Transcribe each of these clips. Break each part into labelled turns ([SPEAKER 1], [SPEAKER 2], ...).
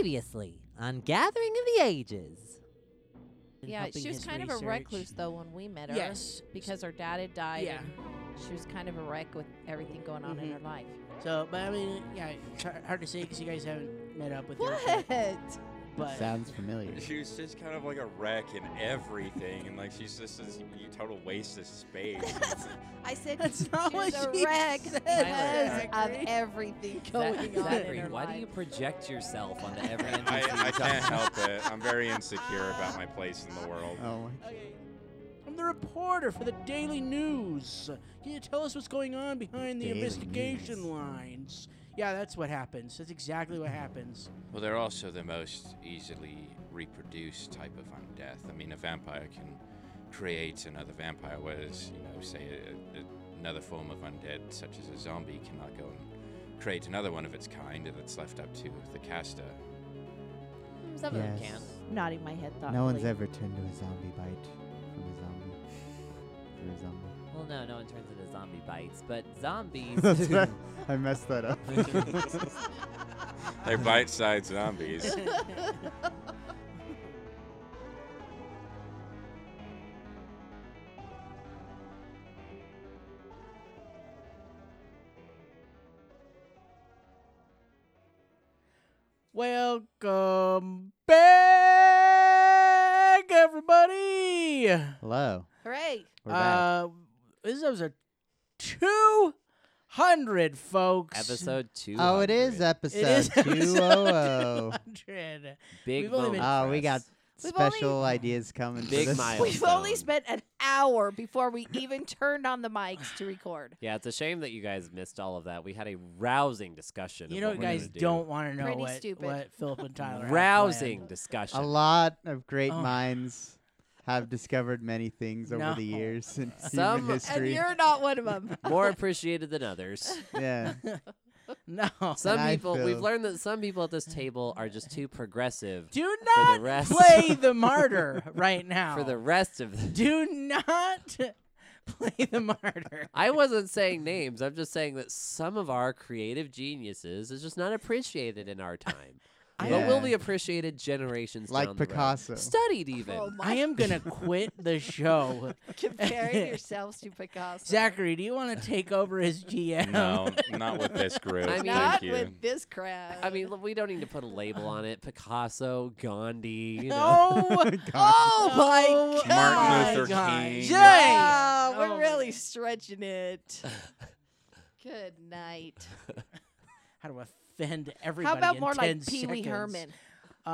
[SPEAKER 1] Previously on Gathering of the Ages. And
[SPEAKER 2] Yeah,
[SPEAKER 1] helping
[SPEAKER 2] she was
[SPEAKER 1] his
[SPEAKER 2] kind of a
[SPEAKER 1] research.
[SPEAKER 2] recluse though when we met her.
[SPEAKER 3] Yes.
[SPEAKER 2] Because her dad had died.
[SPEAKER 3] Yeah.
[SPEAKER 2] and she was kind of a wreck with everything going on in
[SPEAKER 3] Mhm.
[SPEAKER 2] her life.
[SPEAKER 3] So, but I mean, yeah, it's har- hard to say because you guys haven't met up with her. but- But
[SPEAKER 4] Sounds familiar.
[SPEAKER 5] She was just kind of like a wreck in everything, and like she's just this you total waste of space.
[SPEAKER 2] I said
[SPEAKER 3] That's not
[SPEAKER 2] she's
[SPEAKER 3] what
[SPEAKER 2] a
[SPEAKER 3] she
[SPEAKER 2] wreck
[SPEAKER 3] said.
[SPEAKER 2] because of
[SPEAKER 3] Zachary.
[SPEAKER 2] everything
[SPEAKER 6] Zach-
[SPEAKER 2] going on
[SPEAKER 6] Zachary,
[SPEAKER 2] in her
[SPEAKER 6] why
[SPEAKER 2] life.
[SPEAKER 6] do you project yourself onto every NPC?
[SPEAKER 5] I, I
[SPEAKER 6] you talk
[SPEAKER 5] can't
[SPEAKER 6] to?
[SPEAKER 5] help it. I'm very insecure about my place in the world.
[SPEAKER 4] Oh,
[SPEAKER 3] Okay. I'm the reporter for the Daily News. Can you tell us what's going on behind the
[SPEAKER 4] Daily
[SPEAKER 3] investigation
[SPEAKER 4] News.
[SPEAKER 3] lines? Yeah, that's what happens. That's exactly what happens.
[SPEAKER 5] Well, they're also the most easily reproduced type of undeath. I mean, a vampire can create another vampire, whereas, you know, say a, a, another form of undead, such as a zombie, cannot go and create another one of its kind, and it's left up to the caster.
[SPEAKER 2] Some of them
[SPEAKER 4] Yes.
[SPEAKER 2] can. Nodding my head thoughtfully.
[SPEAKER 4] no one's ever turned to a zombie bite from a zombie. Through a zombie.
[SPEAKER 6] Well, no, no one turns into zombie bites, but zombies.
[SPEAKER 4] That's right. I messed that up.
[SPEAKER 5] They're bite sized zombies.
[SPEAKER 3] Welcome back, everybody.
[SPEAKER 4] Hello.
[SPEAKER 2] Hooray!
[SPEAKER 4] We're back.
[SPEAKER 3] uh, this is episode 200, folks.
[SPEAKER 6] Episode two.
[SPEAKER 4] Oh, it is episode
[SPEAKER 3] It is
[SPEAKER 4] two oh oh.
[SPEAKER 3] episode 200.
[SPEAKER 6] Big
[SPEAKER 3] We've only been-
[SPEAKER 6] moment
[SPEAKER 4] Oh, we
[SPEAKER 6] for us.
[SPEAKER 4] got
[SPEAKER 2] We've only-
[SPEAKER 4] special ideas coming. for
[SPEAKER 6] Big
[SPEAKER 4] this
[SPEAKER 6] mile.
[SPEAKER 4] one.
[SPEAKER 2] We've only
[SPEAKER 6] Milestone.
[SPEAKER 2] spent an hour before we even turned on the mics to record.
[SPEAKER 6] Yeah, it's a shame that you guys missed all of that. We had a rousing discussion.
[SPEAKER 3] You
[SPEAKER 6] of
[SPEAKER 3] know
[SPEAKER 6] what
[SPEAKER 3] what
[SPEAKER 6] we're gonna
[SPEAKER 3] guys
[SPEAKER 6] do.
[SPEAKER 3] don't want to know
[SPEAKER 2] Pretty
[SPEAKER 3] what,
[SPEAKER 2] stupid.
[SPEAKER 3] what Philip and Tyler have
[SPEAKER 6] Rousing
[SPEAKER 3] planned.
[SPEAKER 6] discussion.
[SPEAKER 4] A lot of great
[SPEAKER 3] Oh.
[SPEAKER 4] minds have discovered many things over the
[SPEAKER 3] No.
[SPEAKER 4] years in
[SPEAKER 6] Some-
[SPEAKER 4] human history.
[SPEAKER 2] And you're not one of them.
[SPEAKER 6] More appreciated than others.
[SPEAKER 4] yeah.
[SPEAKER 3] No.
[SPEAKER 6] Some
[SPEAKER 4] I
[SPEAKER 6] people,
[SPEAKER 4] feel-
[SPEAKER 6] we've learned that some people at this table are just too progressive
[SPEAKER 3] Do
[SPEAKER 6] for the
[SPEAKER 3] not
[SPEAKER 6] rest
[SPEAKER 3] play the martyr right now.
[SPEAKER 6] for the rest of the.
[SPEAKER 3] Do not play the martyr.
[SPEAKER 6] I wasn't saying names. I'm just saying that some of our creative geniuses is just not appreciated in our time. But will
[SPEAKER 4] Yeah.
[SPEAKER 6] be appreciated generations
[SPEAKER 4] Like
[SPEAKER 6] down the road.
[SPEAKER 4] Picasso.
[SPEAKER 6] Studied even.
[SPEAKER 2] Oh my!
[SPEAKER 3] I am going to quit the show.
[SPEAKER 2] comparing yourselves to Picasso.
[SPEAKER 3] Zachary, do you want to take over as GM?
[SPEAKER 5] No, not with this group.
[SPEAKER 6] I mean-
[SPEAKER 2] not
[SPEAKER 5] Thank you.
[SPEAKER 2] with this crowd.
[SPEAKER 6] I mean, look, we don't need to put a label on it. Picasso, Gandhi. You know.
[SPEAKER 3] No.
[SPEAKER 2] oh
[SPEAKER 3] Oh
[SPEAKER 2] my God!
[SPEAKER 5] Martin Luther
[SPEAKER 3] God.
[SPEAKER 5] King.
[SPEAKER 3] Jay!
[SPEAKER 2] Wow,
[SPEAKER 3] Oh
[SPEAKER 2] we're
[SPEAKER 3] my-
[SPEAKER 2] really stretching it. Good night.
[SPEAKER 3] How to offend
[SPEAKER 2] How
[SPEAKER 3] everybody?
[SPEAKER 2] about
[SPEAKER 3] in
[SPEAKER 2] more
[SPEAKER 3] 10
[SPEAKER 2] like Pee Wee
[SPEAKER 3] seconds.
[SPEAKER 2] Herman?
[SPEAKER 3] Uh,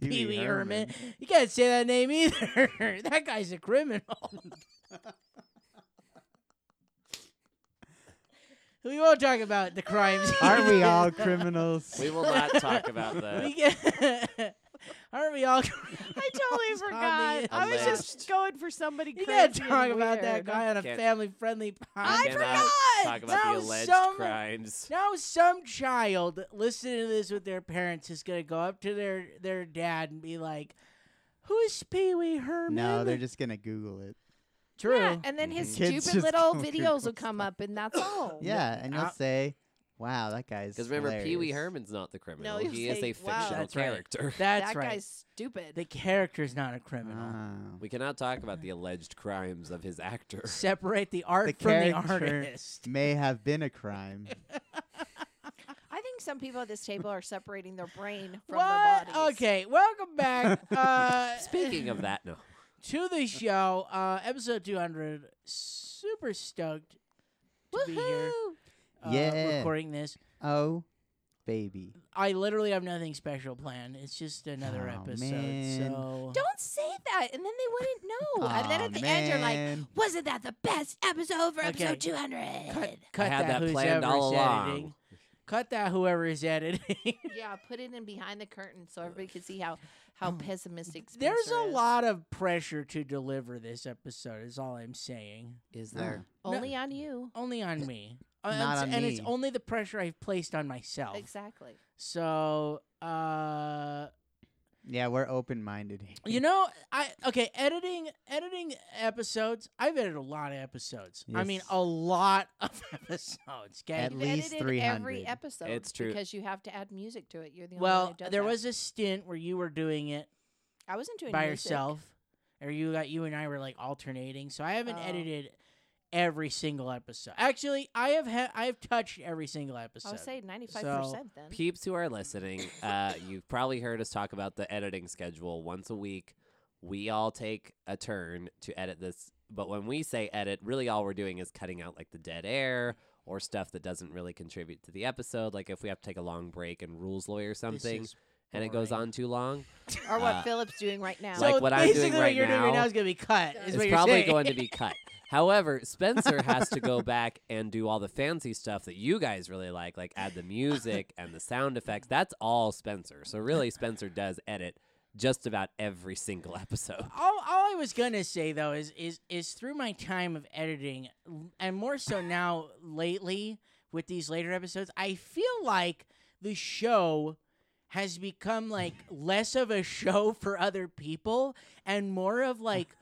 [SPEAKER 4] Pee Wee
[SPEAKER 3] Pee Wee Herman.
[SPEAKER 4] Herman.
[SPEAKER 3] You can't say that name either. that guy's a criminal. we won't talk about the crimes.
[SPEAKER 4] Aren't we all criminals?
[SPEAKER 6] We will not talk about
[SPEAKER 3] We
[SPEAKER 6] the
[SPEAKER 3] get- Aren't we all?
[SPEAKER 2] I
[SPEAKER 3] Zombie
[SPEAKER 2] totally forgot. I was just
[SPEAKER 6] alleged.
[SPEAKER 2] going for somebody
[SPEAKER 3] You
[SPEAKER 2] crazy.
[SPEAKER 3] gotta talk
[SPEAKER 2] and
[SPEAKER 3] about that
[SPEAKER 2] weird.
[SPEAKER 3] guy on a
[SPEAKER 6] Can't-
[SPEAKER 3] family-friendly
[SPEAKER 2] I
[SPEAKER 3] podcast.
[SPEAKER 6] cannot talk about
[SPEAKER 3] Now
[SPEAKER 6] the alleged
[SPEAKER 3] some-
[SPEAKER 6] crimes.
[SPEAKER 3] Now some child listening to this with their parents is gonna go up to their their dad and be like, "Who's Pee Wee Herman?"
[SPEAKER 4] no, they're just gonna Google it.
[SPEAKER 3] true.
[SPEAKER 2] Yeah, and then his
[SPEAKER 4] Kids
[SPEAKER 2] stupid
[SPEAKER 4] just
[SPEAKER 2] little
[SPEAKER 4] don't
[SPEAKER 2] videos
[SPEAKER 4] Google
[SPEAKER 2] will come up, and that's all.
[SPEAKER 4] Yeah, and
[SPEAKER 2] Ah.
[SPEAKER 4] you'll
[SPEAKER 3] Out-
[SPEAKER 4] say, "Wow, that guy's."
[SPEAKER 6] Because remember, Pee Wee
[SPEAKER 4] hilarious."
[SPEAKER 6] Herman's not the criminal.
[SPEAKER 2] you'll
[SPEAKER 6] he is
[SPEAKER 2] say,
[SPEAKER 6] a
[SPEAKER 2] wow.
[SPEAKER 6] fictional
[SPEAKER 3] That's right.
[SPEAKER 6] character.
[SPEAKER 3] That's
[SPEAKER 2] that
[SPEAKER 3] right.
[SPEAKER 2] guy's stupid.
[SPEAKER 3] the character's not a criminal.
[SPEAKER 4] Oh.
[SPEAKER 6] We cannot talk about the alleged crimes of his actor.
[SPEAKER 3] Separate the art
[SPEAKER 4] The
[SPEAKER 3] from the
[SPEAKER 4] character-
[SPEAKER 3] artist.
[SPEAKER 4] May have been a crime.
[SPEAKER 2] I think some people at this table are separating their brain from
[SPEAKER 3] What?
[SPEAKER 2] their bodies.
[SPEAKER 3] Okay, welcome back. uh,
[SPEAKER 6] Speaking of that, no.
[SPEAKER 3] to the show, uh, episode two hundred. Super stoked to be here.
[SPEAKER 2] Woohoo!
[SPEAKER 3] Uh,
[SPEAKER 4] Yeah.
[SPEAKER 3] recording this.
[SPEAKER 4] oh, baby.
[SPEAKER 3] I literally have nothing special planned. It's just another
[SPEAKER 4] Aw,
[SPEAKER 3] episode.
[SPEAKER 4] man.
[SPEAKER 3] So
[SPEAKER 2] Don't say that, and then they wouldn't know. and then
[SPEAKER 4] Aw,
[SPEAKER 2] at the end, you're like,
[SPEAKER 4] man.
[SPEAKER 2] "Wasn't that the best episode for
[SPEAKER 3] Okay.
[SPEAKER 2] episode 200?"
[SPEAKER 3] cut,
[SPEAKER 6] I
[SPEAKER 3] cut
[SPEAKER 6] had that
[SPEAKER 3] whoever's
[SPEAKER 6] planned all along.
[SPEAKER 3] editing. Cut that whoever is editing.
[SPEAKER 2] Yeah, put it in behind the curtain so everybody could see how how pessimistic.
[SPEAKER 3] There's
[SPEAKER 2] Spencer
[SPEAKER 3] a
[SPEAKER 2] is.
[SPEAKER 3] lot of pressure to deliver this episode. Is all I'm saying.
[SPEAKER 6] Is
[SPEAKER 4] Ah.
[SPEAKER 6] there?
[SPEAKER 2] Only on you.
[SPEAKER 3] Only on me. Uh,
[SPEAKER 4] Not
[SPEAKER 3] it's-
[SPEAKER 4] on
[SPEAKER 3] and it's
[SPEAKER 4] me.
[SPEAKER 3] only the pressure I've placed on myself.
[SPEAKER 2] Exactly.
[SPEAKER 3] So, uh,
[SPEAKER 4] Yeah, we're open minded.
[SPEAKER 3] You know, I okay, editing editing episodes. I've edited a lot of episodes. I mean,
[SPEAKER 4] Yes.
[SPEAKER 3] a lot of episodes. Okay.
[SPEAKER 4] At
[SPEAKER 7] You've
[SPEAKER 4] least
[SPEAKER 7] edited every
[SPEAKER 4] 300.
[SPEAKER 7] episode.
[SPEAKER 6] It's true.
[SPEAKER 7] because you have to add music to it. You're the only one
[SPEAKER 3] Well,
[SPEAKER 7] who does
[SPEAKER 3] there
[SPEAKER 7] that.
[SPEAKER 3] was a stint where you were doing it
[SPEAKER 7] I wasn't doing
[SPEAKER 3] by
[SPEAKER 7] music.
[SPEAKER 3] yourself, or you got you and I were like alternating. So I haven't
[SPEAKER 7] Oh.
[SPEAKER 3] edited every single episode. Actually, I have ha- I have touched every single episode.
[SPEAKER 7] I'll say ninety five percent then.
[SPEAKER 6] Peeps who are listening, uh, you've probably heard us talk about the editing schedule once a week. We all take a turn to edit this, but when we say edit, really all we're doing is cutting out like the dead air or stuff that doesn't really contribute to the episode. Like if we have to take a long break and rules lawyer
[SPEAKER 3] This
[SPEAKER 6] something
[SPEAKER 3] is
[SPEAKER 6] and it goes
[SPEAKER 3] boring.
[SPEAKER 6] on too long,
[SPEAKER 7] or what
[SPEAKER 6] Uh,
[SPEAKER 7] Philip's doing right now.
[SPEAKER 3] So
[SPEAKER 6] like what I'm doing
[SPEAKER 3] basically Ah. what
[SPEAKER 6] right
[SPEAKER 3] you're doing right
[SPEAKER 6] now
[SPEAKER 3] now is gonna be cut. Is
[SPEAKER 6] it's
[SPEAKER 3] what you're
[SPEAKER 6] probably
[SPEAKER 3] saying.
[SPEAKER 6] going to be cut. However, Spencer has to go back and do all the fancy stuff that you guys really like, like add the music and the sound effects. That's all Spencer. So really, Spencer does edit just about every single episode.
[SPEAKER 3] all, all I was gonna say though is is is through my time of editing, l- and more so now lately with these later episodes, I feel like the show has become like less of a show for other people and more of like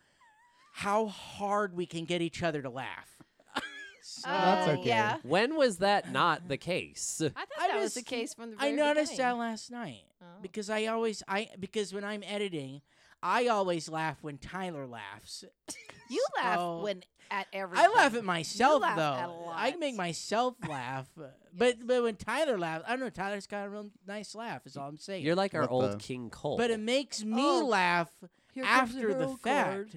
[SPEAKER 3] how hard we can get each other to laugh. So-
[SPEAKER 4] That's
[SPEAKER 7] Uh,
[SPEAKER 4] okay.
[SPEAKER 7] Yeah,
[SPEAKER 6] When was that not the case?
[SPEAKER 7] I thought
[SPEAKER 3] I
[SPEAKER 7] that was the
[SPEAKER 3] just-
[SPEAKER 7] case from the
[SPEAKER 3] I
[SPEAKER 7] very
[SPEAKER 3] noticed that
[SPEAKER 7] beginning.
[SPEAKER 3] last night
[SPEAKER 7] Oh.
[SPEAKER 3] because I always I because when I'm editing, I always laugh when Tyler laughs
[SPEAKER 7] you laugh
[SPEAKER 3] Oh.
[SPEAKER 7] when at every.
[SPEAKER 3] I laugh at myself
[SPEAKER 7] laugh
[SPEAKER 3] though.
[SPEAKER 7] at a
[SPEAKER 3] I
[SPEAKER 7] lot.
[SPEAKER 3] can make myself laugh, uh, but but when Tyler laughs, I don't know. Tyler's got a real nice laugh. Is all I'm saying.
[SPEAKER 6] You're like our
[SPEAKER 4] What
[SPEAKER 6] old
[SPEAKER 4] the-
[SPEAKER 6] King Cole.
[SPEAKER 3] but it makes me
[SPEAKER 2] Oh,
[SPEAKER 3] laugh
[SPEAKER 2] Here
[SPEAKER 3] after
[SPEAKER 2] comes
[SPEAKER 3] the fact.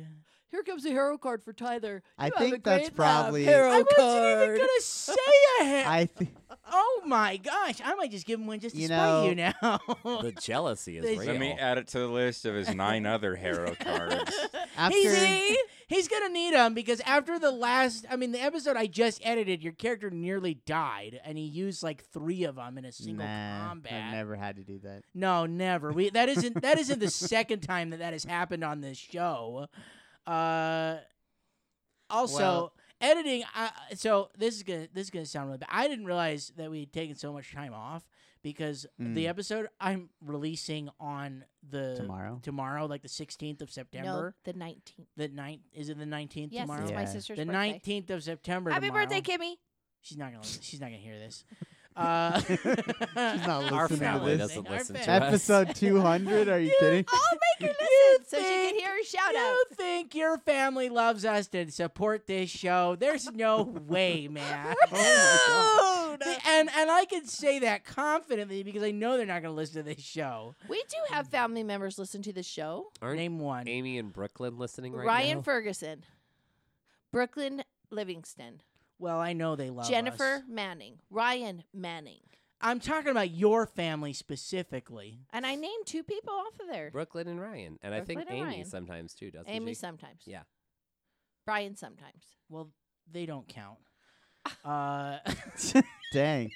[SPEAKER 2] Here comes the hero card for Tyler.
[SPEAKER 4] I
[SPEAKER 2] You have a
[SPEAKER 4] think that's
[SPEAKER 2] great uh, laugh.
[SPEAKER 4] probably.
[SPEAKER 2] Hero
[SPEAKER 3] I wasn't even
[SPEAKER 2] card.
[SPEAKER 3] gonna say a hit.
[SPEAKER 4] I think
[SPEAKER 3] oh my gosh! I might just give him one just to
[SPEAKER 4] You
[SPEAKER 3] spite you
[SPEAKER 4] know-
[SPEAKER 3] now.
[SPEAKER 6] the jealousy
[SPEAKER 3] Let
[SPEAKER 6] is real.
[SPEAKER 5] Let me add it to the list of his nine other hero cards.
[SPEAKER 4] after
[SPEAKER 3] he's, he's gonna need him because after the last, I mean, the episode I just edited, your character nearly died, and he used like three of them in a single
[SPEAKER 4] nah,
[SPEAKER 3] combat.
[SPEAKER 4] I've never had to do that.
[SPEAKER 3] No, never. We that isn't that isn't the second time that that has happened on this show. Uh, also,
[SPEAKER 4] Well-
[SPEAKER 3] editing. I, so this is gonna this is gonna sound really bad. I didn't realize that we had taken so much time off because the
[SPEAKER 4] Mm.
[SPEAKER 3] episode I'm releasing on
[SPEAKER 2] Uh,
[SPEAKER 3] the
[SPEAKER 4] Tomorrow?
[SPEAKER 3] tomorrow, like the 16th of September.
[SPEAKER 7] No, the nineteenth.
[SPEAKER 3] The ninth is it the 19th
[SPEAKER 7] Yes,
[SPEAKER 3] tomorrow?
[SPEAKER 7] it's my
[SPEAKER 4] Yeah.
[SPEAKER 7] sister's
[SPEAKER 3] The
[SPEAKER 7] birthday.
[SPEAKER 3] 19th of September.
[SPEAKER 7] Happy
[SPEAKER 3] tomorrow.
[SPEAKER 7] birthday, Kimmy!
[SPEAKER 3] She's not gonna. listen- She's not gonna hear this. Uh,
[SPEAKER 4] She's not
[SPEAKER 6] Our
[SPEAKER 4] listening to
[SPEAKER 6] family
[SPEAKER 4] this.
[SPEAKER 6] doesn't listen to us.
[SPEAKER 4] Episode 200. Are you kidding?
[SPEAKER 3] Oh
[SPEAKER 7] I'll make her
[SPEAKER 3] You
[SPEAKER 7] listen so she can
[SPEAKER 3] think-
[SPEAKER 7] hear a shout out.
[SPEAKER 3] you think your family loves us to support this show? There's no way, man.
[SPEAKER 4] Oh
[SPEAKER 3] Th- and and I can say that confidently because I know they're not going to listen to this show.
[SPEAKER 7] We do have family members listen to the show.
[SPEAKER 6] Aren't
[SPEAKER 3] Name one.
[SPEAKER 6] Amy and Brooklyn listening right
[SPEAKER 7] Ryan
[SPEAKER 6] now?
[SPEAKER 7] Ferguson, Brooklyn Livingston,
[SPEAKER 3] Well, I know they love
[SPEAKER 7] Jennifer
[SPEAKER 3] us.
[SPEAKER 7] Manning, Ryan Manning,
[SPEAKER 3] I'm talking about your family specifically.
[SPEAKER 7] and I named two people off of there.
[SPEAKER 6] Brooklyn and Ryan, and I think
[SPEAKER 7] Brooklyn
[SPEAKER 6] Amy
[SPEAKER 7] and Ryan.
[SPEAKER 6] sometimes too. Doesn't
[SPEAKER 7] Amy
[SPEAKER 6] she?
[SPEAKER 7] sometimes.
[SPEAKER 6] Yeah.
[SPEAKER 7] Brian sometimes.
[SPEAKER 3] Well, they don't count. Uh,
[SPEAKER 4] Dang.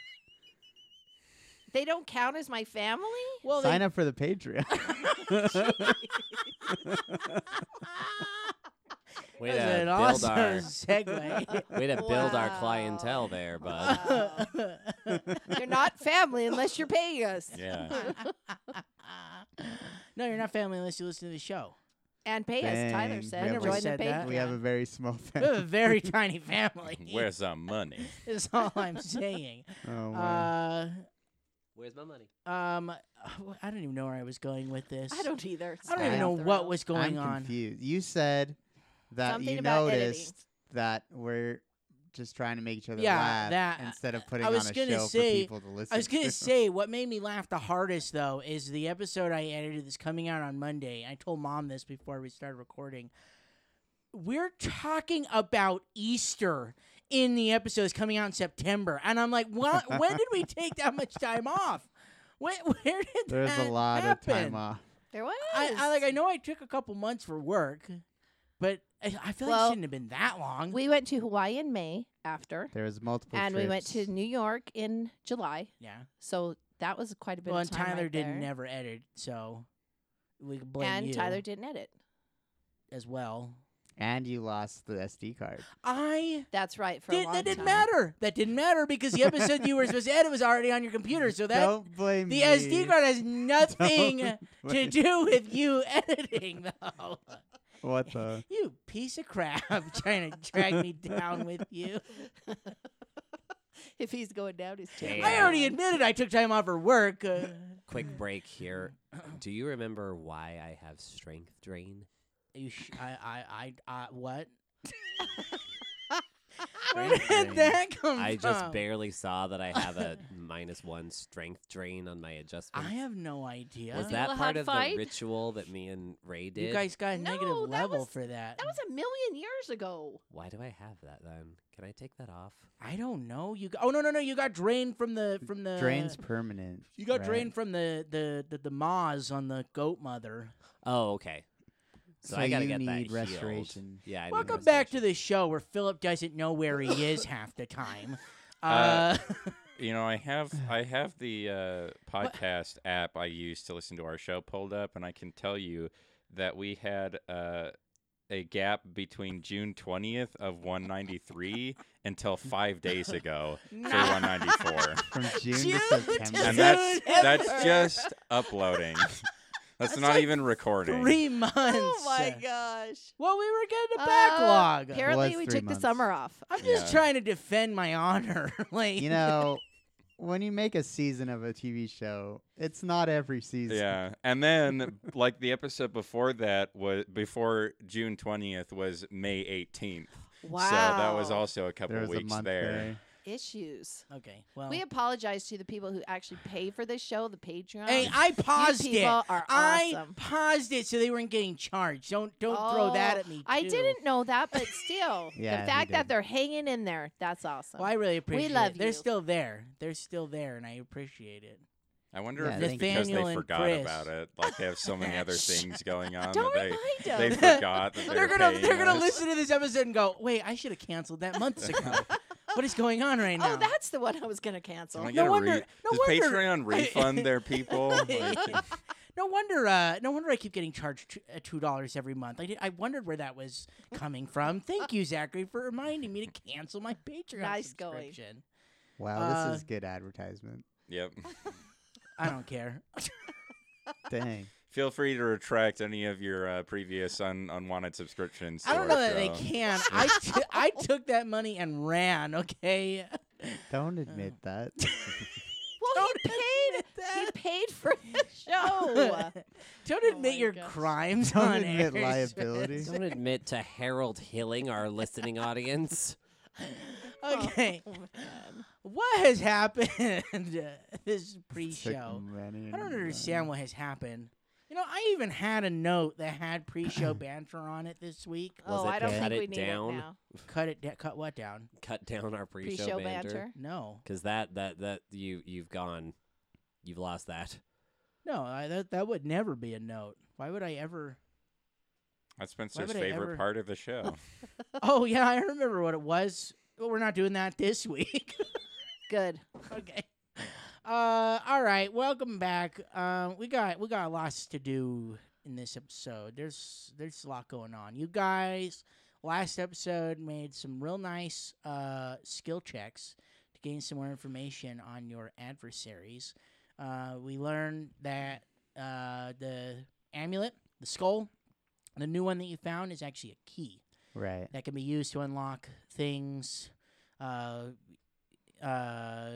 [SPEAKER 7] They don't count as my family.
[SPEAKER 3] well,
[SPEAKER 4] Sign
[SPEAKER 3] they,
[SPEAKER 4] up for the Patreon.
[SPEAKER 6] Way
[SPEAKER 3] that was
[SPEAKER 6] to
[SPEAKER 3] an
[SPEAKER 6] build
[SPEAKER 3] awesome
[SPEAKER 6] our
[SPEAKER 3] segue.
[SPEAKER 6] way to build our
[SPEAKER 7] Wow.
[SPEAKER 6] clientele there, bud.
[SPEAKER 7] Wow. you're not family unless you're paying us.
[SPEAKER 5] Yeah.
[SPEAKER 3] no, you're not family unless you listen to the show.
[SPEAKER 7] And pay us, Tyler
[SPEAKER 4] Dang.
[SPEAKER 7] said.
[SPEAKER 4] We
[SPEAKER 7] and
[SPEAKER 4] have
[SPEAKER 7] join
[SPEAKER 4] a-
[SPEAKER 3] said
[SPEAKER 7] the
[SPEAKER 3] that.
[SPEAKER 4] We have a very small
[SPEAKER 3] We have a
[SPEAKER 4] family.
[SPEAKER 3] very tiny family.
[SPEAKER 5] Where's our money?
[SPEAKER 3] is all I'm saying.
[SPEAKER 4] Oh, wow.
[SPEAKER 3] uh,
[SPEAKER 6] Where's my money?
[SPEAKER 3] um, I don't even know where I was going with this.
[SPEAKER 7] I don't either. It's
[SPEAKER 3] I don't
[SPEAKER 7] way
[SPEAKER 3] even
[SPEAKER 7] off
[SPEAKER 3] know
[SPEAKER 7] the
[SPEAKER 3] what
[SPEAKER 7] rails.
[SPEAKER 3] was going
[SPEAKER 4] I'm
[SPEAKER 3] on.
[SPEAKER 4] confused. You said that
[SPEAKER 7] Something
[SPEAKER 4] you
[SPEAKER 7] about editing.
[SPEAKER 4] noticed that we're just trying to make each other
[SPEAKER 3] Yeah,
[SPEAKER 4] laugh
[SPEAKER 3] that- uh,
[SPEAKER 4] instead of putting
[SPEAKER 3] was
[SPEAKER 4] on a
[SPEAKER 3] gonna
[SPEAKER 4] show
[SPEAKER 3] say-
[SPEAKER 4] for people to listen.
[SPEAKER 3] I was gonna
[SPEAKER 4] to.
[SPEAKER 3] say what made me laugh the hardest though is the episode I edited that's coming out on Monday. I told mom this before we started recording. We're talking about Easter in the episode that's coming out in September, and I'm like, what? when did we take that much time off? When, where did
[SPEAKER 4] There's a
[SPEAKER 3] that
[SPEAKER 4] lot
[SPEAKER 3] happen?
[SPEAKER 4] of time off.
[SPEAKER 7] There was.
[SPEAKER 3] I, I like I know I took a couple months for work, but I, I feel like it
[SPEAKER 7] Well,
[SPEAKER 3] shouldn't have been that long.
[SPEAKER 7] We went to Hawaii in May after,
[SPEAKER 4] There was multiple
[SPEAKER 7] and we went
[SPEAKER 4] trips.
[SPEAKER 7] to New York in July.
[SPEAKER 3] yeah.
[SPEAKER 7] So that was quite a bit
[SPEAKER 3] Well,
[SPEAKER 7] of
[SPEAKER 3] and
[SPEAKER 7] time.
[SPEAKER 3] Tyler
[SPEAKER 7] right
[SPEAKER 3] didn't
[SPEAKER 7] there.
[SPEAKER 3] never edit, so we can blame
[SPEAKER 7] and
[SPEAKER 3] you
[SPEAKER 7] Tyler didn't edit.
[SPEAKER 3] as well.
[SPEAKER 4] And you lost the SD card.
[SPEAKER 3] I
[SPEAKER 7] That's right. For a
[SPEAKER 3] did,
[SPEAKER 7] long
[SPEAKER 3] that didn't
[SPEAKER 7] time.
[SPEAKER 3] matter. That didn't matter because the episode you were supposed to edit was already on your computer. So that
[SPEAKER 4] Don't blame
[SPEAKER 3] the
[SPEAKER 4] me.
[SPEAKER 3] SD card has nothing to
[SPEAKER 4] Don't blame-
[SPEAKER 3] do with you editing, though.
[SPEAKER 4] What the?
[SPEAKER 3] You piece of crap, trying to drag me down with you.
[SPEAKER 2] If he's going down, he's
[SPEAKER 6] Damn.
[SPEAKER 3] I already admitted I took time off for work. Uh,
[SPEAKER 6] Quick break here. Do you remember why I have strength drain?
[SPEAKER 3] you sh- I, I, I, I, what? Where
[SPEAKER 6] Strength
[SPEAKER 3] did
[SPEAKER 6] drain.
[SPEAKER 3] that come
[SPEAKER 6] I
[SPEAKER 3] from?
[SPEAKER 6] just barely saw that I have a minus one strength drain on my
[SPEAKER 3] I
[SPEAKER 6] adjustment.
[SPEAKER 3] have no idea.
[SPEAKER 6] Was
[SPEAKER 2] Still a
[SPEAKER 6] that
[SPEAKER 2] hot
[SPEAKER 6] part of
[SPEAKER 2] fight?
[SPEAKER 6] the ritual that me and Ray did?
[SPEAKER 3] you guys got a negative
[SPEAKER 2] No, that
[SPEAKER 3] level
[SPEAKER 2] was-
[SPEAKER 3] for that.
[SPEAKER 2] That was a million years ago.
[SPEAKER 6] Why do I have that then? Can I take that off?
[SPEAKER 3] I don't know. You. Got, oh no no no! You got drained from the from the
[SPEAKER 4] Drain's permanent.
[SPEAKER 3] You got
[SPEAKER 4] right?
[SPEAKER 3] drained from the the the, the maws on the goat mother.
[SPEAKER 6] Oh, okay. So,
[SPEAKER 4] So
[SPEAKER 6] I gotta
[SPEAKER 4] you
[SPEAKER 6] get that
[SPEAKER 4] need
[SPEAKER 6] healed.
[SPEAKER 4] restoration.
[SPEAKER 6] Yeah. I need
[SPEAKER 3] Welcome back to
[SPEAKER 6] restoration.
[SPEAKER 3] the show where Philip doesn't know where he is half the time. Uh,
[SPEAKER 5] Uh, You know, I have I have the uh, podcast app I use to listen to our show pulled up, and I can tell you that we had uh, a gap between June twentieth of one ninety three until five days ago for one ninety four,
[SPEAKER 4] From June,
[SPEAKER 3] June
[SPEAKER 4] to
[SPEAKER 3] to
[SPEAKER 4] September.
[SPEAKER 5] and that's
[SPEAKER 3] September.
[SPEAKER 5] that's just uploading. That's, not
[SPEAKER 3] like
[SPEAKER 5] even recording.
[SPEAKER 3] three months.
[SPEAKER 2] Oh my gosh.
[SPEAKER 3] Well, we were getting a
[SPEAKER 7] Uh,
[SPEAKER 3] backlog.
[SPEAKER 4] Was
[SPEAKER 7] Apparently,
[SPEAKER 4] three
[SPEAKER 7] we took
[SPEAKER 4] months.
[SPEAKER 7] the summer off.
[SPEAKER 3] I'm just
[SPEAKER 5] Yeah.
[SPEAKER 3] trying to defend my honor. like
[SPEAKER 4] you know, when you make a season of a TV show, it's not every season.
[SPEAKER 5] Yeah, and then like the episode before that was before June twentieth was May eighteenth.
[SPEAKER 7] Wow.
[SPEAKER 5] So that was also a couple
[SPEAKER 4] There was a
[SPEAKER 5] weeks
[SPEAKER 4] month there.
[SPEAKER 7] issues.
[SPEAKER 3] Okay. Well.
[SPEAKER 7] We apologize to the people who actually pay for this show, the Patreon.
[SPEAKER 3] Hey, I paused
[SPEAKER 7] you
[SPEAKER 3] it.
[SPEAKER 7] people are
[SPEAKER 3] I
[SPEAKER 7] awesome.
[SPEAKER 3] paused it so they weren't getting charged. Don't don't throw that
[SPEAKER 7] Oh,
[SPEAKER 3] at me.
[SPEAKER 7] I
[SPEAKER 3] too.
[SPEAKER 7] didn't know that, but still,
[SPEAKER 4] Yeah,
[SPEAKER 7] the
[SPEAKER 4] he
[SPEAKER 7] fact that
[SPEAKER 4] did.
[SPEAKER 7] they're hanging in there, that's awesome.
[SPEAKER 3] Well, I really appreciate
[SPEAKER 7] love
[SPEAKER 3] it. They're
[SPEAKER 7] you.
[SPEAKER 3] still there. They're still there, and I appreciate it.
[SPEAKER 5] I wonder
[SPEAKER 4] Yeah,
[SPEAKER 5] if it's
[SPEAKER 4] thank
[SPEAKER 5] because
[SPEAKER 3] Nathaniel
[SPEAKER 5] they
[SPEAKER 3] and
[SPEAKER 5] forgot
[SPEAKER 3] Chris.
[SPEAKER 5] about it. Like they have so many other things going on
[SPEAKER 7] Don't
[SPEAKER 5] that
[SPEAKER 7] remind
[SPEAKER 5] they, they
[SPEAKER 7] us.
[SPEAKER 5] forgot that
[SPEAKER 3] They're
[SPEAKER 5] they're
[SPEAKER 3] gonna they're
[SPEAKER 5] paying
[SPEAKER 3] gonna
[SPEAKER 5] us.
[SPEAKER 3] listen to this episode and go, wait, I should have canceled that months ago. what is going on right now?
[SPEAKER 7] oh, that's the one I was going to cancel.
[SPEAKER 5] Am I
[SPEAKER 3] No
[SPEAKER 5] gonna
[SPEAKER 3] wonder-
[SPEAKER 5] re-
[SPEAKER 3] no
[SPEAKER 5] does
[SPEAKER 3] wonder-
[SPEAKER 5] Patreon refund their people? Like,
[SPEAKER 3] no wonder. Uh, no wonder I keep getting charged t- uh, two dollars every month. I, did, I wondered where that was coming from. Thank you, Zachary, for reminding me to cancel my Patreon
[SPEAKER 7] Nice going.
[SPEAKER 3] subscription.
[SPEAKER 4] Wow,
[SPEAKER 3] Uh,
[SPEAKER 4] this is good advertisement.
[SPEAKER 5] yep.
[SPEAKER 3] I don't care.
[SPEAKER 4] Dang.
[SPEAKER 5] Feel free to retract any of your uh, previous un- unwanted subscriptions.
[SPEAKER 3] I
[SPEAKER 5] to
[SPEAKER 3] don't
[SPEAKER 5] our
[SPEAKER 3] know that they
[SPEAKER 5] show.
[SPEAKER 3] can. I t- I took that money and ran. Okay.
[SPEAKER 4] Don't
[SPEAKER 3] Uh,
[SPEAKER 4] admit that.
[SPEAKER 7] well, he paid. He paid for the show.
[SPEAKER 3] Don't
[SPEAKER 7] Oh
[SPEAKER 3] admit
[SPEAKER 7] my
[SPEAKER 3] your
[SPEAKER 7] gosh.
[SPEAKER 3] crimes
[SPEAKER 4] Don't
[SPEAKER 3] on
[SPEAKER 4] admit
[SPEAKER 3] air,
[SPEAKER 4] liability.
[SPEAKER 3] Spencer.
[SPEAKER 6] Don't admit to Harold Hilling, our listening audience.
[SPEAKER 3] Okay.
[SPEAKER 2] Oh,
[SPEAKER 3] What has happened uh, this
[SPEAKER 4] Took
[SPEAKER 3] pre-show?
[SPEAKER 4] many
[SPEAKER 3] I don't
[SPEAKER 4] and
[SPEAKER 3] understand what has happened. You know, I even had a note that had pre-show banter on it this week.
[SPEAKER 7] oh,
[SPEAKER 6] it
[SPEAKER 7] I don't
[SPEAKER 6] cut
[SPEAKER 7] think
[SPEAKER 6] it
[SPEAKER 7] we need
[SPEAKER 6] down?
[SPEAKER 7] it now.
[SPEAKER 3] Cut it. Da- cut what down?
[SPEAKER 6] Cut down our pre-show,
[SPEAKER 7] Pre-show
[SPEAKER 6] banter.
[SPEAKER 7] banter.
[SPEAKER 3] No,
[SPEAKER 6] Because that that that you you've gone, you've lost that.
[SPEAKER 3] no. I, that that would never be a note. Why would I ever?
[SPEAKER 5] That's Spencer's
[SPEAKER 3] would I
[SPEAKER 5] favorite
[SPEAKER 3] ever-
[SPEAKER 5] part of the show.
[SPEAKER 3] Oh yeah, I remember what it was. But we're not doing that this week.
[SPEAKER 7] Good.
[SPEAKER 3] okay. Uh, all right. Welcome back. Um, we got we got lots to do in this episode. There's there's a lot going on. You guys, last episode made some real nice uh skill checks to gain some more information on your adversaries. Uh, we learned that uh the amulet, the skull, the new one that you found is actually a key
[SPEAKER 4] Right.
[SPEAKER 3] that can be used to unlock things uh uh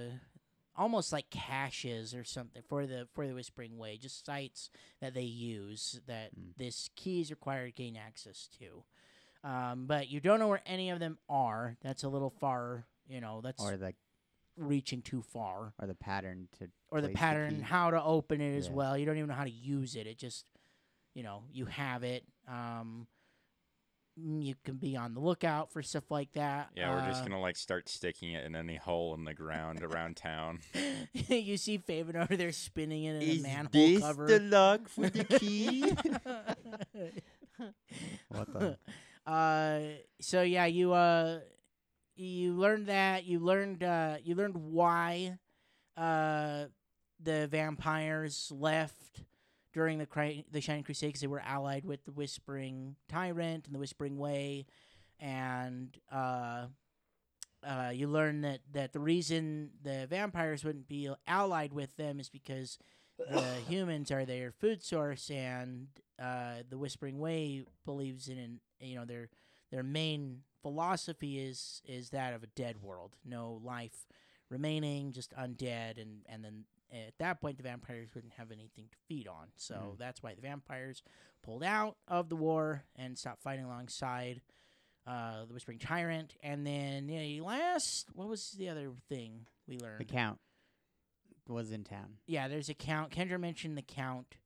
[SPEAKER 3] almost like caches or something for the for the whispering way just sites that they use that
[SPEAKER 4] Mm.
[SPEAKER 3] this key is required to gain access to um, but you don't know where any of them are that's a little far you know that's
[SPEAKER 4] Or the
[SPEAKER 3] reaching too far
[SPEAKER 4] or the pattern to
[SPEAKER 3] or the
[SPEAKER 4] place the
[SPEAKER 3] pattern
[SPEAKER 4] key.
[SPEAKER 3] how to open it as
[SPEAKER 4] Yeah.
[SPEAKER 3] well you don't even know how to use it it just you know you have it um mm, you can be on the lookout for stuff like that
[SPEAKER 5] Yeah, we're
[SPEAKER 3] Uh,
[SPEAKER 5] just gonna like start sticking it in any hole in the ground around town.
[SPEAKER 3] Uh, you see Faven over there spinning it in a manhole cover
[SPEAKER 4] log for what the?
[SPEAKER 3] uh so yeah you uh you learned that you learned uh you learned why uh the vampires left during the cri- the Shining Crusade because they were allied with the Whispering Tyrant and the Whispering Way, and uh, uh, you learn that that the reason the vampires wouldn't be allied with them is because the humans are their food source, and uh, the Whispering Way believes in an, you know their their main philosophy is is that of a dead world, no life remaining, just undead, and and then at that point the vampires wouldn't have anything to feed on. So
[SPEAKER 4] Mhm.
[SPEAKER 3] that's why the vampires pulled out of the war and stopped fighting alongside uh, the Whispering Tyrant. And then the last, what was the other thing we learned?
[SPEAKER 8] The count was in town.
[SPEAKER 3] Yeah, there's a count. Kendra mentioned the count,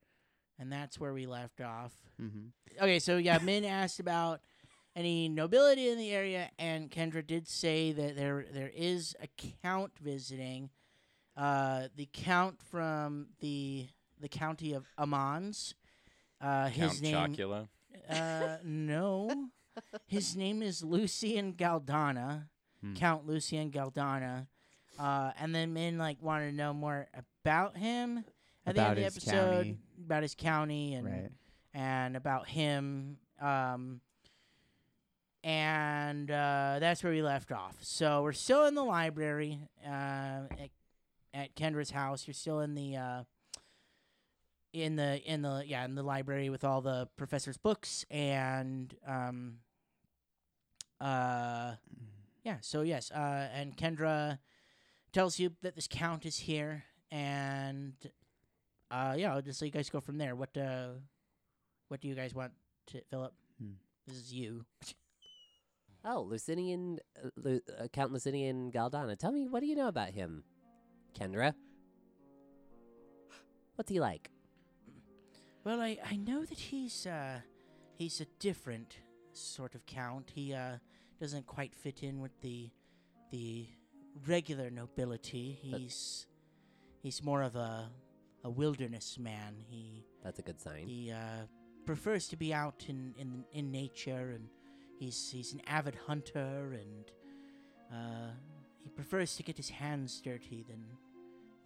[SPEAKER 3] and that's where we left off.
[SPEAKER 8] Mm-hmm.
[SPEAKER 3] Okay, so yeah, Min asked about any nobility in the area, and Kendra did say that there there is a count visiting, uh, the count from the the county of Amans. Uh, his
[SPEAKER 5] Count
[SPEAKER 3] name,
[SPEAKER 5] Chocula.
[SPEAKER 3] uh, no, his name is Lucian Galdana,
[SPEAKER 4] Hmm.
[SPEAKER 3] Count Lucian Galdana. Uh, and then Min like wanted to know more about him at
[SPEAKER 4] About
[SPEAKER 3] the end of
[SPEAKER 4] his
[SPEAKER 3] the episode,
[SPEAKER 4] county.
[SPEAKER 3] about his county and
[SPEAKER 4] Right.
[SPEAKER 3] and about him. Um, and uh, that's where we left off. So we're still in the library uh, at, at Kendra's house. You're still in the uh, in the in the yeah in the library with all the professor's books and um, uh, yeah. So yes, uh, and Kendra tells you that this count is here, and uh, yeah, I'll just let you guys go from there. What uh, what do you guys want to Philip?
[SPEAKER 4] Hmm.
[SPEAKER 3] This is you.
[SPEAKER 6] Oh, Lucinian, uh, Lu- uh, Count Lucinian Galdana. Tell me, what do you know about him, Kendra? What's he like?
[SPEAKER 3] Well, I, I know that he's uh he's a different sort of count. He uh doesn't quite fit in with the the regular nobility.
[SPEAKER 6] But-
[SPEAKER 3] He's he's more of a a wilderness man. He
[SPEAKER 6] That's a good sign.
[SPEAKER 3] he uh, prefers to be out in, in in nature, and he's he's an avid hunter, and uh, he prefers to get his hands dirty than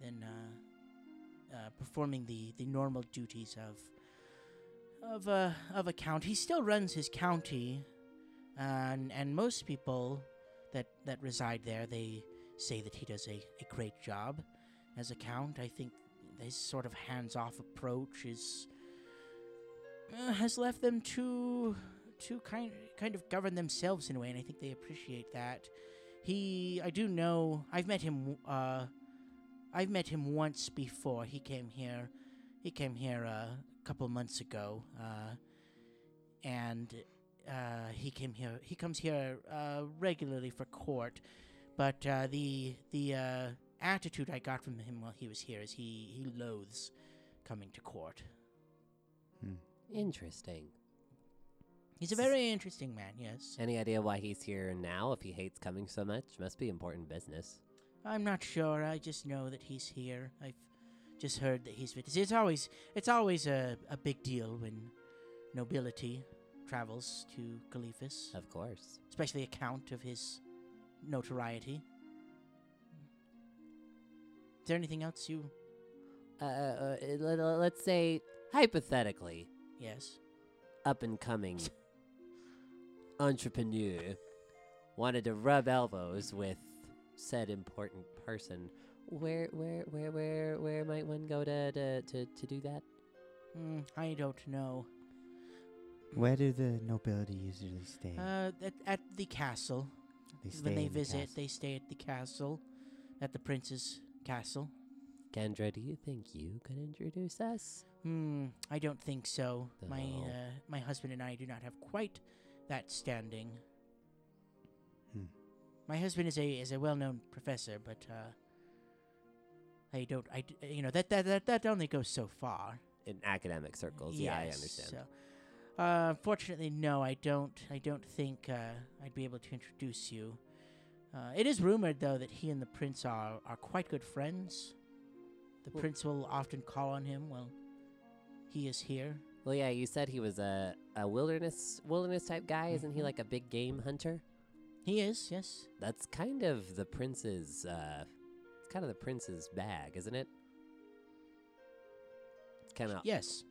[SPEAKER 3] than uh, uh, performing the, the normal duties of of a of a count. He still runs his county, uh, and and most people that that reside there they say that he does a, a great job as a count. I think this sort of hands off approach is uh, has left them to to kind kind of govern themselves in a way, and I think they appreciate that. He, I do know, I've met him. Uh, I've met him once before. He came here. He came here uh, a couple months ago, uh, and uh, he came here. He comes here uh, regularly for court, but uh, the the uh, attitude I got from him while he was here is he he loathes coming to court.
[SPEAKER 6] Interesting.
[SPEAKER 3] He's a very interesting man, yes.
[SPEAKER 6] Any idea why he's here now? If he hates coming so much, must be important business.
[SPEAKER 3] I'm not sure. I just know that he's here. I've just heard that he's visited. It's always it's always a, a big deal when nobility travels to Caliphus,
[SPEAKER 6] Of course.
[SPEAKER 3] especially a count of his notoriety. Is there anything else you?
[SPEAKER 6] Uh, uh, uh, let- uh, let's say hypothetically,
[SPEAKER 3] Yes.
[SPEAKER 6] up and coming entrepreneur wanted to rub elbows with said important person. Where, where, where, where, where might one go to to to, to do that?
[SPEAKER 3] Mm, I don't know.
[SPEAKER 4] Where do the nobility usually stay?
[SPEAKER 3] Uh, at, at the castle. when they visit, they stay at the castle, at the prince's castle.
[SPEAKER 6] Kendra, do you think you could introduce us?
[SPEAKER 3] Hmm, I don't think so. My
[SPEAKER 6] No.
[SPEAKER 3] uh, my husband and I do not have quite that standing.
[SPEAKER 4] Hmm.
[SPEAKER 3] My husband is a is a well-known professor, but uh, I don't I d- you know that that that, that only goes so far.
[SPEAKER 6] In academic circles, yeah, I
[SPEAKER 3] Yes,
[SPEAKER 6] understand.
[SPEAKER 3] So, uh, unfortunately, no, I don't. I don't think uh, I'd be able to introduce you. Uh, it is rumored, though, that he and the prince are, are quite good friends. The
[SPEAKER 6] Well-
[SPEAKER 3] prince will often call on him while he is here.
[SPEAKER 6] Well, yeah, you said he was a, a wilderness wilderness type guy. Isn't he
[SPEAKER 3] Mhm.
[SPEAKER 6] like a big game hunter?
[SPEAKER 3] He is, yes.
[SPEAKER 6] That's kind of the prince's. Uh, it's kind of the prince's bag, isn't it? It's kind of
[SPEAKER 3] Yes.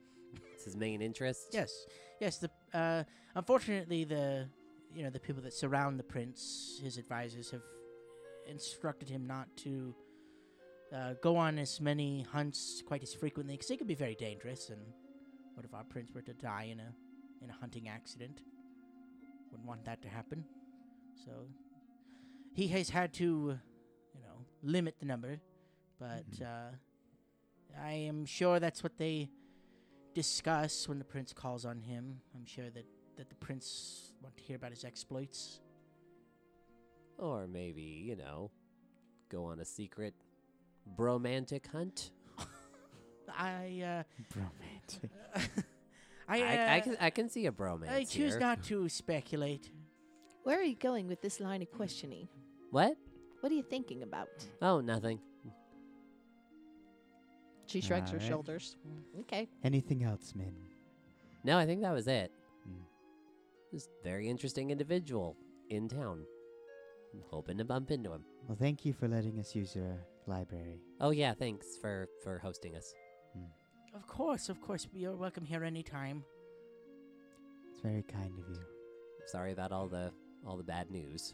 [SPEAKER 6] That's his main interest.
[SPEAKER 3] Yes, yes. The uh, unfortunately, the you know the people that surround the prince, his advisors, have instructed him not to uh, go on as many hunts quite as frequently because they could be very dangerous. And what if our prince were to die in a in a hunting accident? Wouldn't want that to happen. So he has had to, you know, limit the number. But uh, I am sure that's what they discuss when the prince calls on him. I'm sure that, that the prince want to hear about his exploits.
[SPEAKER 6] Or maybe, you know, go on a secret bromantic hunt.
[SPEAKER 3] I
[SPEAKER 4] Romantic.
[SPEAKER 3] uh, I, uh,
[SPEAKER 6] I, I, can, I can see a bromance.
[SPEAKER 3] I choose
[SPEAKER 6] here.
[SPEAKER 3] not to speculate.
[SPEAKER 2] Where are you going with this line of questioning?
[SPEAKER 6] What?
[SPEAKER 2] What are you thinking about?
[SPEAKER 6] Oh, nothing.
[SPEAKER 2] She shrugs her
[SPEAKER 4] Alright.
[SPEAKER 2] shoulders. Okay.
[SPEAKER 4] Anything else, Min?
[SPEAKER 6] No, I think that was it.
[SPEAKER 4] Mm.
[SPEAKER 6] This very interesting individual in town. I'm hoping to bump into him.
[SPEAKER 4] Well, thank you for letting us use your library.
[SPEAKER 6] Oh yeah, thanks for for hosting us.
[SPEAKER 3] Of course, of course, you're welcome here anytime.
[SPEAKER 4] It's very kind of you.
[SPEAKER 6] Sorry about all the all the bad news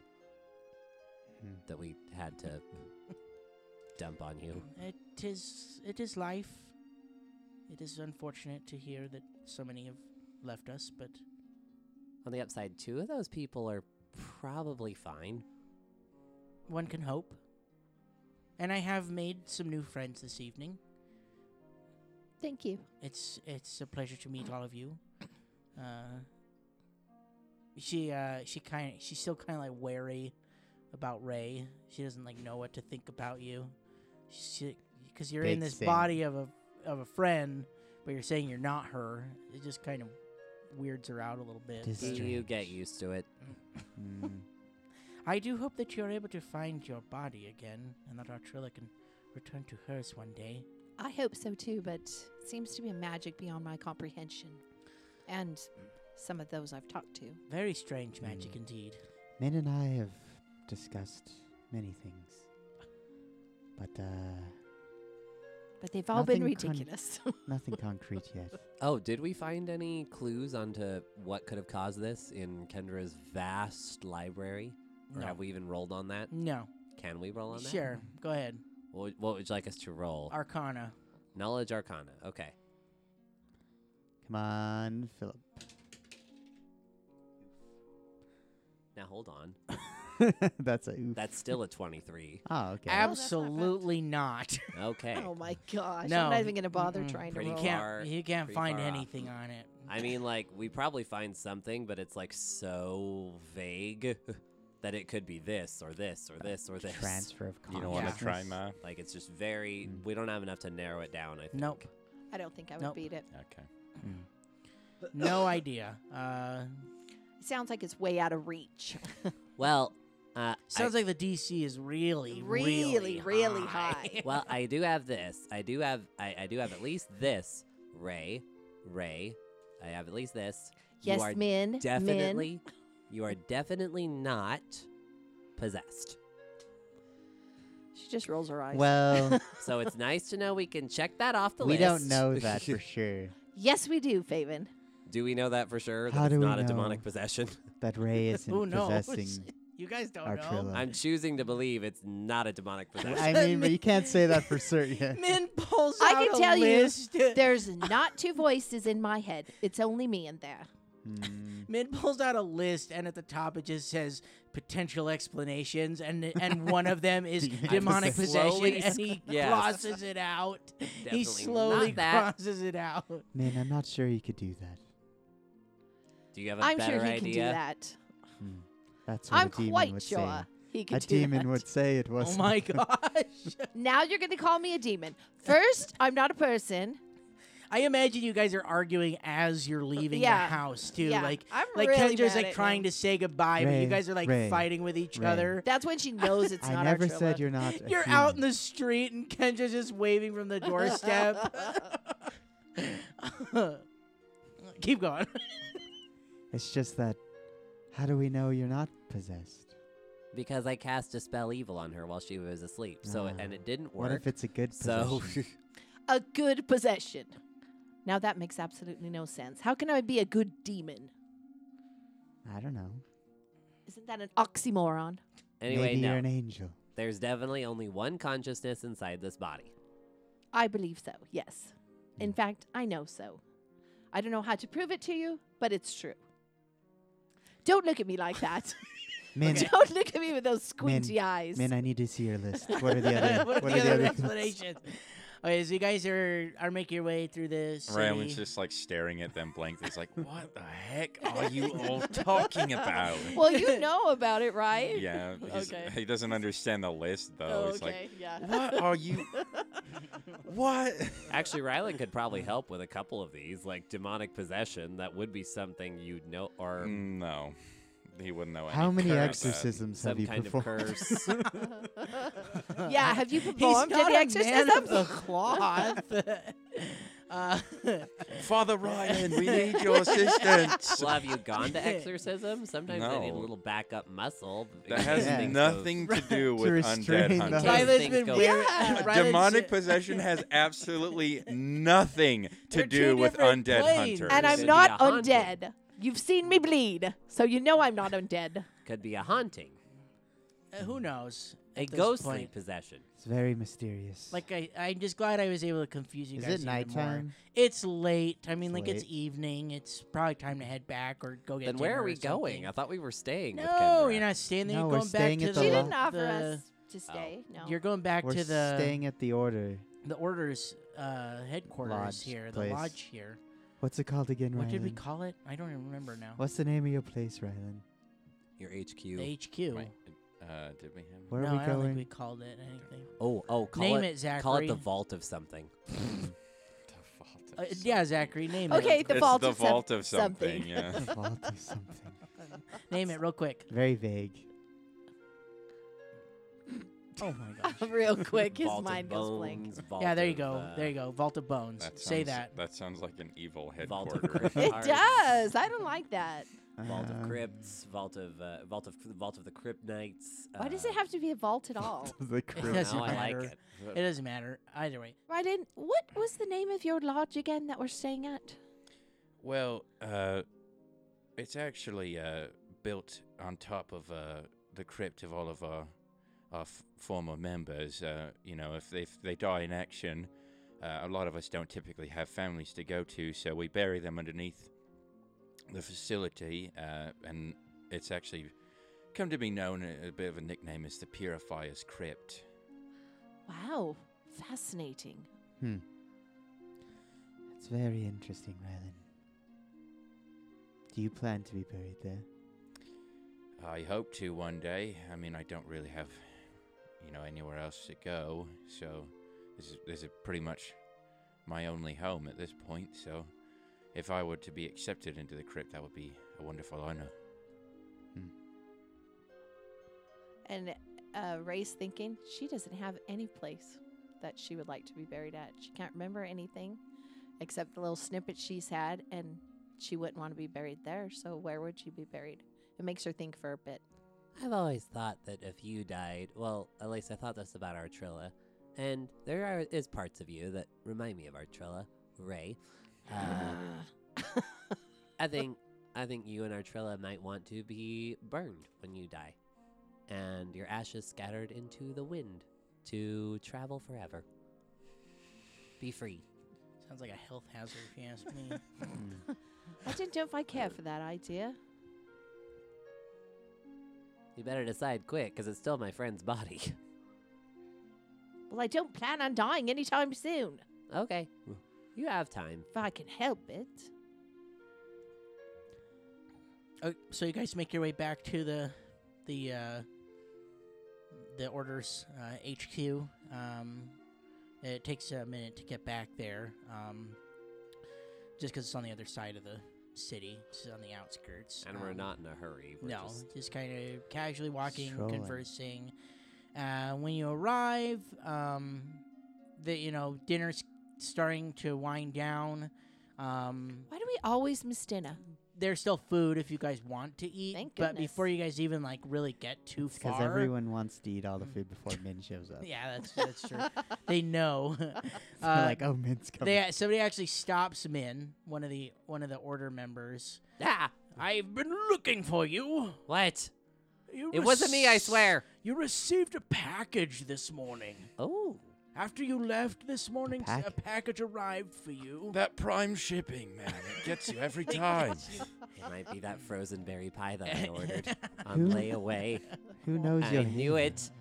[SPEAKER 4] Mm.
[SPEAKER 6] that we had to dump on you.
[SPEAKER 3] It is it is life. It is unfortunate to hear that so many have left us, but
[SPEAKER 6] On the upside, two of those people are probably fine.
[SPEAKER 3] one can hope. And I have made some new friends this evening.
[SPEAKER 2] Thank you.
[SPEAKER 3] It's it's a pleasure to meet all of you. Uh, she uh, she kind of she's still kind of like wary about Ray. She doesn't like know what to think about you. She because you're in
[SPEAKER 4] Big
[SPEAKER 3] this
[SPEAKER 4] thing.
[SPEAKER 3] body of a of a friend, but you're saying you're not her. It just kind of weirds her out a little bit.
[SPEAKER 4] Dis-
[SPEAKER 3] but-
[SPEAKER 6] You
[SPEAKER 4] Strange.
[SPEAKER 6] get used to it.
[SPEAKER 4] Mm.
[SPEAKER 3] I do hope that you're able to find your body again, and that Artrilla can return to hers one day.
[SPEAKER 2] I hope so too, but seems to be a magic beyond my comprehension. And some of those I've talked to.
[SPEAKER 3] Very strange magic
[SPEAKER 4] Mm.
[SPEAKER 3] indeed.
[SPEAKER 4] Min and I have discussed many things, but uh,
[SPEAKER 2] But they've all been
[SPEAKER 4] Nothing con-
[SPEAKER 2] ridiculous. Oh,
[SPEAKER 4] nothing concrete yet.
[SPEAKER 6] Oh, did we find any clues onto what could have caused this in Kendra's vast library? Or
[SPEAKER 3] No.
[SPEAKER 6] have we even rolled on that?
[SPEAKER 3] no.
[SPEAKER 6] Can we roll on that?
[SPEAKER 3] Sure. Go ahead.
[SPEAKER 6] What would, what would you like us to roll?
[SPEAKER 3] Arcana.
[SPEAKER 6] Oh, Knowledge Arcana. Okay.
[SPEAKER 4] Come on, Philip.
[SPEAKER 6] Now hold on.
[SPEAKER 4] That's a oof.
[SPEAKER 6] That's still a 23.
[SPEAKER 4] oh, okay.
[SPEAKER 7] Ab-
[SPEAKER 3] Absolutely not.
[SPEAKER 6] Okay.
[SPEAKER 2] oh my gosh.
[SPEAKER 3] No.
[SPEAKER 2] I'm not even going to bother
[SPEAKER 3] Mm-mm.
[SPEAKER 2] trying to
[SPEAKER 6] Hmm. Pretty
[SPEAKER 2] roll.
[SPEAKER 3] You
[SPEAKER 6] far-
[SPEAKER 3] can't. You can't
[SPEAKER 6] pretty
[SPEAKER 3] find
[SPEAKER 6] far off.
[SPEAKER 3] anything on it.
[SPEAKER 6] I mean, like, we probably find something, but it's like so vague that it could be this or this or
[SPEAKER 3] Uh,
[SPEAKER 6] this or this.
[SPEAKER 4] Transfer of
[SPEAKER 6] You
[SPEAKER 4] consciousness.
[SPEAKER 6] don't
[SPEAKER 3] wanna
[SPEAKER 5] want to try, Ma?
[SPEAKER 6] Like, it's just very.
[SPEAKER 4] Mm.
[SPEAKER 6] We don't have enough to narrow it down, I think.
[SPEAKER 3] Hmm. Nope.
[SPEAKER 2] I don't think I would
[SPEAKER 3] Nope.
[SPEAKER 2] beat it.
[SPEAKER 5] Okay.
[SPEAKER 4] Mm.
[SPEAKER 3] No idea. Uh,
[SPEAKER 2] It sounds like it's way out of reach.
[SPEAKER 6] Well, uh,
[SPEAKER 3] sounds like the DC is really, really,
[SPEAKER 2] really, really high.
[SPEAKER 6] well, I do have this. I do have. I, I do have at least this. Ray, Ray, I have at least this.
[SPEAKER 2] yes,
[SPEAKER 6] you are
[SPEAKER 2] men. men.
[SPEAKER 6] definitely. You are definitely not possessed.
[SPEAKER 2] She just rolls her eyes.
[SPEAKER 4] Well,
[SPEAKER 6] So it's nice to know we can check that off the
[SPEAKER 4] we
[SPEAKER 6] list.
[SPEAKER 4] don't know that for sure.
[SPEAKER 2] yes, we do, Faven.
[SPEAKER 6] Do we know that for sure? That
[SPEAKER 4] How
[SPEAKER 6] it's
[SPEAKER 4] do we
[SPEAKER 6] not a demonic
[SPEAKER 4] know?
[SPEAKER 6] possession.
[SPEAKER 4] That Ray isn't
[SPEAKER 3] Who knows?
[SPEAKER 4] possessing
[SPEAKER 3] You guys don't
[SPEAKER 4] our
[SPEAKER 3] know.
[SPEAKER 4] Trilla.
[SPEAKER 6] I'm choosing to believe it's not a demonic possession.
[SPEAKER 4] I mean, but you can't say that for certain. yet.
[SPEAKER 3] Min pulls
[SPEAKER 2] I can
[SPEAKER 3] out a
[SPEAKER 2] tell you
[SPEAKER 3] list.
[SPEAKER 2] There's not two voices in my head. It's only me and there.
[SPEAKER 4] Mm.
[SPEAKER 3] Min pulls out a list, and at the top it just says potential explanations, and and one of them is
[SPEAKER 4] Demon
[SPEAKER 3] demonic
[SPEAKER 6] possession.
[SPEAKER 3] possession,
[SPEAKER 6] Slowly
[SPEAKER 3] and he
[SPEAKER 6] yes.
[SPEAKER 3] crosses it out.
[SPEAKER 6] Definitely
[SPEAKER 3] he slowly
[SPEAKER 6] not that.
[SPEAKER 3] crosses it out.
[SPEAKER 4] Man, I'm not sure you could do that.
[SPEAKER 6] Do you have a
[SPEAKER 2] I'm
[SPEAKER 6] better
[SPEAKER 2] sure he
[SPEAKER 6] idea?
[SPEAKER 2] can do that.
[SPEAKER 4] Mm. That's what
[SPEAKER 2] I'm
[SPEAKER 4] a demon
[SPEAKER 2] quite
[SPEAKER 4] would
[SPEAKER 2] sure
[SPEAKER 4] say.
[SPEAKER 2] he could
[SPEAKER 4] A
[SPEAKER 2] do
[SPEAKER 4] demon
[SPEAKER 2] that.
[SPEAKER 4] would say it was.
[SPEAKER 3] Oh my gosh!
[SPEAKER 2] Now you're going to call me a demon. First, I'm not a person.
[SPEAKER 3] I imagine you guys are arguing as you're leaving
[SPEAKER 2] yeah.
[SPEAKER 3] the house too.
[SPEAKER 2] yeah,
[SPEAKER 3] Like
[SPEAKER 2] I'm
[SPEAKER 3] like
[SPEAKER 2] really
[SPEAKER 3] Kendra's
[SPEAKER 2] mad
[SPEAKER 3] like
[SPEAKER 2] at
[SPEAKER 3] trying
[SPEAKER 2] him.
[SPEAKER 3] to say goodbye, but you
[SPEAKER 4] Ray,
[SPEAKER 3] guys are like
[SPEAKER 4] Ray,
[SPEAKER 3] fighting with each
[SPEAKER 4] Ray.
[SPEAKER 3] other.
[SPEAKER 2] That's when she knows it's
[SPEAKER 4] I
[SPEAKER 2] not
[SPEAKER 4] never
[SPEAKER 2] our
[SPEAKER 4] said you're not. a
[SPEAKER 3] You're out in
[SPEAKER 4] human.
[SPEAKER 3] the street and Kendra's just waving from the doorstep. Keep going.
[SPEAKER 4] It's just that. How do we know you're not possessed?
[SPEAKER 6] Because I cast a spell evil on her while she was asleep. So it- and
[SPEAKER 4] Ah.
[SPEAKER 6] it didn't
[SPEAKER 4] What
[SPEAKER 6] work.
[SPEAKER 4] if it's a good
[SPEAKER 6] so
[SPEAKER 4] possession?
[SPEAKER 2] a good possession. Now that makes absolutely no sense. How can I be a good demon?
[SPEAKER 4] I don't know.
[SPEAKER 2] Isn't that an oxymoron?
[SPEAKER 6] Anyway,
[SPEAKER 4] Maybe
[SPEAKER 6] no.
[SPEAKER 4] you're an angel.
[SPEAKER 6] There's definitely only one consciousness inside this body.
[SPEAKER 2] I believe so, yes. In fact, I know so. I don't know how to prove it to you, but it's true. Don't look at me like that.
[SPEAKER 4] Men,
[SPEAKER 2] don't look at me with those squinty eyes.
[SPEAKER 4] men, I need to see your list. What are the other?
[SPEAKER 3] what are the
[SPEAKER 4] other
[SPEAKER 3] other
[SPEAKER 4] things?
[SPEAKER 3] explanations? Okay, so you guys are are making your way through the city.
[SPEAKER 5] Raylan's just like staring at them blankly. He's like, "What the heck are you all talking about?"
[SPEAKER 7] well, you know about it, right?
[SPEAKER 5] Yeah, he's-
[SPEAKER 7] Okay.
[SPEAKER 5] he doesn't understand the list though.
[SPEAKER 7] Oh,
[SPEAKER 5] It's like,
[SPEAKER 7] okay. yeah.
[SPEAKER 5] "What are you? what?"
[SPEAKER 6] Actually, Rylan could probably help with a couple of these, like demonic possession. That would be something you'd know, or
[SPEAKER 5] Mm. no, he wouldn't know.
[SPEAKER 4] How
[SPEAKER 5] any
[SPEAKER 4] many
[SPEAKER 5] current, uh,
[SPEAKER 4] exorcisms have
[SPEAKER 6] some
[SPEAKER 4] you
[SPEAKER 6] kind
[SPEAKER 4] performed?
[SPEAKER 6] of curse.
[SPEAKER 2] yeah, have you
[SPEAKER 3] He's
[SPEAKER 2] performed
[SPEAKER 3] not
[SPEAKER 2] any
[SPEAKER 3] a man of
[SPEAKER 2] exorcisms?
[SPEAKER 3] the cloth. uh,
[SPEAKER 5] Father Ryan, we need your assistance.
[SPEAKER 6] well, have you gone to exorcism? Sometimes they need a
[SPEAKER 5] No.
[SPEAKER 6] little backup muscle.
[SPEAKER 5] That
[SPEAKER 6] because
[SPEAKER 5] has
[SPEAKER 6] things go-
[SPEAKER 5] nothing to do with
[SPEAKER 4] restrain
[SPEAKER 5] undead
[SPEAKER 4] the-
[SPEAKER 5] hunting.
[SPEAKER 6] Those
[SPEAKER 3] Rylan's
[SPEAKER 6] things
[SPEAKER 3] been
[SPEAKER 6] go-
[SPEAKER 3] wearing
[SPEAKER 7] Yeah.
[SPEAKER 3] Rylan's-
[SPEAKER 5] Demonic possession has absolutely nothing
[SPEAKER 3] They're
[SPEAKER 5] to
[SPEAKER 3] two
[SPEAKER 5] do with
[SPEAKER 3] different
[SPEAKER 5] undead
[SPEAKER 3] planes.
[SPEAKER 5] hunters.
[SPEAKER 6] Could
[SPEAKER 2] and I'm
[SPEAKER 6] be
[SPEAKER 2] not
[SPEAKER 6] a haunting.
[SPEAKER 2] undead. You've seen me bleed, so you know I'm not undead.
[SPEAKER 6] Could be a haunting,
[SPEAKER 3] Uh, who knows?
[SPEAKER 6] a
[SPEAKER 3] at this
[SPEAKER 6] ghostly
[SPEAKER 3] point.
[SPEAKER 6] possession.
[SPEAKER 4] It's very mysterious.
[SPEAKER 3] Like I, I'm just glad I was able to confuse you
[SPEAKER 4] is
[SPEAKER 3] guys.
[SPEAKER 4] it
[SPEAKER 3] even more.
[SPEAKER 4] nighttime?
[SPEAKER 3] It's late. I mean,
[SPEAKER 4] It's
[SPEAKER 3] like it's
[SPEAKER 4] late.
[SPEAKER 3] evening. It's probably time to head back or go get.
[SPEAKER 6] Then where
[SPEAKER 3] dinner
[SPEAKER 6] are we
[SPEAKER 3] or something.
[SPEAKER 6] going? I thought we were staying. with
[SPEAKER 3] No,
[SPEAKER 6] Kendra.
[SPEAKER 3] you're not staying there.
[SPEAKER 4] No,
[SPEAKER 3] you're
[SPEAKER 4] we're
[SPEAKER 3] going
[SPEAKER 4] staying
[SPEAKER 3] back
[SPEAKER 4] at
[SPEAKER 3] to
[SPEAKER 4] the
[SPEAKER 7] She
[SPEAKER 3] the.
[SPEAKER 7] didn't
[SPEAKER 4] lo-
[SPEAKER 7] offer
[SPEAKER 3] the-
[SPEAKER 7] us to stay. No.
[SPEAKER 3] You're going back
[SPEAKER 4] We're
[SPEAKER 3] to the
[SPEAKER 4] staying at the order.
[SPEAKER 3] the orders uh, headquarters
[SPEAKER 4] Lodge
[SPEAKER 3] here,
[SPEAKER 4] place.
[SPEAKER 3] the lodge here.
[SPEAKER 4] What's it called again,
[SPEAKER 3] What
[SPEAKER 4] Rylan?
[SPEAKER 3] did we call it? I don't even remember now.
[SPEAKER 4] What's the name of your place, Rylan?
[SPEAKER 6] Your HQ.
[SPEAKER 3] The HQ.
[SPEAKER 5] Wait, uh, did we have?
[SPEAKER 4] Where
[SPEAKER 3] no,
[SPEAKER 4] are we
[SPEAKER 3] I don't
[SPEAKER 4] going?
[SPEAKER 3] think we called it anything.
[SPEAKER 6] Oh, oh, call
[SPEAKER 3] name
[SPEAKER 6] it,
[SPEAKER 3] it, Zachary.
[SPEAKER 6] Call it the vault of something.
[SPEAKER 3] Uh, yeah, Zachary, name
[SPEAKER 2] Okay,
[SPEAKER 3] it.
[SPEAKER 2] the
[SPEAKER 5] it's
[SPEAKER 2] vault
[SPEAKER 5] the
[SPEAKER 2] of some-
[SPEAKER 5] vault of something.
[SPEAKER 2] something.
[SPEAKER 5] yeah.
[SPEAKER 4] The vault of something.
[SPEAKER 3] Name it real quick.
[SPEAKER 4] Very vague.
[SPEAKER 3] Oh my gosh.
[SPEAKER 2] Real quick, his
[SPEAKER 6] vault
[SPEAKER 2] mind
[SPEAKER 6] of
[SPEAKER 2] goes blank.
[SPEAKER 6] bones, vault
[SPEAKER 3] yeah, there you
[SPEAKER 6] of,
[SPEAKER 3] go.
[SPEAKER 6] uh,
[SPEAKER 3] there you go. Vault of Bones.
[SPEAKER 5] That
[SPEAKER 3] Say
[SPEAKER 5] sounds-
[SPEAKER 3] that.
[SPEAKER 5] That sounds like an evil
[SPEAKER 6] Vault of
[SPEAKER 5] headquarters.
[SPEAKER 6] Crypt
[SPEAKER 2] It
[SPEAKER 6] Hearts,
[SPEAKER 2] does. I don't like that.
[SPEAKER 6] Vault of
[SPEAKER 4] Um,
[SPEAKER 6] Crypts, Vault of uh, Vault of Vault of the Crypt Knights.
[SPEAKER 2] Why does it
[SPEAKER 6] uh,
[SPEAKER 2] have to be a vault at all?
[SPEAKER 4] The
[SPEAKER 6] I
[SPEAKER 3] It
[SPEAKER 4] crypt.
[SPEAKER 3] doesn't
[SPEAKER 6] don't know, I like
[SPEAKER 3] matter.
[SPEAKER 6] it.
[SPEAKER 3] It doesn't matter. Either way.
[SPEAKER 2] Ryden, what was the name of your lodge again that we're staying at?
[SPEAKER 5] well, uh, it's actually uh, built on top of uh, the crypt of all of our our f- former members. Uh, you know, if they if they die in action, uh, a lot of us don't typically have families to go to, so we bury them underneath the facility, uh, and it's actually come to be known uh, a, a bit of a nickname as the Purifier's Crypt.
[SPEAKER 2] Wow, fascinating.
[SPEAKER 4] Hmm. It's very interesting, Rylan. Do you plan to be buried there?
[SPEAKER 5] I hope to one day. I mean, I don't really have, you know, anywhere else to go, so this is this is pretty much my only home at this point. So, if I were to be accepted into the crypt, that would be a wonderful honor.
[SPEAKER 2] And uh, Ray's thinking she doesn't have any place that she would like to be buried at. She can't remember anything except the little snippet she's had, and she wouldn't want to be buried there. So where would she be buried? It makes her think for a bit.
[SPEAKER 6] I've always thought that if you died, well, at least I thought this about Artrilla, and there are is parts of you that remind me of Artrilla, Ray. Uh, I think I think you and Artrilla might want to be burned when you die, and your ashes scattered into the wind to travel forever. Be free.
[SPEAKER 3] Sounds like a health hazard if you ask me.
[SPEAKER 2] I didn't know if I care for that idea.
[SPEAKER 6] You better decide quick, because it's still my friend's body.
[SPEAKER 2] Well, I don't plan on dying anytime soon,
[SPEAKER 6] okay, you have time.
[SPEAKER 2] if I can help it.
[SPEAKER 3] Oh, so you guys make your way back to the the uh, the orders uh, HQ. Um, it takes a minute to get back there, um, just because it's on the other side of the city. It's on the outskirts,
[SPEAKER 6] And we're
[SPEAKER 3] um,
[SPEAKER 6] not in a hurry. We're
[SPEAKER 3] no,
[SPEAKER 6] just-
[SPEAKER 3] just, kind of casually walking,
[SPEAKER 4] Strolling.
[SPEAKER 3] conversing. Uh, when you arrive, um, the you know dinner's starting to wind down. Um,
[SPEAKER 2] Why do we always miss dinner?
[SPEAKER 3] there's still food if you guys want to eat.
[SPEAKER 2] Thank
[SPEAKER 3] but before
[SPEAKER 2] goodness.
[SPEAKER 3] you guys even like really get too
[SPEAKER 8] because
[SPEAKER 3] far,
[SPEAKER 8] everyone wants to eat all the food before Min shows up.
[SPEAKER 3] yeah, that's that's true. they know.
[SPEAKER 8] So
[SPEAKER 3] Uh,
[SPEAKER 8] like, oh, Min's coming.
[SPEAKER 3] They somebody actually stops Min, one of the one of the order members.
[SPEAKER 6] Ah,
[SPEAKER 3] I've been looking for you.
[SPEAKER 6] what?
[SPEAKER 3] you
[SPEAKER 6] It wasn't me, I
[SPEAKER 3] rec-
[SPEAKER 6] swear.
[SPEAKER 3] You received a package this morning.
[SPEAKER 1] Oh,
[SPEAKER 3] After you left this morning, s- a
[SPEAKER 8] package?
[SPEAKER 3] package arrived for you.
[SPEAKER 5] That prime shipping, man, it gets you every time.
[SPEAKER 6] It might be that frozen berry pie that I ordered on
[SPEAKER 8] Who-
[SPEAKER 6] layaway.
[SPEAKER 8] Who knows?
[SPEAKER 6] I
[SPEAKER 8] you'll
[SPEAKER 6] knew
[SPEAKER 8] hate
[SPEAKER 6] it.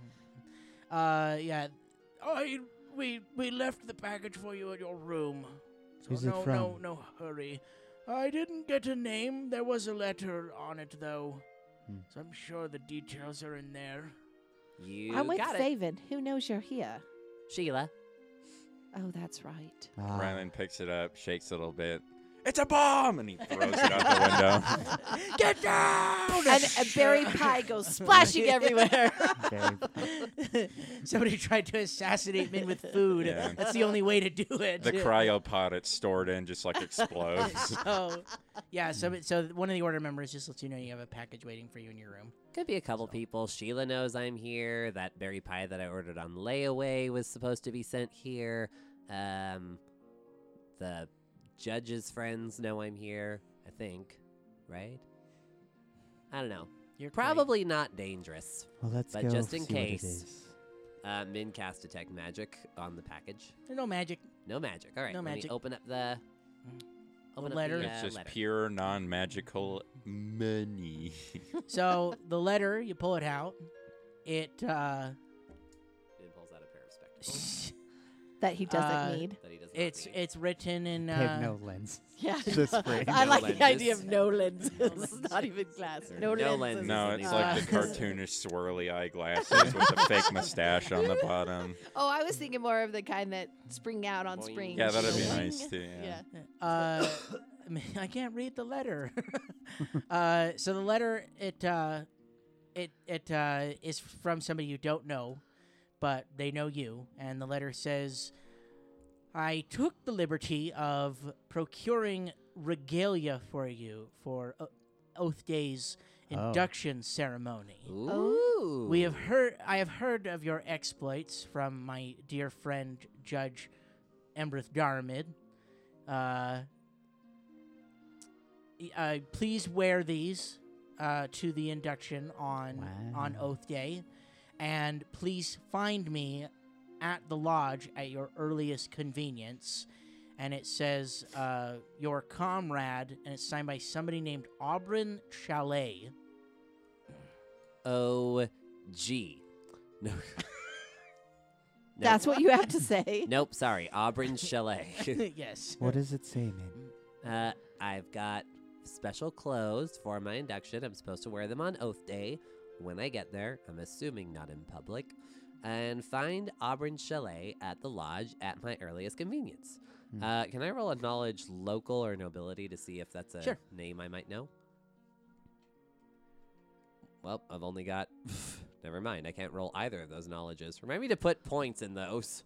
[SPEAKER 3] Uh, yeah. I we we left the package for you at your room. So
[SPEAKER 8] Who's it
[SPEAKER 3] no no
[SPEAKER 8] from?
[SPEAKER 3] no hurry. I didn't get a name. There was a letter on it though.
[SPEAKER 8] Hmm.
[SPEAKER 3] So I'm sure the details are in there.
[SPEAKER 6] You
[SPEAKER 2] I'm with
[SPEAKER 6] got it,
[SPEAKER 2] Faven. Who knows you're here?
[SPEAKER 6] Sheila.
[SPEAKER 2] Oh, that's right.
[SPEAKER 8] Ah,
[SPEAKER 5] Rylan picks it up, shakes it a little bit. It's a bomb! And he throws it out the window.
[SPEAKER 3] Get down!
[SPEAKER 2] And a berry pie goes splashing everywhere.
[SPEAKER 8] very-
[SPEAKER 3] Somebody tried to assassinate men with food.
[SPEAKER 5] Yeah.
[SPEAKER 3] That's the only way to do it.
[SPEAKER 5] The cryopod it's stored in just like explodes.
[SPEAKER 3] So, Oh. yeah. So, so one of the order members just lets you know you have a package waiting for you in your room.
[SPEAKER 6] Could be a couple people. Sheila knows I'm here. That berry pie that I ordered on layaway was supposed to be sent here. Um, the judge's friends know I'm here. I think, right? I don't know.
[SPEAKER 3] You're great.
[SPEAKER 6] Probably not dangerous.
[SPEAKER 8] well, let's
[SPEAKER 6] But
[SPEAKER 8] go
[SPEAKER 6] just in
[SPEAKER 8] see what it
[SPEAKER 6] case.
[SPEAKER 8] is.
[SPEAKER 6] Uh, Min cast detect magic on the package.
[SPEAKER 3] There's no magic.
[SPEAKER 6] No magic. All right.
[SPEAKER 3] No
[SPEAKER 6] let me
[SPEAKER 3] magic. Mm.
[SPEAKER 6] open up the. Open
[SPEAKER 3] letter.
[SPEAKER 6] Up the,
[SPEAKER 5] it's
[SPEAKER 6] uh,
[SPEAKER 5] just
[SPEAKER 6] letter.
[SPEAKER 5] pure non magical money.
[SPEAKER 3] So the letter, you pull it out. It uh,
[SPEAKER 6] Min pulls out a pair of spectacles
[SPEAKER 2] that he doesn't
[SPEAKER 3] Uh,
[SPEAKER 2] need.
[SPEAKER 6] that he does not
[SPEAKER 3] it's
[SPEAKER 6] need.
[SPEAKER 3] it's written in.
[SPEAKER 8] They
[SPEAKER 3] Uh,
[SPEAKER 8] have no lens.
[SPEAKER 2] Yeah.
[SPEAKER 8] Just spray.
[SPEAKER 2] I
[SPEAKER 6] No
[SPEAKER 2] like the idea
[SPEAKER 6] lenses.
[SPEAKER 2] of no lenses, not even glass.
[SPEAKER 6] There are
[SPEAKER 2] No,
[SPEAKER 6] no lenses.
[SPEAKER 2] lenses.
[SPEAKER 5] no,
[SPEAKER 6] in
[SPEAKER 5] it's
[SPEAKER 6] these
[SPEAKER 5] like the
[SPEAKER 6] boxes.
[SPEAKER 5] cartoonish swirly eyeglasses with the fake mustache on the bottom.
[SPEAKER 2] Oh, I was thinking more of the kind that spring out on
[SPEAKER 6] Boing.
[SPEAKER 2] spring.
[SPEAKER 5] Yeah, that'd be
[SPEAKER 2] Boing.
[SPEAKER 5] nice too. Yeah.
[SPEAKER 2] Yeah.
[SPEAKER 3] Uh, I mean, I can't read the letter. uh, so the letter it uh, it it uh, is from somebody you don't know, but they know you, and the letter says, "I took the liberty of procuring regalia for you for o- Oath Day's
[SPEAKER 8] Oh.
[SPEAKER 3] induction ceremony."
[SPEAKER 6] Ooh.
[SPEAKER 3] Oh. We have heard. I have heard of your exploits from my dear friend Judge Embrith Darmid. Uh, y- uh, please wear these uh, to the induction on on
[SPEAKER 8] Wow.
[SPEAKER 3] Oath Day, and please find me at the lodge at your earliest convenience. And it says uh, your comrade, and it's signed by somebody named Aubryn Chalet.
[SPEAKER 6] O G. No. Nope.
[SPEAKER 2] That's what you have to say.
[SPEAKER 6] Nope, sorry. Auburn Chalet.
[SPEAKER 3] yes.
[SPEAKER 8] What does it say, Min?
[SPEAKER 6] uh, I've got special clothes for my induction. I'm supposed to wear them on oath day when I get there. I'm assuming not in public. And find Auburn Chalet at the lodge at my earliest convenience.
[SPEAKER 8] Hmm.
[SPEAKER 6] Uh, can I roll a knowledge local or nobility to see if that's a
[SPEAKER 3] Sure.
[SPEAKER 6] name I might know? Well, I've only got. Never mind. I can't roll either of those knowledges. Remind me to put points in those.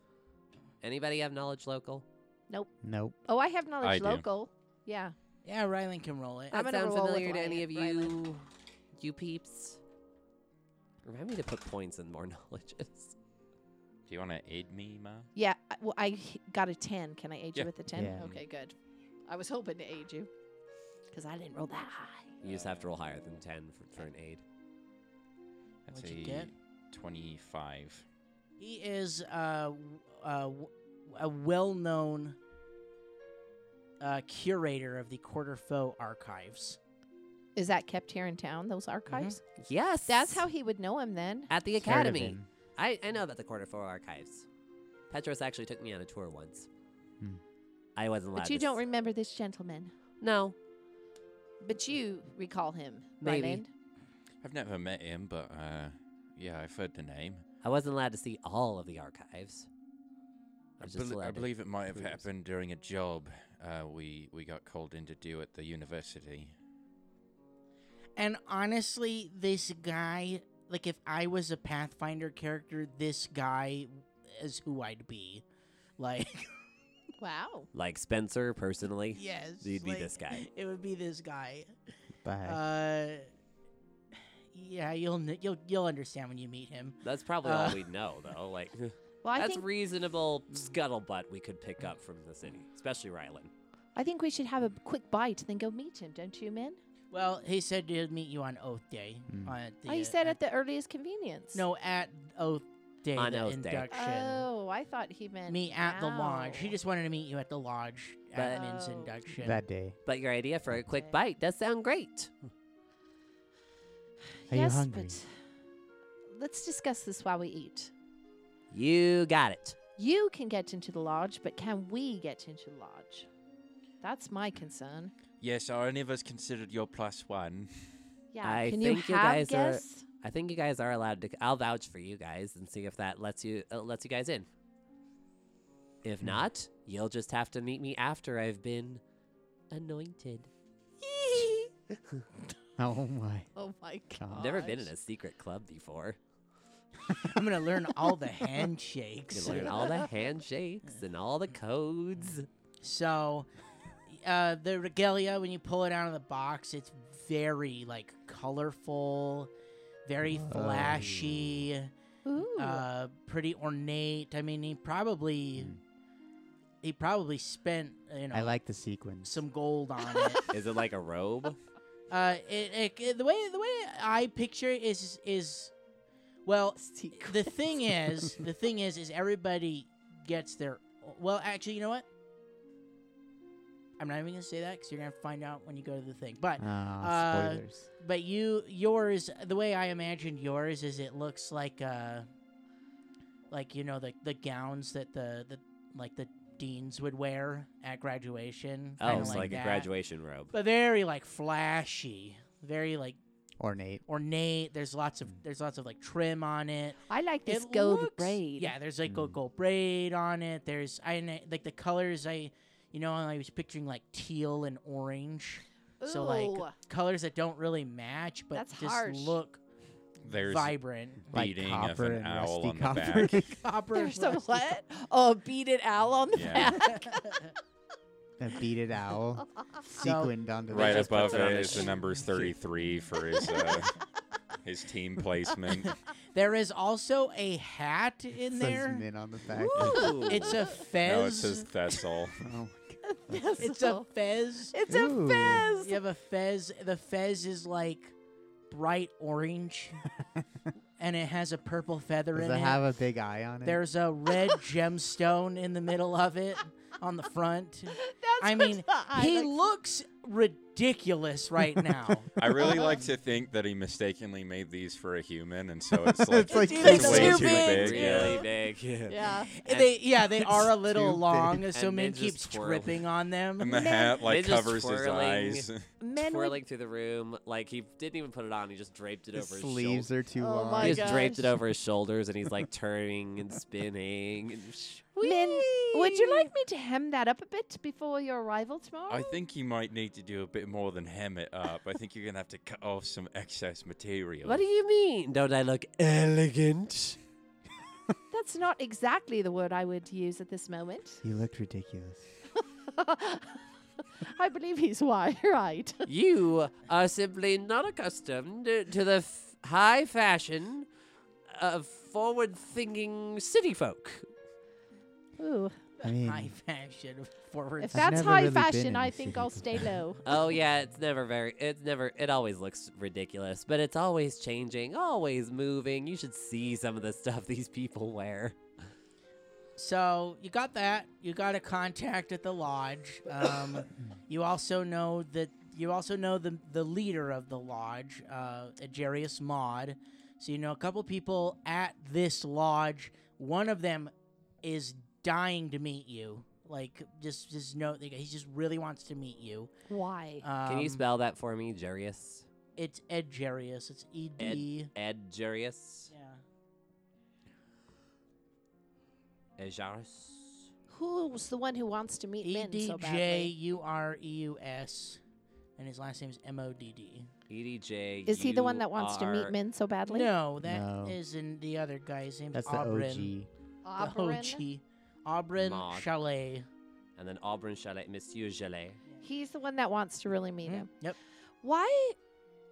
[SPEAKER 6] Anybody have knowledge local?
[SPEAKER 8] Nope.
[SPEAKER 2] Oh, I have knowledge
[SPEAKER 5] I do.
[SPEAKER 2] local. Yeah.
[SPEAKER 3] Yeah, Rylan can roll it.
[SPEAKER 2] I'm
[SPEAKER 6] That
[SPEAKER 2] gonna
[SPEAKER 6] sound
[SPEAKER 2] roll with
[SPEAKER 6] familiar to any of
[SPEAKER 2] Ryan- Rylan.
[SPEAKER 6] you, you peeps. Remind me to put points in more knowledges.
[SPEAKER 5] Do you want to aid me, Ma?
[SPEAKER 2] Yeah. I- Well, I h- got a 10. Can I age
[SPEAKER 5] Yeah.
[SPEAKER 2] you with a 10?
[SPEAKER 8] Yeah.
[SPEAKER 2] Okay, good. I was hoping to age you because I didn't roll that high.
[SPEAKER 6] You just have to roll higher than ten for, for an aid.
[SPEAKER 5] That's
[SPEAKER 3] What'd
[SPEAKER 5] a
[SPEAKER 3] you get?
[SPEAKER 5] 25.
[SPEAKER 3] He is uh, w- uh, w- a well known uh, curator of the Quarterfoe archives.
[SPEAKER 2] Is that kept here in town, those archives?
[SPEAKER 6] Yes,
[SPEAKER 2] That's how he would know him then.
[SPEAKER 6] at the
[SPEAKER 8] Heard of
[SPEAKER 6] academy.
[SPEAKER 8] him.
[SPEAKER 6] I, I know about the quarter four archives. Petros actually took me on a tour once.
[SPEAKER 8] Hmm.
[SPEAKER 6] I wasn't allowed.
[SPEAKER 2] But you
[SPEAKER 6] to s-
[SPEAKER 2] don't remember this gentleman.
[SPEAKER 6] no,
[SPEAKER 2] But you recall him,
[SPEAKER 6] Maybe.
[SPEAKER 2] Ryland.
[SPEAKER 5] I've never met him, but uh, yeah, I've heard the name.
[SPEAKER 6] I wasn't allowed to see all of the archives. I
[SPEAKER 5] I,
[SPEAKER 6] was just
[SPEAKER 5] bel- I
[SPEAKER 6] allowed to
[SPEAKER 5] believe it might have
[SPEAKER 6] cruise.
[SPEAKER 5] happened during a job uh, we we got called in to do at the university.
[SPEAKER 3] And honestly, this guy, like if I was a Pathfinder character, this guy is who I'd be. Like,
[SPEAKER 2] Wow.
[SPEAKER 6] Like Spencer, personally.
[SPEAKER 3] Yes.
[SPEAKER 6] You'd be this guy.
[SPEAKER 3] It would be this guy.
[SPEAKER 4] Bye.
[SPEAKER 3] Uh, yeah, you'll kn- you'll you'll understand when you meet him.
[SPEAKER 6] That's probably
[SPEAKER 3] Uh,
[SPEAKER 6] all we know, though. Like,
[SPEAKER 2] Well, I
[SPEAKER 6] that's
[SPEAKER 2] think
[SPEAKER 6] reasonable scuttlebutt we could pick up from the city, especially Rylan.
[SPEAKER 2] I think we should have a quick bite, then go meet him, don't you, men?
[SPEAKER 3] Well, he said he'll meet you on Oath Day.
[SPEAKER 6] Hmm.
[SPEAKER 4] Mm.
[SPEAKER 3] On at the,
[SPEAKER 2] oh, you
[SPEAKER 3] uh,
[SPEAKER 2] said at the earliest convenience.
[SPEAKER 3] no at Oath Day
[SPEAKER 6] On
[SPEAKER 3] the
[SPEAKER 6] Oath Day.
[SPEAKER 3] induction.
[SPEAKER 2] Oh, I thought he meant
[SPEAKER 3] Meet at the lodge. He
[SPEAKER 2] now.
[SPEAKER 3] just wanted to meet you at the lodge at
[SPEAKER 6] But-
[SPEAKER 3] Min's
[SPEAKER 2] Oh.
[SPEAKER 3] induction.
[SPEAKER 4] that day.
[SPEAKER 6] But your idea for a quick
[SPEAKER 2] Okay.
[SPEAKER 6] bite does sound great.
[SPEAKER 4] Are you
[SPEAKER 2] yes,
[SPEAKER 4] hungry?
[SPEAKER 2] but let's discuss this while we eat.
[SPEAKER 6] You got it.
[SPEAKER 2] You can get into the lodge, but can we get into the lodge? That's my concern.
[SPEAKER 5] Yes, are any of us considered your plus one?
[SPEAKER 2] Yeah,
[SPEAKER 6] I
[SPEAKER 2] can
[SPEAKER 6] think you
[SPEAKER 2] you have
[SPEAKER 6] guys are-
[SPEAKER 2] guests?
[SPEAKER 6] I think you guys are allowed to. I'll vouch for you guys and see if that lets you uh, lets you guys in. If not, you'll just have to meet me after I've been anointed.
[SPEAKER 4] Oh my.
[SPEAKER 2] Oh my
[SPEAKER 4] God.
[SPEAKER 6] Never been in a secret club before.
[SPEAKER 3] I'm gonna learn all the handshakes.
[SPEAKER 6] You learn all the handshakes and all the codes.
[SPEAKER 3] So, uh, the regalia when you pull it out of the box, it's very like colorful, very
[SPEAKER 6] Oh.
[SPEAKER 3] flashy,
[SPEAKER 2] Ooh.
[SPEAKER 3] uh, pretty ornate. I mean, he probably
[SPEAKER 6] Hmm.
[SPEAKER 3] he probably spent you know
[SPEAKER 4] I like the sequence.
[SPEAKER 3] some gold on it.
[SPEAKER 6] Is it like a robe?
[SPEAKER 3] Uh, it, it, it- the way the way I picture it is is well, the thing is the thing is is everybody gets their well. Actually, you know what? I'm not even gonna say that because you're gonna have to find out when you go to the thing. But
[SPEAKER 4] Ah,
[SPEAKER 3] uh,
[SPEAKER 4] spoilers.
[SPEAKER 3] but you yours the way I imagined yours is it looks like uh like you know the the gowns that the the like the deans would wear at graduation.
[SPEAKER 6] Oh,
[SPEAKER 3] kinda
[SPEAKER 6] it's like, a
[SPEAKER 3] that.
[SPEAKER 6] graduation robe.
[SPEAKER 3] But very like flashy, very like
[SPEAKER 4] Ornate.
[SPEAKER 3] ornate. There's lots of
[SPEAKER 5] Mm.
[SPEAKER 3] there's lots of like trim on it.
[SPEAKER 2] I like this
[SPEAKER 3] it
[SPEAKER 2] gold
[SPEAKER 3] looks-
[SPEAKER 2] braid.
[SPEAKER 3] Yeah, there's like
[SPEAKER 4] Mm.
[SPEAKER 3] gold, gold braid on it. There's I kn- like the colors I you know I was picturing like teal and orange. So
[SPEAKER 2] Ooh.
[SPEAKER 3] like colors that don't really match but
[SPEAKER 2] That's
[SPEAKER 3] just
[SPEAKER 2] harsh.
[SPEAKER 3] look
[SPEAKER 5] There's
[SPEAKER 3] vibrant.
[SPEAKER 5] beating
[SPEAKER 4] like
[SPEAKER 5] of
[SPEAKER 4] copper
[SPEAKER 5] an
[SPEAKER 4] and
[SPEAKER 5] owl
[SPEAKER 4] rusty
[SPEAKER 5] on the
[SPEAKER 4] copper.
[SPEAKER 5] back.
[SPEAKER 3] Copper.
[SPEAKER 2] There's a
[SPEAKER 3] rusty-
[SPEAKER 2] what? Oh, beaded owl on the
[SPEAKER 5] Yeah.
[SPEAKER 2] back.
[SPEAKER 4] a beaded owl sequined onto the
[SPEAKER 5] right
[SPEAKER 6] just
[SPEAKER 5] above
[SPEAKER 6] puts it on
[SPEAKER 5] it
[SPEAKER 6] his
[SPEAKER 5] is the numbers 33 for his uh, his team placement.
[SPEAKER 3] There is also a hat in
[SPEAKER 4] Says
[SPEAKER 3] there.
[SPEAKER 4] Min on the back.
[SPEAKER 3] It's a fez.
[SPEAKER 5] No, it says Thessal.
[SPEAKER 4] Oh,
[SPEAKER 3] it's a fez.
[SPEAKER 2] It's a
[SPEAKER 4] Ooh.
[SPEAKER 2] fez.
[SPEAKER 3] You have a fez. The fez is like bright orange, and it has a purple feather
[SPEAKER 4] does
[SPEAKER 3] in
[SPEAKER 4] it
[SPEAKER 3] it.
[SPEAKER 4] have a big eye on it?
[SPEAKER 3] There's a red gemstone in the middle of it on the front.
[SPEAKER 2] That's
[SPEAKER 3] I
[SPEAKER 2] what
[SPEAKER 3] mean,
[SPEAKER 2] the eye
[SPEAKER 3] he
[SPEAKER 2] looks-
[SPEAKER 3] looks ridiculous right now.
[SPEAKER 5] I really like to think that he mistakenly made these for a human, and so it's like,
[SPEAKER 4] It's like
[SPEAKER 2] either
[SPEAKER 5] it's way
[SPEAKER 2] too
[SPEAKER 5] too
[SPEAKER 2] big,
[SPEAKER 5] big.
[SPEAKER 6] really big.
[SPEAKER 2] Yeah.
[SPEAKER 6] And-
[SPEAKER 3] they yeah, they are a little
[SPEAKER 4] stupid.
[SPEAKER 3] long, so
[SPEAKER 6] And
[SPEAKER 3] Min
[SPEAKER 6] then just
[SPEAKER 3] keeps
[SPEAKER 6] twirl.
[SPEAKER 3] tripping on
[SPEAKER 5] And
[SPEAKER 3] them.
[SPEAKER 5] the hat like
[SPEAKER 6] They're just
[SPEAKER 5] covers his
[SPEAKER 6] twirling.
[SPEAKER 5] eyes.
[SPEAKER 2] Men would
[SPEAKER 6] Twirling through the room, like he didn't even put it on. He just draped it
[SPEAKER 4] the
[SPEAKER 6] over his
[SPEAKER 4] sleeves
[SPEAKER 6] shoulders.
[SPEAKER 4] are too
[SPEAKER 2] Oh
[SPEAKER 4] long.
[SPEAKER 2] my
[SPEAKER 6] He
[SPEAKER 2] God.
[SPEAKER 6] just draped it
[SPEAKER 2] gosh.
[SPEAKER 6] over his shoulders, and he's like turning and spinning. And sh-
[SPEAKER 2] Min, would you like me to hem that up a bit before your arrival tomorrow?
[SPEAKER 5] I think you might need to do a bit more than hem it up. I think you're gonna have to cut off some excess material.
[SPEAKER 6] What do you mean? Don't I look elegant?
[SPEAKER 2] That's not exactly the word I would use at this moment.
[SPEAKER 4] You looked ridiculous.
[SPEAKER 2] I believe he's wi- right.
[SPEAKER 6] you are simply not accustomed to the f- high fashion of forward-thinking city folk.
[SPEAKER 2] Ooh,
[SPEAKER 4] I mean,
[SPEAKER 3] High fashion, forward.
[SPEAKER 2] if
[SPEAKER 4] I've
[SPEAKER 2] that's
[SPEAKER 4] never
[SPEAKER 2] high
[SPEAKER 4] really been in
[SPEAKER 2] fashion,
[SPEAKER 4] a
[SPEAKER 2] I think I'll stay
[SPEAKER 4] city.
[SPEAKER 2] low.
[SPEAKER 6] Oh yeah, it's never very. It's never. It always looks ridiculous, but it's always changing, always moving. You should see some of the stuff these people wear.
[SPEAKER 3] So you got that. You got a contact at the lodge. Um, you also know that you also know the the leader of the lodge, uh, Jarius Maud. So you know a couple people at this lodge. One of them is dying to meet you. Like just just know that he just really wants to meet you.
[SPEAKER 2] Why?
[SPEAKER 3] Um,
[SPEAKER 6] Can you spell that for me, Jarius?
[SPEAKER 3] It's Ed Jarius. It's E D.
[SPEAKER 6] Ed Jarius.
[SPEAKER 3] Yeah.
[SPEAKER 6] Ed Jarius.
[SPEAKER 2] Who's the one who wants to meet
[SPEAKER 3] E
[SPEAKER 2] men
[SPEAKER 3] D
[SPEAKER 2] so
[SPEAKER 3] J
[SPEAKER 2] badly?
[SPEAKER 3] U R E U S, and his last name is M O D D.
[SPEAKER 6] E D J.
[SPEAKER 2] Is he the one that wants to meet men so badly?
[SPEAKER 3] E No, that
[SPEAKER 4] No.
[SPEAKER 3] not the other guy. His name's
[SPEAKER 4] that's the
[SPEAKER 3] Aubryn.
[SPEAKER 4] OG.
[SPEAKER 3] The
[SPEAKER 2] Aubryn?
[SPEAKER 3] OG. Aubryn
[SPEAKER 6] Mog.
[SPEAKER 3] Chalet.
[SPEAKER 6] and then Aubryn Chalet, Monsieur Chalet.
[SPEAKER 2] He's the one that wants to really meet
[SPEAKER 3] Mhm.
[SPEAKER 2] him.
[SPEAKER 3] Yep.
[SPEAKER 2] Why?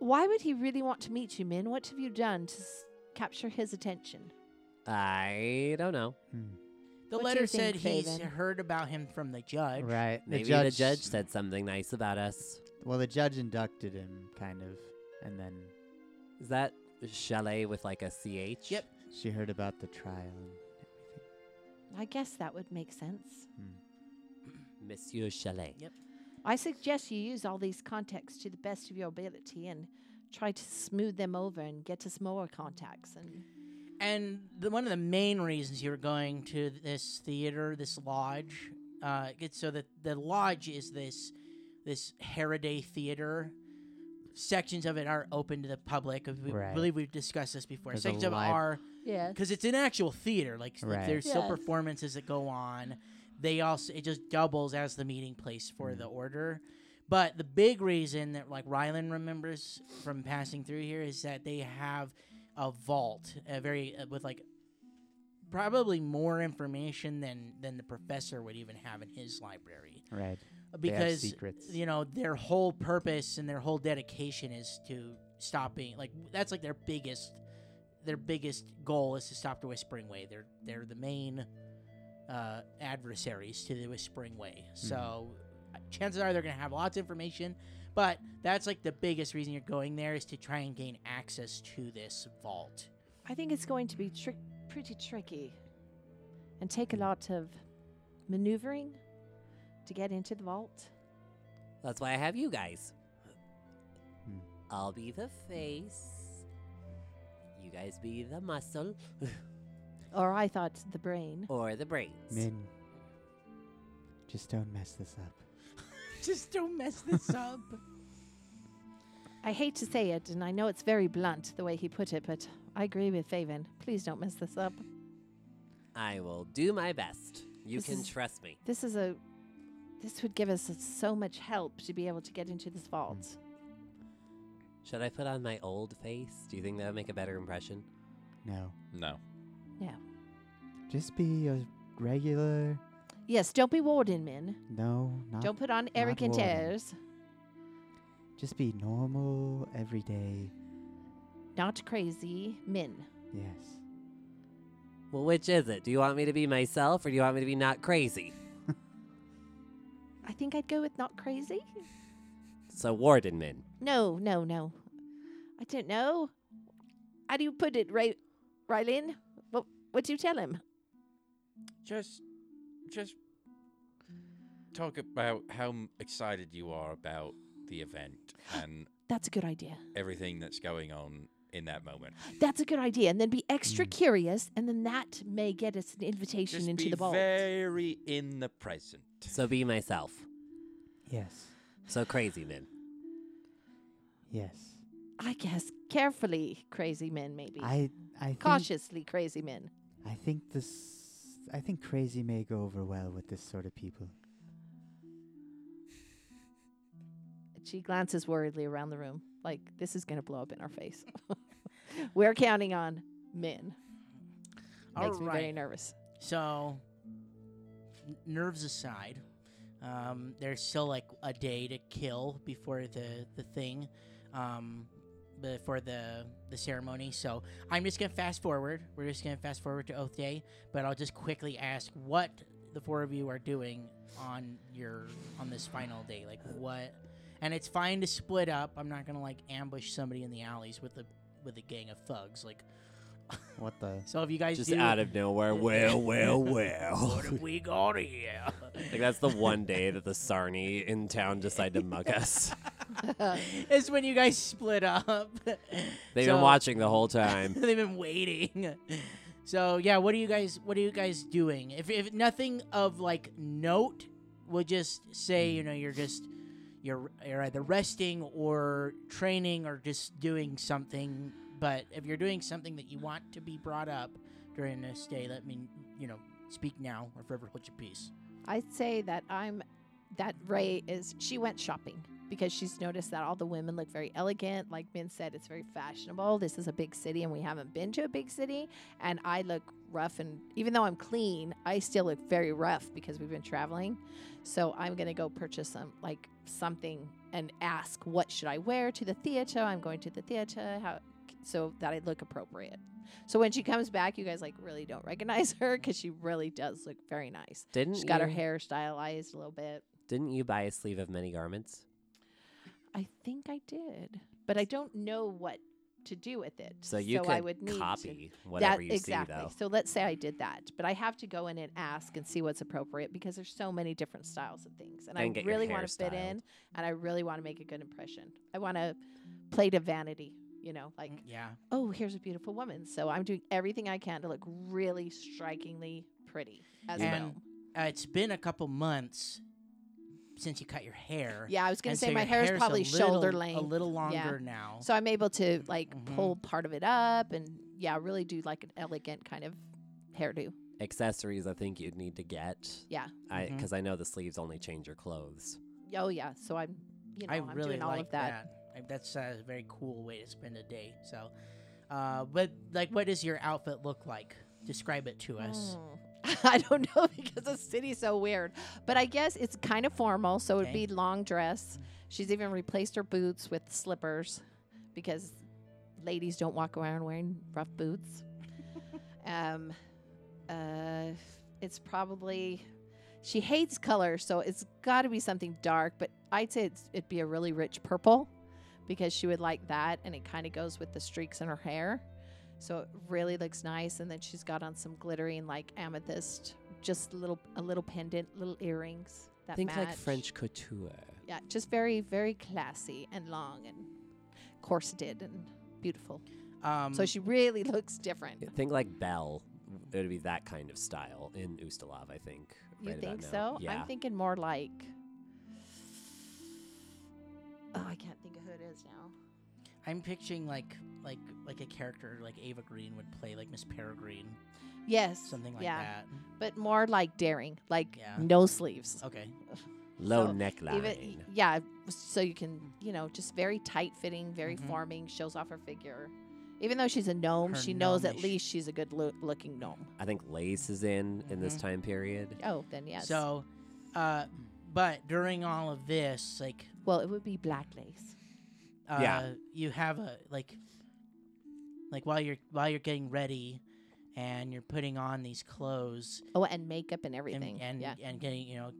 [SPEAKER 2] Why would he really want to meet you, Min? What have you done to s- capture his attention?
[SPEAKER 6] I don't know.
[SPEAKER 4] Hmm.
[SPEAKER 3] The
[SPEAKER 2] What do you
[SPEAKER 3] letter said
[SPEAKER 2] think,
[SPEAKER 3] he's
[SPEAKER 2] Faven?
[SPEAKER 3] heard about him from the judge.
[SPEAKER 4] Right.
[SPEAKER 6] Maybe the judge said something nice about us.
[SPEAKER 4] Well, the judge inducted him, kind of, and then
[SPEAKER 6] Is that Chalet with like a CH?
[SPEAKER 3] Yep.
[SPEAKER 4] she heard about the trial and everything.
[SPEAKER 2] I guess that would make sense.
[SPEAKER 4] hmm,
[SPEAKER 6] Monsieur Chalet.
[SPEAKER 3] Yep.
[SPEAKER 2] I suggest you use all these contacts to the best of your ability and try to smooth them over and get us more contacts. And
[SPEAKER 3] And the, one of the main reasons you were going to this theater, this lodge, uh, it's so that the lodge is this this Halliday theater. Sections of it are open to the public. We
[SPEAKER 4] Right.
[SPEAKER 3] believe we've discussed this before.
[SPEAKER 4] There's a
[SPEAKER 3] Sections of it
[SPEAKER 4] live-
[SPEAKER 3] are
[SPEAKER 2] yeah,
[SPEAKER 3] because it's an actual theater. Like, s- like
[SPEAKER 4] Right.
[SPEAKER 3] there's still
[SPEAKER 2] Yes.
[SPEAKER 3] performances that go on. They also it just doubles as the meeting place for
[SPEAKER 4] Mm.
[SPEAKER 3] the order. But the big reason that like Rylan remembers from passing through here is that they have a vault, a very uh, with like probably more information than than the professor would even have in his library
[SPEAKER 4] Right. They have
[SPEAKER 3] because
[SPEAKER 4] secrets.
[SPEAKER 3] you know their whole purpose and their whole dedication is to stopping like that's like their biggest their biggest goal is to stop the whispering way they're they're the main uh, adversaries to the whispering way so uh, chances are they're going to have lots of information but that's like the biggest reason you're going there is to try and gain access to this vault
[SPEAKER 2] I think it's going to be tri- pretty tricky and take a lot of maneuvering to get into the vault.
[SPEAKER 6] That's why I have you guys.
[SPEAKER 4] Hmm.
[SPEAKER 6] I'll be the face. You guys be the muscle
[SPEAKER 2] Or I thought the brain.
[SPEAKER 6] or the brains.
[SPEAKER 4] Min, just don't mess this up.
[SPEAKER 3] just don't mess this up
[SPEAKER 2] I hate to say it, and I know it's very blunt the way he put it, but I agree with Faven. Please don't mess this up.
[SPEAKER 6] I will do my best. You
[SPEAKER 2] This
[SPEAKER 6] can
[SPEAKER 2] is-
[SPEAKER 6] trust me.
[SPEAKER 2] This is a. This would give us so much help to be able to get into this vault.
[SPEAKER 6] Should I put on my old face? Do you think that would make a better impression?
[SPEAKER 4] No.
[SPEAKER 5] No.
[SPEAKER 4] Just be a regular.
[SPEAKER 2] Yes, don't be warden, men.
[SPEAKER 4] No, not.
[SPEAKER 2] Don't put on arrogant
[SPEAKER 4] warden.
[SPEAKER 2] airs.
[SPEAKER 4] Just be normal, everyday.
[SPEAKER 2] Not crazy, men.
[SPEAKER 4] Yes.
[SPEAKER 6] Well, which is it? Do you want me to be myself or do you want me to be not crazy?
[SPEAKER 2] I think I'd go with not crazy.
[SPEAKER 6] So, Warden Min.
[SPEAKER 2] No, no, no. I don't know. How do you put it, Ray? Rylin? What? What do you tell him?
[SPEAKER 5] Just, just talk about how m- excited you are about the event and
[SPEAKER 2] That's a good idea.
[SPEAKER 5] everything that's going on in that moment.
[SPEAKER 2] That's a good idea. And then be extra curious, and then that may get us an invitation
[SPEAKER 5] Just
[SPEAKER 2] into
[SPEAKER 5] be
[SPEAKER 2] the vault.
[SPEAKER 5] very in the present.
[SPEAKER 6] So, be myself.
[SPEAKER 4] Yes.
[SPEAKER 6] So, Crazy Min.
[SPEAKER 4] Yes.
[SPEAKER 2] I guess carefully, crazy men, maybe.
[SPEAKER 4] I. I. think-
[SPEAKER 2] Cautiously, crazy men.
[SPEAKER 4] I think this. I think crazy may go over well with this sort of people.
[SPEAKER 2] She glances worriedly around the room, like this is going to blow up in our face. We're counting on men.
[SPEAKER 3] All
[SPEAKER 2] Makes me very
[SPEAKER 3] right.
[SPEAKER 2] nervous.
[SPEAKER 3] So, n- nerves aside, um, there's still like a day to kill before the the thing, um, before the the ceremony. So I'm just gonna fast forward. We're just gonna fast forward to Oath Day, but I'll just quickly ask what the four of you are doing on your on this final day. Like what? And it's fine to split up. I'm not gonna like ambush somebody in the alleys with a with a gang of thugs. Like
[SPEAKER 4] What the?
[SPEAKER 3] so, if you guys
[SPEAKER 6] Just
[SPEAKER 3] do,
[SPEAKER 6] out of nowhere. Well, well, well.
[SPEAKER 3] what have we got here?
[SPEAKER 6] like, that's the one day that the Sarni in town decide to mug us.
[SPEAKER 3] It's when you guys split up.
[SPEAKER 6] They've
[SPEAKER 3] So-
[SPEAKER 6] been watching the whole time.
[SPEAKER 3] They've been waiting. So yeah, what are you guys? What are you guys doing? If if nothing of like note, we'll just say you know you're just you're you're either resting or training or just doing something. But if you're doing something that you want to be brought up during this day, let me you know speak now or forever hold your peace.
[SPEAKER 2] I'd say that I'm that Ray is she went shopping because she's noticed that all the women look very elegant. Like Min said, it's very fashionable. This is a big city and we haven't been to a big city. And I look rough and even though I'm clean, I still look very rough because we've been traveling. So I'm gonna go purchase some like something and ask what should I wear to the theater. I'm going to the theater, how so that I look appropriate. So when she comes back, you guys like really don't recognize her because she really does look very nice.
[SPEAKER 6] Didn't
[SPEAKER 2] She's got her
[SPEAKER 6] you-
[SPEAKER 2] hair stylized a little bit.
[SPEAKER 6] Didn't you buy a sleeve of many garments?
[SPEAKER 2] I think I did, but I don't know what to do with it.
[SPEAKER 6] So you could
[SPEAKER 2] I would need to-
[SPEAKER 6] copy whatever
[SPEAKER 2] that,
[SPEAKER 6] you
[SPEAKER 2] exactly.
[SPEAKER 6] see, though.
[SPEAKER 2] So let's say I did that, but I have to go in and ask and see what's appropriate because there's so many different styles of things, and,
[SPEAKER 6] And
[SPEAKER 2] I
[SPEAKER 6] get your
[SPEAKER 2] really
[SPEAKER 6] hair
[SPEAKER 2] want to fit
[SPEAKER 6] styled.
[SPEAKER 2] in, and I really want to make a good impression. I want to play to vanity, you know, like
[SPEAKER 6] Mm.
[SPEAKER 3] Yeah.
[SPEAKER 2] oh, here's a beautiful woman. So I'm doing everything I can to look really strikingly pretty as
[SPEAKER 3] And-
[SPEAKER 2] well.
[SPEAKER 3] Uh, it's been a couple months since you cut your hair.
[SPEAKER 2] Yeah, I was gonna
[SPEAKER 3] and
[SPEAKER 2] say
[SPEAKER 3] so
[SPEAKER 2] my
[SPEAKER 3] your
[SPEAKER 2] hair is
[SPEAKER 3] hair's a
[SPEAKER 2] probably shoulder
[SPEAKER 3] little-
[SPEAKER 2] length.
[SPEAKER 3] A little longer now.
[SPEAKER 2] So I'm able to like
[SPEAKER 3] Mhm.
[SPEAKER 2] pull part of it up and yeah, really do like an elegant kind of hairdo.
[SPEAKER 6] Accessories, I think you'd need to get.
[SPEAKER 2] Yeah. Mm-hmm.
[SPEAKER 6] I
[SPEAKER 3] Mhm.
[SPEAKER 6] because I know the sleeves only change your clothes.
[SPEAKER 2] Oh yeah, so I'm you know
[SPEAKER 3] I
[SPEAKER 2] am
[SPEAKER 3] really
[SPEAKER 2] doing all
[SPEAKER 3] like
[SPEAKER 2] of that.
[SPEAKER 3] I- That's a very cool way to spend a day. So, uh, but like, what does your outfit look like? Describe it to us.
[SPEAKER 2] Mm. I don't know because the city's so weird, but I guess it's kind of formal, so it'd
[SPEAKER 3] Okay.
[SPEAKER 2] be long dress. She's even replaced her boots with slippers because ladies don't walk around wearing rough boots. um, uh, it's probably she hates color, so it's got to be something dark. But I'd say it's, it'd be a really rich purple because she would like that, and it kind of goes with the streaks in her hair. So it really looks nice, and then she's got on some glittering like amethyst, just little a little pendant, little earrings that
[SPEAKER 6] think like
[SPEAKER 2] match.
[SPEAKER 6] French couture.
[SPEAKER 2] Yeah, just very, very classy and long and corseted and beautiful.
[SPEAKER 3] Um,
[SPEAKER 2] Mm.
[SPEAKER 6] Mm.
[SPEAKER 2] so she really looks different.
[SPEAKER 6] Think like Belle. It would be that kind of style in Ustalav, I think.
[SPEAKER 2] You
[SPEAKER 6] right about
[SPEAKER 2] think
[SPEAKER 6] now.
[SPEAKER 2] so?
[SPEAKER 6] Yeah.
[SPEAKER 2] I'm thinking more like. Oh, I can't think of who it is now.
[SPEAKER 3] I'm picturing like like like a character like Ava Green would play, like Miss Peregrine,
[SPEAKER 2] Yes,
[SPEAKER 3] something like
[SPEAKER 2] yeah,
[SPEAKER 3] that.
[SPEAKER 2] but more like daring, like
[SPEAKER 3] Yeah.
[SPEAKER 2] no sleeves.
[SPEAKER 3] Okay.
[SPEAKER 6] Low
[SPEAKER 2] So
[SPEAKER 6] neckline.
[SPEAKER 2] Even yeah, so you can you know just very tight fitting, very
[SPEAKER 3] Mhm.
[SPEAKER 2] forming, shows off her figure. Even though she's a gnome,
[SPEAKER 3] Her
[SPEAKER 2] she knows at
[SPEAKER 3] gnomish-
[SPEAKER 2] least she's a good loo- looking gnome.
[SPEAKER 6] I think lace is in in this
[SPEAKER 2] Mm-hmm.
[SPEAKER 3] Mhm.
[SPEAKER 6] time period.
[SPEAKER 2] Oh, then yes.
[SPEAKER 3] So, uh, but during all of this, like,
[SPEAKER 2] well, it would be black lace.
[SPEAKER 3] uh,
[SPEAKER 6] Yeah.
[SPEAKER 3] you have a like, like while you're while you're getting ready, and you're putting on these clothes,
[SPEAKER 2] Oh, and makeup
[SPEAKER 3] and-
[SPEAKER 2] and everything.
[SPEAKER 3] and
[SPEAKER 2] yeah,
[SPEAKER 3] and getting you know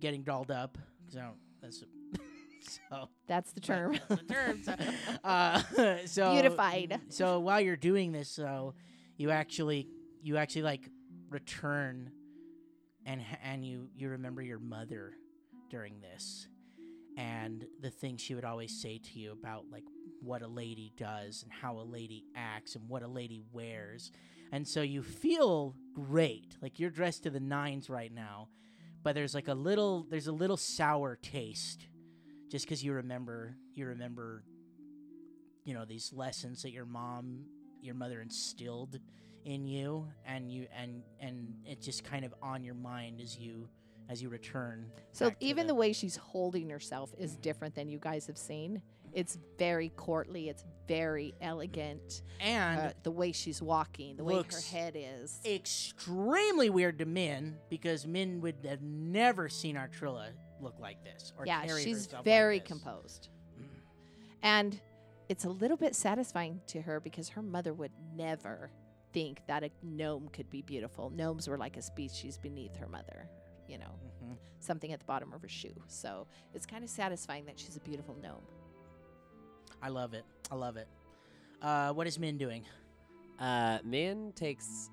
[SPEAKER 3] getting dolled up because I don't that's so
[SPEAKER 2] that's the term.
[SPEAKER 3] that's the term. So, uh, so
[SPEAKER 2] Beautified.
[SPEAKER 3] So while you're doing this, though, you actually you actually like return and h- and you you remember your mother during this and the things she would always say to you about like what a lady does and how a lady acts and what a lady wears and so you feel great like you're dressed to the nines right now but there's like a little there's a little sour taste just because you remember you remember you know these lessons that your mom your mother instilled in you and you and and it's just kind of on your mind as you as you return
[SPEAKER 2] so
[SPEAKER 3] back to
[SPEAKER 2] even the way she's holding herself is different than you guys have seen. It's very courtly. It's very elegant.
[SPEAKER 3] and
[SPEAKER 2] uh, the way she's walking, the way her
[SPEAKER 3] looks-
[SPEAKER 2] head is.
[SPEAKER 3] extremely weird to men because men would have never seen Artrilla look like this or
[SPEAKER 2] yeah,
[SPEAKER 3] carry
[SPEAKER 2] she's
[SPEAKER 3] herself like
[SPEAKER 2] very
[SPEAKER 3] this.
[SPEAKER 2] composed. And it's a little bit satisfying to her because her mother would never think that a gnome could be beautiful. Gnomes were like a species beneath her mother, you know,
[SPEAKER 3] Mhm.
[SPEAKER 2] something at the bottom of her shoe. So it's kind of satisfying that she's a beautiful gnome.
[SPEAKER 3] I love it. I love it. Uh, what is Min doing?
[SPEAKER 6] Uh, Min takes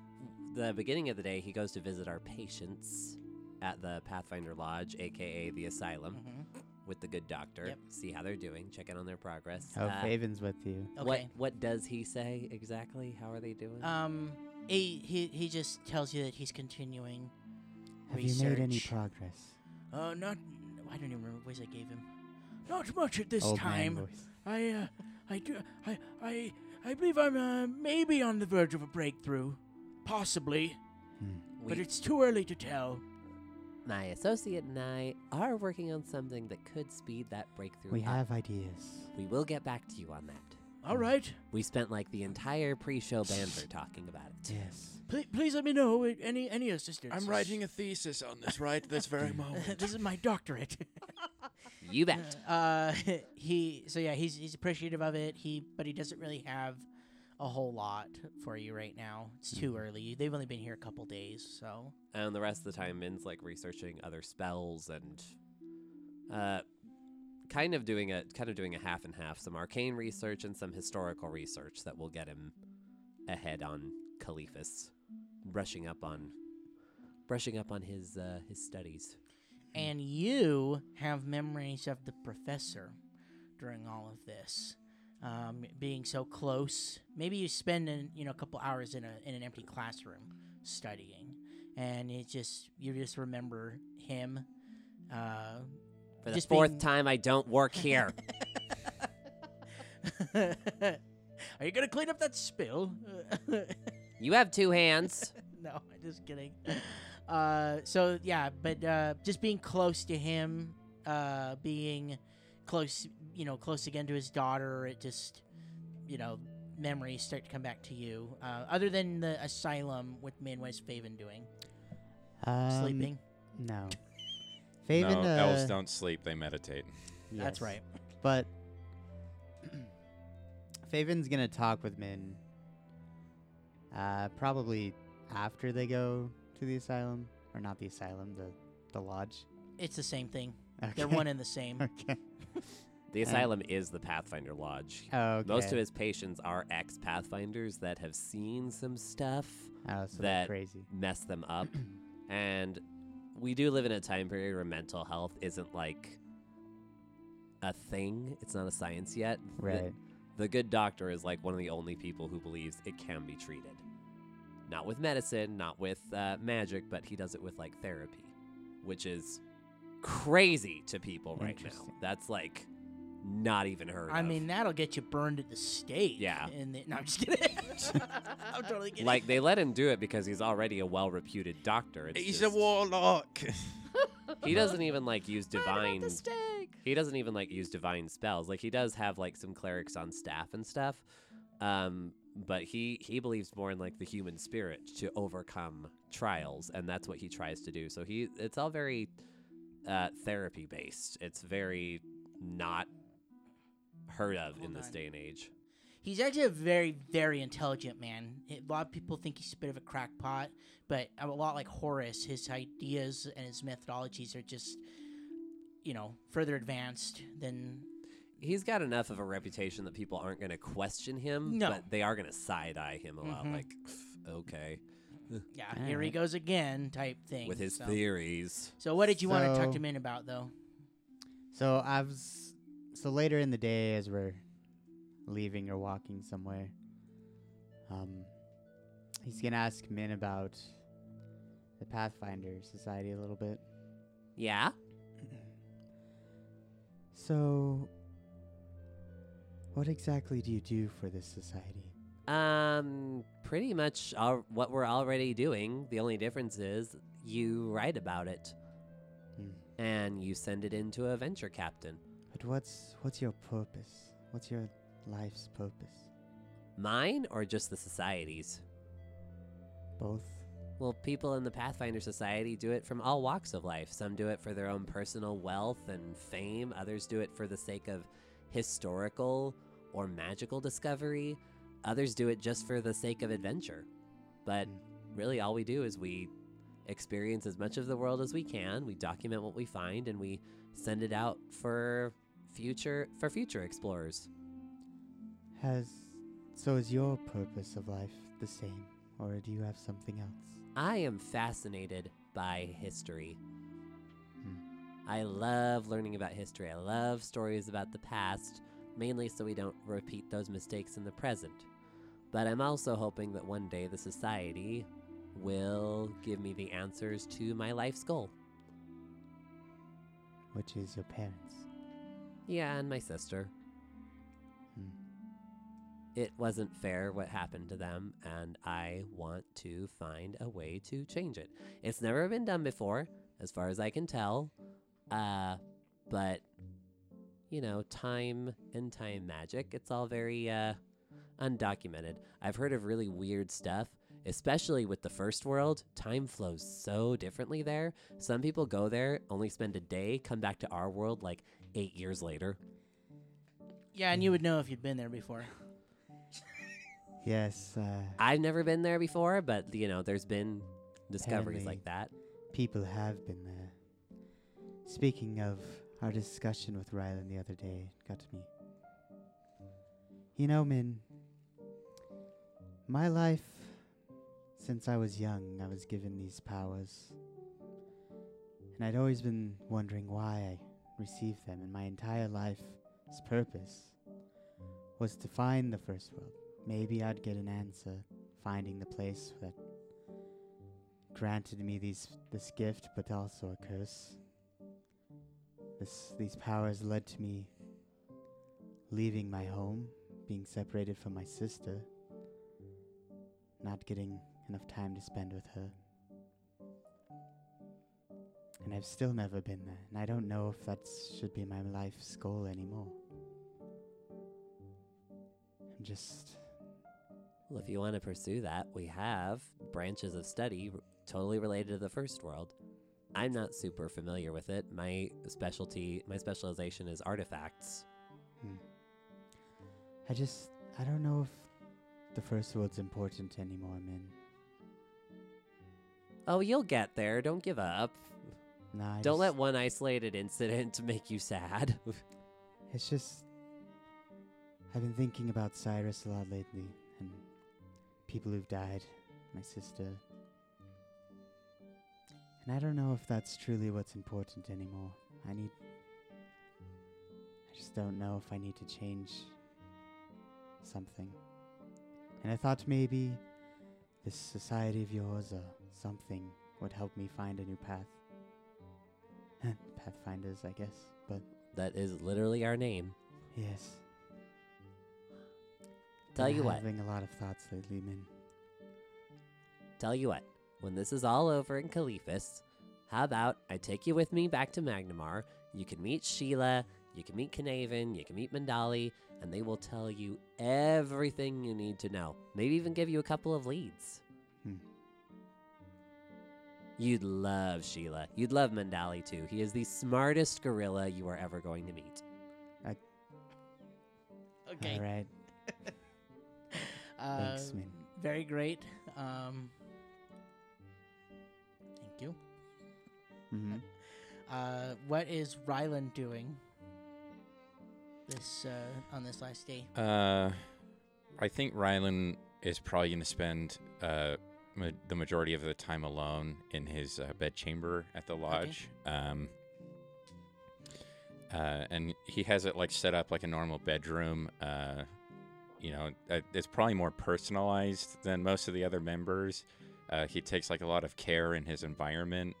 [SPEAKER 6] the beginning of the day. He goes to visit our patients at the Pathfinder Lodge, aka the asylum,
[SPEAKER 3] Mhm.
[SPEAKER 2] Mm.
[SPEAKER 6] with the good doctor.
[SPEAKER 3] Yep.
[SPEAKER 6] See how they're doing. Check in on their progress.
[SPEAKER 4] How
[SPEAKER 6] Uh,
[SPEAKER 4] Faven's with you.
[SPEAKER 6] What
[SPEAKER 3] Okay.
[SPEAKER 6] What does he say exactly? How are they doing?
[SPEAKER 2] Uh,
[SPEAKER 3] Um, he, he he just tells you that he's continuing.
[SPEAKER 4] Have you made any
[SPEAKER 3] research.
[SPEAKER 4] progress?
[SPEAKER 3] Uh, not. I don't even remember what voice I gave him. Not much at this
[SPEAKER 4] Old
[SPEAKER 3] time.
[SPEAKER 4] man voice.
[SPEAKER 3] I uh, I do. I I I believe I'm uh, maybe on the verge of a breakthrough, possibly,
[SPEAKER 4] Hmm.
[SPEAKER 3] but
[SPEAKER 6] We-
[SPEAKER 3] it's too early to tell.
[SPEAKER 6] My associate and I are working on something that could speed that breakthrough.
[SPEAKER 4] We
[SPEAKER 6] up.
[SPEAKER 4] have ideas.
[SPEAKER 6] We will get back to you on that.
[SPEAKER 3] All right.
[SPEAKER 6] We spent like the entire pre-show banter talking about it.
[SPEAKER 4] Yes.
[SPEAKER 3] Please, please let me know uh, any any assistance.
[SPEAKER 5] I'm writing a thesis on this right this very moment.
[SPEAKER 3] this is my doctorate.
[SPEAKER 6] You bet.
[SPEAKER 3] Uh, he so yeah, he's he's appreciative of it. He but he doesn't really have a whole lot for you right now. It's too early. They've only been here a couple days, so
[SPEAKER 6] And the rest of the time, Min's like researching other spells and, uh, kind of doing a kind of doing a half and half, some arcane research and some historical research that will get him ahead on Caliphus, brushing up on, brushing up on his uh, his studies.
[SPEAKER 3] and you have memories of the professor during all of this um, being so close maybe you spend an, you know a couple hours in, a, in an empty classroom studying and it just you just remember him uh,
[SPEAKER 6] For the
[SPEAKER 3] Just
[SPEAKER 6] fourth
[SPEAKER 3] being-
[SPEAKER 6] time, I don't work here.
[SPEAKER 3] are you gonna clean up that spill
[SPEAKER 6] you have two hands.
[SPEAKER 3] no i'm just kidding uh, so yeah but uh, just being close to him uh, being close you know close again to his daughter it just you know memories start to come back to you uh, other than the asylum with midwest faven doing
[SPEAKER 4] Um,
[SPEAKER 3] sleeping
[SPEAKER 4] No.
[SPEAKER 5] no,
[SPEAKER 4] Faven. uh,
[SPEAKER 5] elves don't sleep; they meditate.
[SPEAKER 3] that's
[SPEAKER 4] yes,
[SPEAKER 3] right
[SPEAKER 4] But Faven's gonna talk with Min. Uh, probably after they go to the asylum, or not the asylum, the the lodge.
[SPEAKER 3] it's the same thing
[SPEAKER 4] Okay.
[SPEAKER 3] they're one and the same
[SPEAKER 4] Okay.
[SPEAKER 6] The asylum is the Pathfinder Lodge.
[SPEAKER 4] Oh, okay.
[SPEAKER 6] Most of his patients are ex Pathfinders that have seen some stuff
[SPEAKER 4] Oh, so
[SPEAKER 6] that-
[SPEAKER 4] that's crazy.
[SPEAKER 6] mess them up. and we do live in a time period where mental health isn't like a thing, it's not a science yet. The-
[SPEAKER 4] Right.
[SPEAKER 6] The, good doctor is like one of the only people who believes it can be treated. Not with medicine, not with uh, magic, but he does it with like therapy, which is crazy to people right now.
[SPEAKER 4] Interesting.
[SPEAKER 6] That's like not even heard
[SPEAKER 3] i
[SPEAKER 6] of.
[SPEAKER 3] mean that'll get you burned at the stake
[SPEAKER 6] Yeah.
[SPEAKER 3] and the, no i'm just kidding i'm totally kidding
[SPEAKER 6] like they let him do it because he's already a well-reputed doctor. It's just-
[SPEAKER 5] warlock.
[SPEAKER 6] He doesn't even like use divine.
[SPEAKER 2] the stake.
[SPEAKER 6] He doesn't even like use divine spells. Like he does have like some clerics on staff and stuff, um, but he he believes more in like the human spirit to overcome trials, and that's what he tries to do. So he it's all very uh, therapy based. It's very not heard of in
[SPEAKER 3] Hold
[SPEAKER 6] this
[SPEAKER 3] on.
[SPEAKER 6] day and age.
[SPEAKER 3] He's actually a very, very intelligent man. A lot of people think he's a bit of a crackpot, but a lot like Horace, his ideas and his methodologies are just, you know, further advanced than.
[SPEAKER 6] He's got enough of a reputation that people aren't going to question him,
[SPEAKER 3] No.
[SPEAKER 6] but they are going to side eye him a lot.
[SPEAKER 3] Mhm.
[SPEAKER 6] Like, "Pff, okay,
[SPEAKER 3] Yeah, here he goes again, type thing.
[SPEAKER 6] with his
[SPEAKER 3] so.
[SPEAKER 6] theories.
[SPEAKER 3] So, what did you want to talk
[SPEAKER 4] So-
[SPEAKER 3] to Min about, though?
[SPEAKER 4] So I was so later in the day as we're leaving or walking somewhere, um, he's gonna ask Min about the Pathfinder Society a little bit.
[SPEAKER 6] Yeah.
[SPEAKER 4] So, what exactly do you do for this society?
[SPEAKER 6] Um, pretty much all, what we're already doing. The only difference is you write about it
[SPEAKER 4] Hmm.
[SPEAKER 6] and you send it into a venture captain.
[SPEAKER 4] But what's what's your purpose? What's your life's purpose?
[SPEAKER 6] Mine or just the society's?
[SPEAKER 4] Both.
[SPEAKER 6] Well, people in the Pathfinder Society do it from all walks of life. Some do it for their own personal wealth and fame, others do it for the sake of historical or magical discovery, others do it just for the sake of adventure. But really, all we do is we experience as much of the world as we can, we document what we find, and we send it out for future for future explorers.
[SPEAKER 4] Has so is your purpose of life the same, or do you have something else?
[SPEAKER 6] I am fascinated by history.
[SPEAKER 4] Hmm.
[SPEAKER 6] I love learning about history. I love stories about the past, mainly so we don't repeat those mistakes in the present. But I'm also hoping that one day the society will give me the answers to my life's goal.
[SPEAKER 4] Which is your parents.
[SPEAKER 6] Yeah, and my sister.
[SPEAKER 4] Hmm.
[SPEAKER 6] It wasn't fair what happened to them, and I want to find a way to change it. It's never been done before, as far as I can tell. Uh, but you know, time and time magic. It's all very uh, undocumented. I've heard of really weird stuff, especially with the first world. Time flows so differently there. Some people go there, only spend a day, come back to our world like eight years later.
[SPEAKER 3] Yeah,
[SPEAKER 4] Hmm.
[SPEAKER 3] and you would know if you'd been there before.
[SPEAKER 4] Yes, uh,
[SPEAKER 6] I've never been there before, but you know, there's been discoveries
[SPEAKER 4] Apparently-
[SPEAKER 6] like that.
[SPEAKER 4] people have been there. Speaking of our discussion with Rylan the other day, it got to me. You know, Min, my life, since I was young, I was given these powers. And I'd always been wondering why I received them, and my entire life's purpose was to find the first world. Maybe I'd get an answer finding the place that granted me these this gift, but also a curse. This these powers led to me leaving my home, being separated from my sister, not getting enough time to spend with her. And I've still never been there, and I don't know if that should be my life's goal anymore. I'm just
[SPEAKER 6] Well, if you want to pursue that, we have branches of study r- totally related to the first world. I'm not super familiar with it. My specialty, my specialization is artifacts.
[SPEAKER 4] I just I don't know if the first world's important anymore, man.
[SPEAKER 6] Oh, you'll get there. Don't give up.
[SPEAKER 4] Nah, I
[SPEAKER 6] Don't
[SPEAKER 4] just-
[SPEAKER 6] let one isolated incident make you sad.
[SPEAKER 4] It's just. I've been thinking about Cyrus a lot lately, and people who've died, my sister. And I don't know if that's truly what's important anymore. I need. I just don't know if I need to change something. And I thought maybe this society of yours or something would help me find a new path. Pathfinders, I guess, but
[SPEAKER 6] that is literally our name.
[SPEAKER 4] yes.
[SPEAKER 6] Tell
[SPEAKER 4] Been
[SPEAKER 6] you what.
[SPEAKER 4] Having a lot of thoughts lately, man.
[SPEAKER 6] Tell you what, when this is all over in Caliphus, how about I take you with me back to Magnamar? You can meet Sheila, you can meet Canavan, you can meet Mandali, and they will tell you everything you need to know. Maybe even give you a couple of leads.
[SPEAKER 4] Hmm.
[SPEAKER 6] You'd love Sheila. You'd love Mandali too. He is the smartest gorilla you are ever going to meet.
[SPEAKER 3] Okay.
[SPEAKER 4] All right.
[SPEAKER 3] Uh,
[SPEAKER 4] Thanks, man.
[SPEAKER 3] Very great. Um, thank you.
[SPEAKER 4] Mm-hmm.
[SPEAKER 3] Uh, what is Rylan doing this uh, on this last day?
[SPEAKER 5] Uh, I think Rylan is probably going to spend uh, ma- the majority of the time alone in his uh, bedchamber at the lodge. Um, uh, and he has it like set up like a normal bedroom. Uh, you know, uh, it's probably more personalized than most of the other members. Uh, he takes like a lot of care in his environment,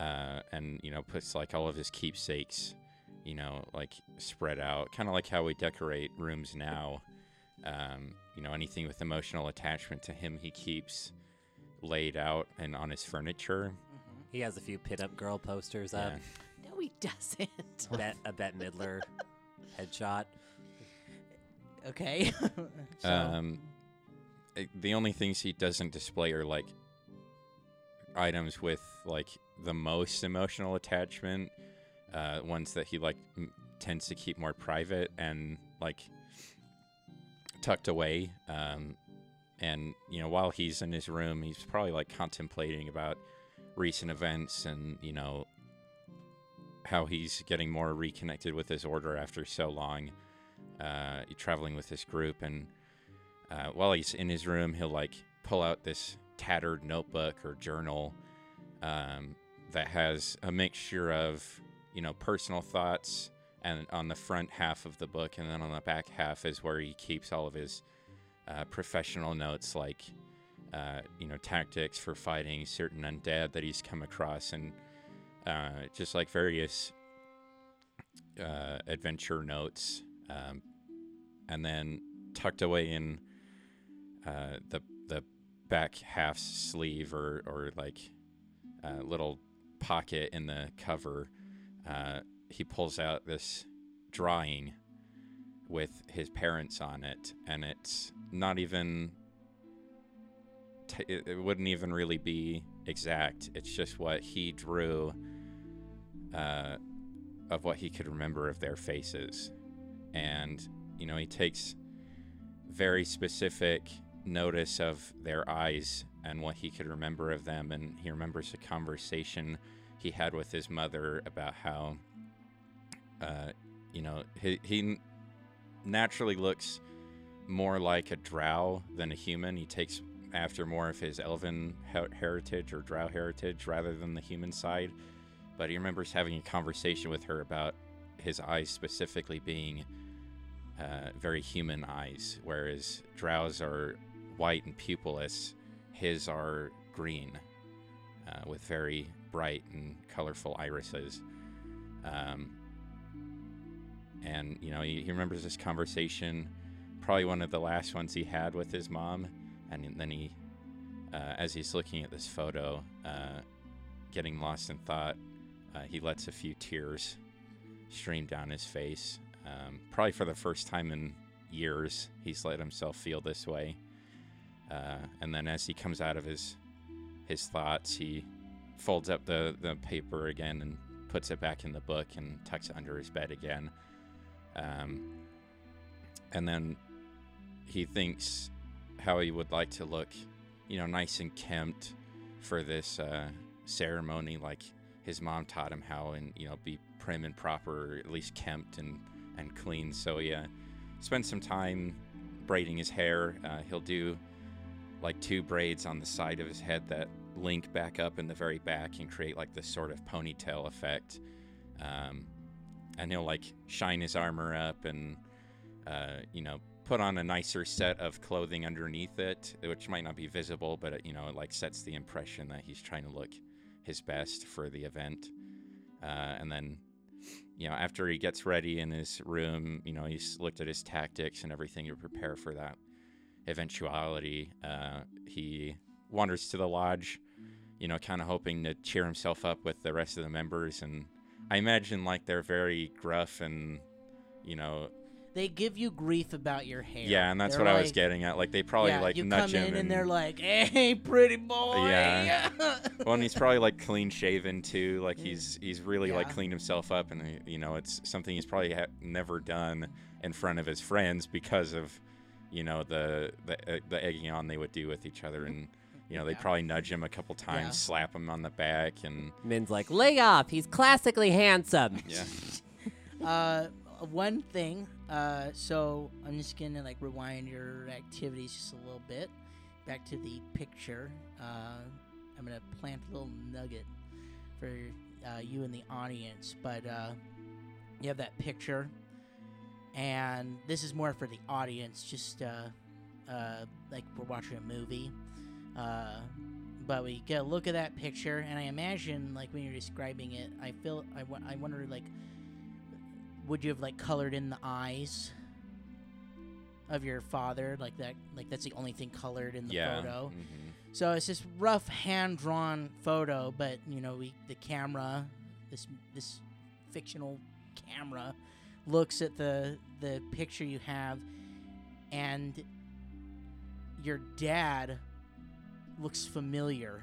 [SPEAKER 5] uh, and you know puts like all of his keepsakes you know, like spread out, kind of like how we decorate rooms now. Um, you know, anything with emotional attachment to him, he keeps laid out and on his furniture.
[SPEAKER 6] He has a few pit up girl posters up,
[SPEAKER 5] Yeah.
[SPEAKER 2] No, he doesn't.
[SPEAKER 6] Bet- a Bette Midler headshot.
[SPEAKER 3] Okay. so,
[SPEAKER 5] Um, it- the only things he doesn't display are like items with like the most emotional attachment, uh, ones that he like m- tends to keep more private and like tucked away. Um, and you know, while he's in his room, he's probably like contemplating about recent events and you know how he's getting more reconnected with his order after so long uh, traveling with this group and uh, while he's in his room, he'll like pull out this tattered notebook or journal um, that has a mixture of you know personal thoughts, and on the front half of the book, and then on the back half is where he keeps all of his uh, professional notes, like uh, you know tactics for fighting certain undead that he's come across, and uh, just like various uh, adventure notes. Um, and then tucked away in uh, the the back half sleeve or or like uh, little pocket in the cover. Uh, he pulls out this drawing with his parents on it, and it's not even. T- it it wouldn't even really be exact. It's just what he drew uh, of what he could remember of their faces. And, you know, he takes very specific notice of their eyes and what he could remember of them. And he remembers a conversation he had with his mother about how, uh, you know, he, he n- naturally looks more like a drow than a human. He takes after more of his elven he- heritage or drow heritage rather than the human side. But he remembers having a conversation with her about his eyes specifically being uh, very human eyes, whereas drows are white and pupilless. His are green, uh, with very bright and colorful irises. Um, and you know, he, he remembers this conversation, probably one of the last ones he had with his mom. And then he, uh, as he's looking at this photo, uh, getting lost in thought, uh, he lets a few tears stream down his face. Um, probably for the first time in years, he's let himself feel this way. Uh, and then as he comes out of his his thoughts, he folds up the, the paper again and puts it back in the book and tucks it under his bed again. Um, and then he thinks how he would like to look, you know, nice and kempt for this uh, ceremony, like his mom taught him how, and you know, be prim and proper, or at least kempt and and clean. So he uh, spends some time braiding his hair. Uh, he'll do like two braids on the side of his head that link back up in the very back and create like this sort of ponytail effect. Um, and he'll like shine his armor up and uh, you know put on a nicer set of clothing underneath it, which might not be visible, but it, you know it like sets the impression that he's trying to look his best for the event. Uh, and then you know, after he gets ready in his room, you know, he's looked at his tactics and everything to prepare for that eventuality. Uh, he wanders to the lodge, you know, kind of hoping to cheer himself up with the rest of the members. And I imagine, like, they're very gruff and, you know,
[SPEAKER 3] They give you grief about your hair.
[SPEAKER 5] yeah, and that's
[SPEAKER 3] They're
[SPEAKER 5] what I was
[SPEAKER 3] like-
[SPEAKER 5] getting at. Like, they probably,
[SPEAKER 3] yeah,
[SPEAKER 5] like,
[SPEAKER 3] you
[SPEAKER 5] nudge
[SPEAKER 3] come in
[SPEAKER 5] him.
[SPEAKER 3] and, they're like, "Hey, pretty boy."
[SPEAKER 5] Yeah. well, and he's probably like clean shaven too. Like he's he's really like
[SPEAKER 3] Yeah.
[SPEAKER 5] cleaned himself up, and he- you know it's something he's probably ha- never done in front of his friends because of you know the the, uh, the egging on they would do with each other, and you know they
[SPEAKER 3] Yeah.
[SPEAKER 5] probably nudge him a couple times,
[SPEAKER 3] Yeah.
[SPEAKER 5] slap him on the back, and
[SPEAKER 6] Min's like, lay off. He's classically handsome.
[SPEAKER 5] yeah,
[SPEAKER 3] uh, one thing. Uh, so I'm just gonna like rewind your activities just a little bit, back to the picture. Uh, I'm gonna plant a little nugget for uh, you in the audience, but uh, you have that picture, and this is more for the audience. Just uh, uh, like we're watching a movie. Uh, but we get a look at that picture, and I imagine, like when you're describing it, I feel I, w- I wonder, like, would you have like colored in the eyes of your father like that like that's the only thing colored in the
[SPEAKER 5] yeah.
[SPEAKER 3] photo
[SPEAKER 5] mhm.
[SPEAKER 3] so it's this rough hand drawn photo but you know we the camera this this fictional camera looks at the the picture you have and your dad looks familiar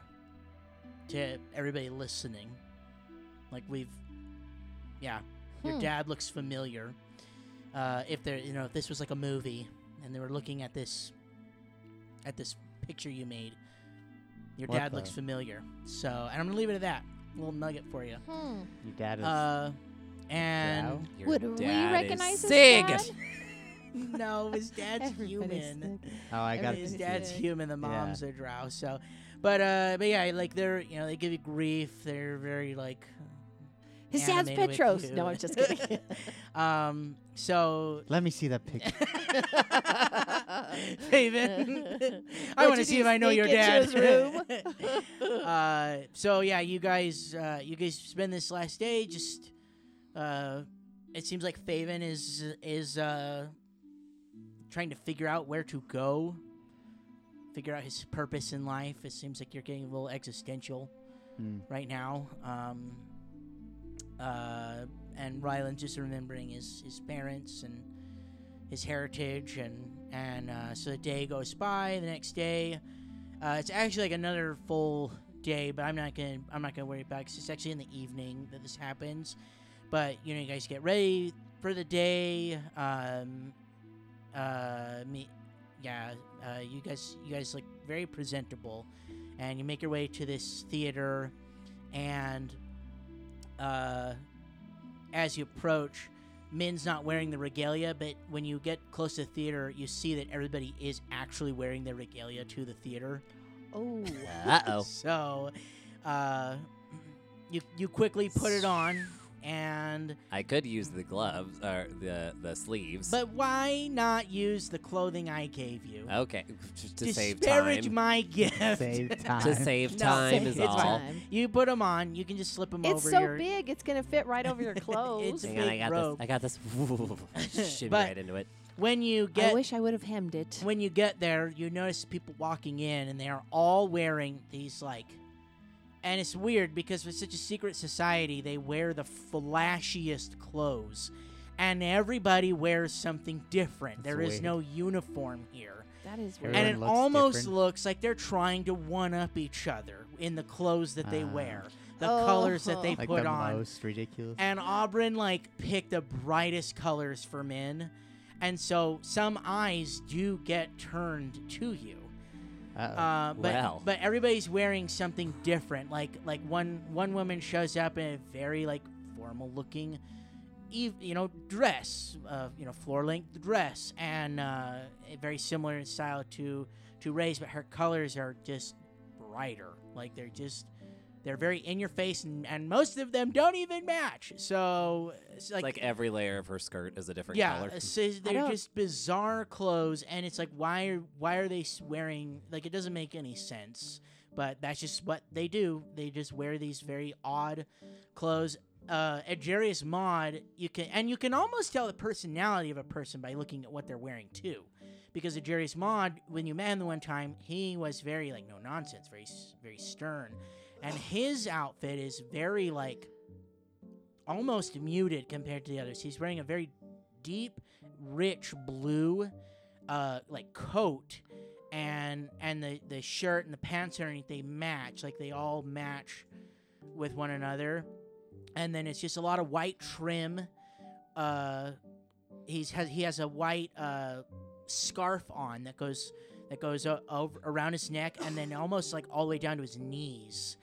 [SPEAKER 3] to everybody listening like we've yeah your
[SPEAKER 7] Hmm.
[SPEAKER 3] dad looks familiar uh, if there you know if this was like a movie and they were looking at this at this picture you made your
[SPEAKER 4] What
[SPEAKER 3] dad
[SPEAKER 4] the-
[SPEAKER 3] looks familiar so and i'm gonna leave it at that little nugget for you
[SPEAKER 7] Hmm.
[SPEAKER 4] Your dad is.
[SPEAKER 3] uh, and
[SPEAKER 4] Drow?
[SPEAKER 6] Your
[SPEAKER 7] Would we
[SPEAKER 6] dad is
[SPEAKER 7] recognize his
[SPEAKER 6] sick.
[SPEAKER 7] dad?
[SPEAKER 3] no, his dad's human.
[SPEAKER 4] oh, I
[SPEAKER 3] I
[SPEAKER 4] got
[SPEAKER 3] mean, his dad's human. The
[SPEAKER 4] Yeah.
[SPEAKER 3] mom's a drow. So, but uh, but yeah, like they're you know they give you grief. They're very like.
[SPEAKER 7] His dad's
[SPEAKER 3] animated with
[SPEAKER 7] Petros.
[SPEAKER 3] you.
[SPEAKER 7] No, I'm just kidding.
[SPEAKER 3] um. So.
[SPEAKER 4] Let me see that picture.
[SPEAKER 3] Faven, I
[SPEAKER 7] What,
[SPEAKER 3] want to
[SPEAKER 7] did
[SPEAKER 3] see
[SPEAKER 7] he
[SPEAKER 3] if I know your
[SPEAKER 7] sneak
[SPEAKER 3] dad.
[SPEAKER 7] into his
[SPEAKER 3] uh, so yeah, you guys, uh, you guys spend this last day just. Uh, it seems like Faven is is uh, trying to figure out where to go, figure out his purpose in life. It seems like you're getting a
[SPEAKER 4] Mm.
[SPEAKER 3] little existential
[SPEAKER 4] Hmm.
[SPEAKER 3] right now. Um, uh, and Rylan just remembering his, his parents and his heritage and and uh, so the day goes by. The next day, uh, it's actually like another full day, but I'm not gonna I'm not gonna worry about it 'cause it's actually in the evening that this happens. But you know, you guys get ready for the day. Um, uh, me, yeah, uh, you guys you guys look very presentable, and you make your way to this theater, and uh, as you approach. Min's not wearing the regalia, but when you get close to the theater, you see that everybody is actually wearing their regalia to the theater.
[SPEAKER 2] Oh,
[SPEAKER 6] Uh oh.
[SPEAKER 3] So, uh, you you quickly put it on, and
[SPEAKER 6] I could use the gloves or the the sleeves.
[SPEAKER 3] but why not use the clothing I gave you
[SPEAKER 6] okay, just Oh, to save
[SPEAKER 3] disparage
[SPEAKER 6] time.
[SPEAKER 3] my gift?
[SPEAKER 4] Save time.
[SPEAKER 6] to save
[SPEAKER 3] No,
[SPEAKER 6] time is
[SPEAKER 3] it's
[SPEAKER 6] all.
[SPEAKER 3] fine. you put them on. You can just slip them
[SPEAKER 2] it's
[SPEAKER 3] over
[SPEAKER 2] so
[SPEAKER 3] your.
[SPEAKER 2] big. It's gonna fit right over your clothes.
[SPEAKER 3] It's a
[SPEAKER 6] Hang on, I
[SPEAKER 3] big
[SPEAKER 6] got
[SPEAKER 3] rope.
[SPEAKER 6] this. I got this. Shimmy
[SPEAKER 3] But-
[SPEAKER 6] right into it.
[SPEAKER 3] When you
[SPEAKER 2] I
[SPEAKER 3] get
[SPEAKER 2] wish I would have hemmed it.
[SPEAKER 3] when you get there, you notice people walking in, and they are all wearing these like, and it's weird because with such a secret society, they wear the flashiest clothes, and everybody wears something different.
[SPEAKER 4] That's
[SPEAKER 3] There is
[SPEAKER 4] weird.
[SPEAKER 3] no uniform here,
[SPEAKER 2] That is
[SPEAKER 4] Everyone
[SPEAKER 2] weird.
[SPEAKER 3] and it
[SPEAKER 4] looks
[SPEAKER 3] almost
[SPEAKER 4] different.
[SPEAKER 3] looks like they're trying to one up each other in the clothes that they
[SPEAKER 4] Ah.
[SPEAKER 3] wear, the
[SPEAKER 2] Oh.
[SPEAKER 3] colors that they
[SPEAKER 4] like
[SPEAKER 3] put
[SPEAKER 4] the
[SPEAKER 3] on.
[SPEAKER 4] most ridiculous.
[SPEAKER 3] And Auburn like picked the brightest colors for men. And so some eyes do get turned to you.
[SPEAKER 4] Uh-oh.
[SPEAKER 3] Uh, but
[SPEAKER 6] Wow.
[SPEAKER 3] but everybody's wearing something different. Like like one one woman shows up in a very like formal looking, ev- you know, dress, uh, you know, floor length dress, and uh, very similar in style to to Ray's, but her colors are just brighter. Like they're just they're very in your face, and, and most of them don't even match. So it's
[SPEAKER 6] Like,
[SPEAKER 3] like.
[SPEAKER 6] every layer of her skirt is a different
[SPEAKER 3] yeah,
[SPEAKER 6] color.
[SPEAKER 3] so they're
[SPEAKER 2] don't-
[SPEAKER 3] just bizarre clothes, and it's like, why are why are they s- wearing? Like, it doesn't make any sense but that's just what they do. They just wear these very odd clothes. Uh, Agerius Mod, you can and you can almost tell the personality of a person by looking at what they're wearing too, because Agerius Mod, when you met him the one time, he was very like no nonsense, very s- very stern, and his outfit is very like almost muted compared to the others. He's wearing a very deep, rich blue, uh, like coat, and and the the shirt and the pants underneath they match like they all match with one another and then it's just a lot of white trim uh he's has he has a white uh scarf on that goes that goes o- over around his neck and then almost like all the way down to his knees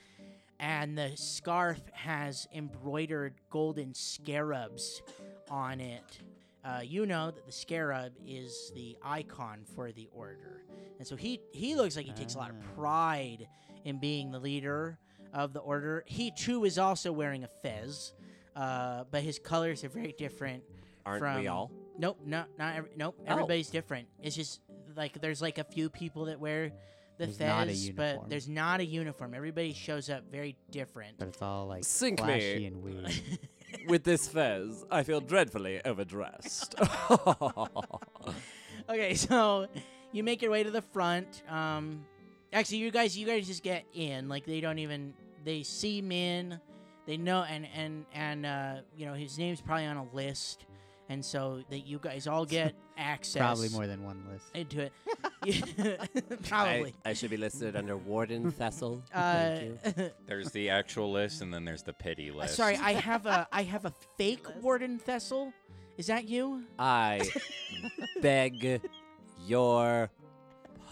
[SPEAKER 3] and the scarf has embroidered golden scarabs on it uh, you know that the scarab is the icon for the order and so he he looks like he takes a lot of
[SPEAKER 4] Ah.
[SPEAKER 3] pride in being the leader of the order he too is also wearing a fez uh, but his colors are very different
[SPEAKER 6] Aren't
[SPEAKER 3] from-
[SPEAKER 6] we all?
[SPEAKER 3] Nope, not not every, nope.
[SPEAKER 6] Oh.
[SPEAKER 3] Everybody's different. It's just like there's like a few people that wear the
[SPEAKER 4] There's not a
[SPEAKER 3] fez,
[SPEAKER 4] uniform.
[SPEAKER 3] but there's not a uniform. Everybody shows up very different.
[SPEAKER 4] but it's all like
[SPEAKER 6] Sink me.
[SPEAKER 4] flashy and weird.
[SPEAKER 6] With this fez, I feel dreadfully overdressed.
[SPEAKER 3] okay, so you make your way to the front. Um, actually, you guys, you guys just get in. Like they don't even they see Min, they know, and and and uh, you know his name's probably on a list, and so that you guys all get access.
[SPEAKER 4] Probably more than one list.
[SPEAKER 3] into it. probably.
[SPEAKER 6] I, I should be listed under Warden Thessel.
[SPEAKER 3] uh,
[SPEAKER 6] Thank you.
[SPEAKER 5] There's the actual list, and then there's the pity list.
[SPEAKER 3] Uh, Sorry, I have a I have a fake
[SPEAKER 2] List.
[SPEAKER 3] Warden Thessel. Is that you?
[SPEAKER 6] I beg your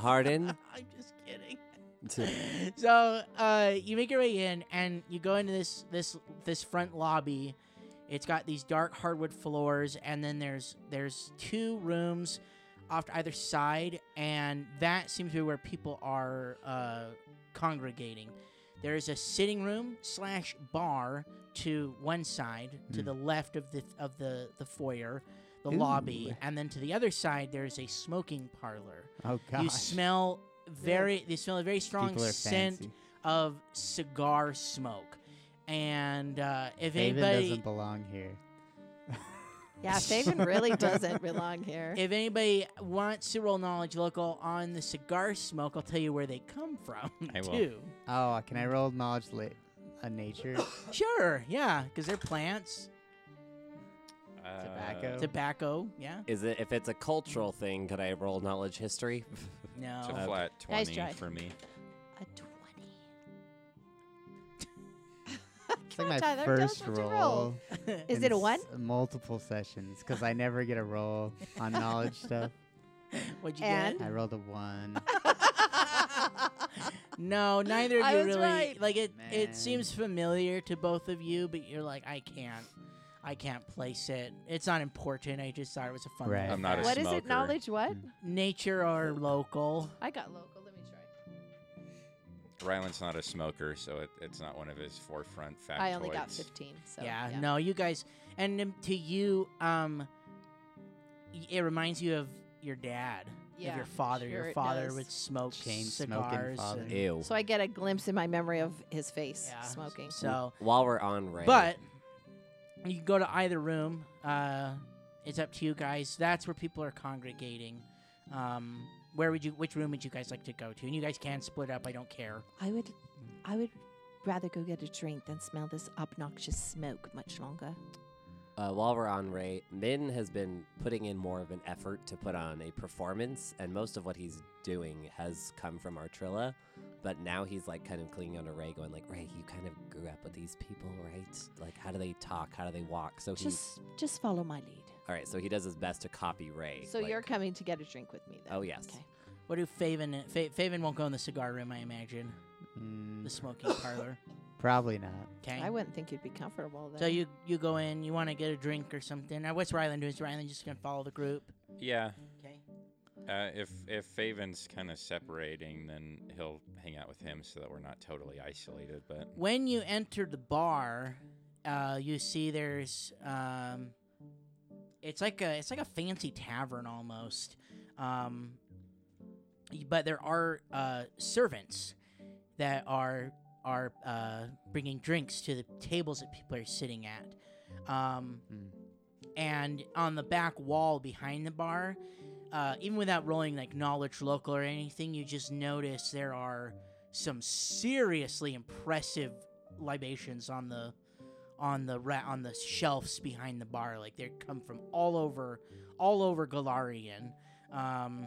[SPEAKER 6] pardon.
[SPEAKER 3] I'm just kidding. so uh, you make your way in, and you go into this this this front lobby. It's got these dark hardwood floors, and then there's there's two rooms off to either side, and that seems to be where people are uh, congregating. There is a sitting room slash bar to one side, to the left of the of the the foyer, the lobby, and then to the other side there is a smoking parlor.
[SPEAKER 4] Oh gosh.
[SPEAKER 3] You smell very. They smell a very strong
[SPEAKER 4] People are
[SPEAKER 3] scent
[SPEAKER 4] fancy.
[SPEAKER 3] of cigar smoke, and uh, if
[SPEAKER 4] Haven
[SPEAKER 3] anybody,
[SPEAKER 4] doesn't belong here.
[SPEAKER 2] yeah, Faven really doesn't belong here.
[SPEAKER 3] if anybody wants to roll knowledge local on the cigar smoke, I'll tell you where they come from
[SPEAKER 5] I will.
[SPEAKER 3] too.
[SPEAKER 4] Oh, can I roll knowledge lit a uh, nature?
[SPEAKER 3] Sure, yeah, because they're plants.
[SPEAKER 5] Uh,
[SPEAKER 4] Tobacco.
[SPEAKER 3] Tobacco, yeah?
[SPEAKER 6] Is it if it's a cultural thing? Could I roll knowledge history?
[SPEAKER 5] It's a
[SPEAKER 3] No.
[SPEAKER 6] Uh,
[SPEAKER 5] flat
[SPEAKER 2] Nice
[SPEAKER 5] 20
[SPEAKER 2] try.
[SPEAKER 5] for me.
[SPEAKER 2] A 20.
[SPEAKER 4] It's
[SPEAKER 2] Come
[SPEAKER 4] like
[SPEAKER 2] on,
[SPEAKER 4] my
[SPEAKER 2] Tyler, tell us
[SPEAKER 4] first
[SPEAKER 2] what you
[SPEAKER 4] roll.
[SPEAKER 2] rolled. Is
[SPEAKER 4] in
[SPEAKER 2] it a one?
[SPEAKER 4] s- multiple sessions because I never get a roll on knowledge stuff.
[SPEAKER 3] What'd you
[SPEAKER 2] And?
[SPEAKER 4] I
[SPEAKER 3] get?
[SPEAKER 4] rolled a one.
[SPEAKER 3] No, neither of
[SPEAKER 2] I
[SPEAKER 3] you
[SPEAKER 2] was
[SPEAKER 3] really
[SPEAKER 2] right.
[SPEAKER 3] like it.
[SPEAKER 4] Man.
[SPEAKER 3] It seems familiar to both of you, but you're like, I can't, I can't place it. It's not important. I just thought it was a fun.
[SPEAKER 4] Right.
[SPEAKER 3] little
[SPEAKER 5] I'm not a
[SPEAKER 3] fact.
[SPEAKER 2] What is
[SPEAKER 5] smoker.
[SPEAKER 2] it? Knowledge what?
[SPEAKER 3] Mm. nature or local.
[SPEAKER 2] I got local. Let me try.
[SPEAKER 5] Ryland's not a smoker, so it, it's not one of his forefront factoids.
[SPEAKER 2] I only got 15. So
[SPEAKER 3] yeah, no, you guys, and um, to you, um, y- it reminds you of your dad, of
[SPEAKER 2] Yeah,
[SPEAKER 3] your father.
[SPEAKER 2] sure
[SPEAKER 3] your
[SPEAKER 2] it
[SPEAKER 3] father
[SPEAKER 2] does.
[SPEAKER 3] would smoke
[SPEAKER 4] Chain smoking
[SPEAKER 3] cigars.
[SPEAKER 4] father.
[SPEAKER 3] and-
[SPEAKER 6] Ew.
[SPEAKER 2] So I get a glimpse in my memory of his face
[SPEAKER 3] yeah,
[SPEAKER 2] smoking.
[SPEAKER 3] So,
[SPEAKER 6] While we're on Ray,
[SPEAKER 3] but you can go to either room. Uh, it's up to you guys. That's where people are congregating. Um, where would you? Which room would you guys like to go to? And you guys can split up. I don't care.
[SPEAKER 2] I would, I would rather go get a drink than smell this obnoxious smoke much longer.
[SPEAKER 6] uh, while we're on Ray, Min has been putting in more of an effort to put on a performance, and most of what he's doing has come from Artrilla. But now he's like kind of clinging onto Ray, going like, "Ray, you kind of grew up with these people, right? Like, how do they talk? How do they walk?" So he,
[SPEAKER 2] Just, just follow my lead.
[SPEAKER 6] all right, so he does his best to copy Ray.
[SPEAKER 2] So
[SPEAKER 6] like-
[SPEAKER 2] you're coming to get a drink with me, then?
[SPEAKER 6] Oh, yes.
[SPEAKER 2] Okay.
[SPEAKER 3] What do Faven? Fa- Faven won't go in the cigar room. I imagine the
[SPEAKER 4] Mm,
[SPEAKER 3] smoking parlor.
[SPEAKER 4] probably not.
[SPEAKER 3] Okay.
[SPEAKER 2] I wouldn't think you'd be comfortable then.
[SPEAKER 3] So you you go in, you want to get a drink or something. Now, what's Ryland doing? Is Ryland just gonna follow the group?
[SPEAKER 5] Yeah.
[SPEAKER 3] Okay.
[SPEAKER 5] Uh, if if Faven's kind of separating, then he'll hang out with him so that we're not totally isolated. But
[SPEAKER 3] When you enter the bar, uh, you see there's um, it's like a it's like a fancy tavern almost, um, y- but there are uh, servants that are are uh, bringing drinks to the tables that people are sitting at. Um,
[SPEAKER 4] Mm.
[SPEAKER 3] and on the back wall behind the bar, uh, even without rolling like knowledge local or anything, you just notice there are some seriously impressive libations on the on the ra- on the shelves behind the bar. Like they come from all over, all over Galarian. Um,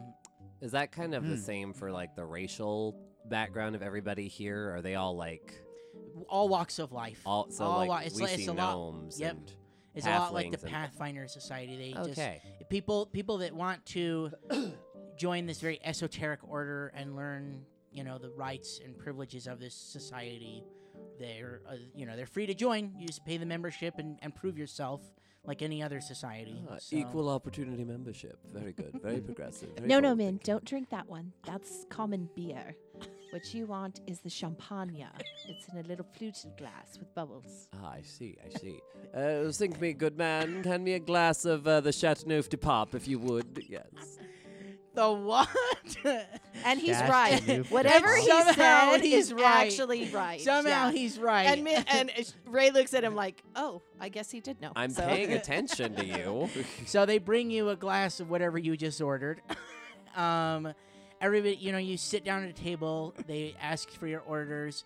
[SPEAKER 6] Is that kind of the
[SPEAKER 4] Hmm.
[SPEAKER 6] same for like the racial background of everybody here? Are they all like
[SPEAKER 3] all walks of life.
[SPEAKER 6] all so
[SPEAKER 3] All
[SPEAKER 6] like
[SPEAKER 3] wa- Oh, it's
[SPEAKER 6] we
[SPEAKER 3] like-
[SPEAKER 6] see
[SPEAKER 3] it's a lot-
[SPEAKER 6] gnomes?
[SPEAKER 3] yep.
[SPEAKER 6] And,
[SPEAKER 3] it's a lot like the
[SPEAKER 6] halflings and-
[SPEAKER 3] Pathfinder Society. They just
[SPEAKER 6] okay,
[SPEAKER 3] people people that want to join this very esoteric order and learn you know the rights and privileges of this society they're uh, you know they're free to join you just pay the membership and, and prove yourself like any other society
[SPEAKER 2] Uh,
[SPEAKER 3] So-
[SPEAKER 6] Ah, opportunity membership. Very good. Very progressive.
[SPEAKER 2] No, no, Min, don't drink that one. That's common beer. What you want is the champagne. It's in a little fluted glass with bubbles.
[SPEAKER 6] Ah, I see. I see. Uh, sink me, good man. Hand me a glass of uh, the Chateauneuf de Pop, if you would. Yes.
[SPEAKER 3] the what
[SPEAKER 2] And he's
[SPEAKER 4] That's
[SPEAKER 2] right.
[SPEAKER 4] the new
[SPEAKER 2] Whatever
[SPEAKER 4] flavor.
[SPEAKER 2] he
[SPEAKER 3] Somehow
[SPEAKER 2] said
[SPEAKER 3] he's
[SPEAKER 2] is
[SPEAKER 3] right.
[SPEAKER 2] actually right.
[SPEAKER 3] somehow
[SPEAKER 2] yeah.
[SPEAKER 3] he's right
[SPEAKER 2] And, Mi- and uh, Ray looks at him like, oh, I guess he did know.
[SPEAKER 6] I'm
[SPEAKER 2] so.
[SPEAKER 6] paying attention to you.
[SPEAKER 3] so they bring you a glass of whatever you just ordered. um, everybody, you know, you sit down at a table. They ask for your orders,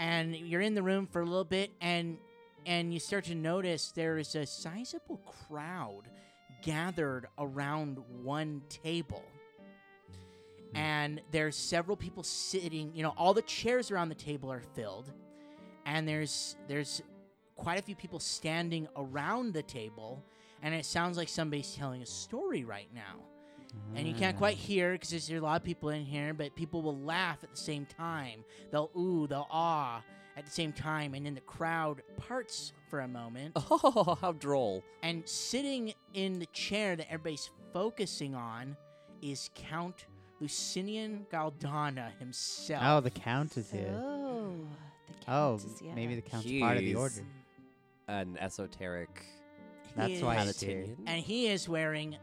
[SPEAKER 3] and you're in the room for a little bit, and and you start to notice there is a sizable crowd gathered around one table. And there's several people sitting, you know, all the chairs around the table are filled. And there's there's quite a few people standing around the table and it sounds like somebody's telling a story right now. And you can't
[SPEAKER 4] Mm.
[SPEAKER 3] quite hear because there's a lot of people in here, but people will laugh at the same time. They'll ooh, they'll ah at the same time, and then the crowd parts for a moment.
[SPEAKER 6] oh, how droll.
[SPEAKER 3] And sitting in the chair that everybody's focusing on is Count Lucinian Galdana himself.
[SPEAKER 4] Oh, the count is here.
[SPEAKER 2] Oh, the
[SPEAKER 4] Oh,
[SPEAKER 2] count is yeah.
[SPEAKER 4] maybe the count's part of the
[SPEAKER 6] He's-
[SPEAKER 4] order.
[SPEAKER 6] An esoteric
[SPEAKER 3] He
[SPEAKER 4] That's why
[SPEAKER 3] is-
[SPEAKER 4] he's here.
[SPEAKER 6] Palatinian.
[SPEAKER 3] And he is wearing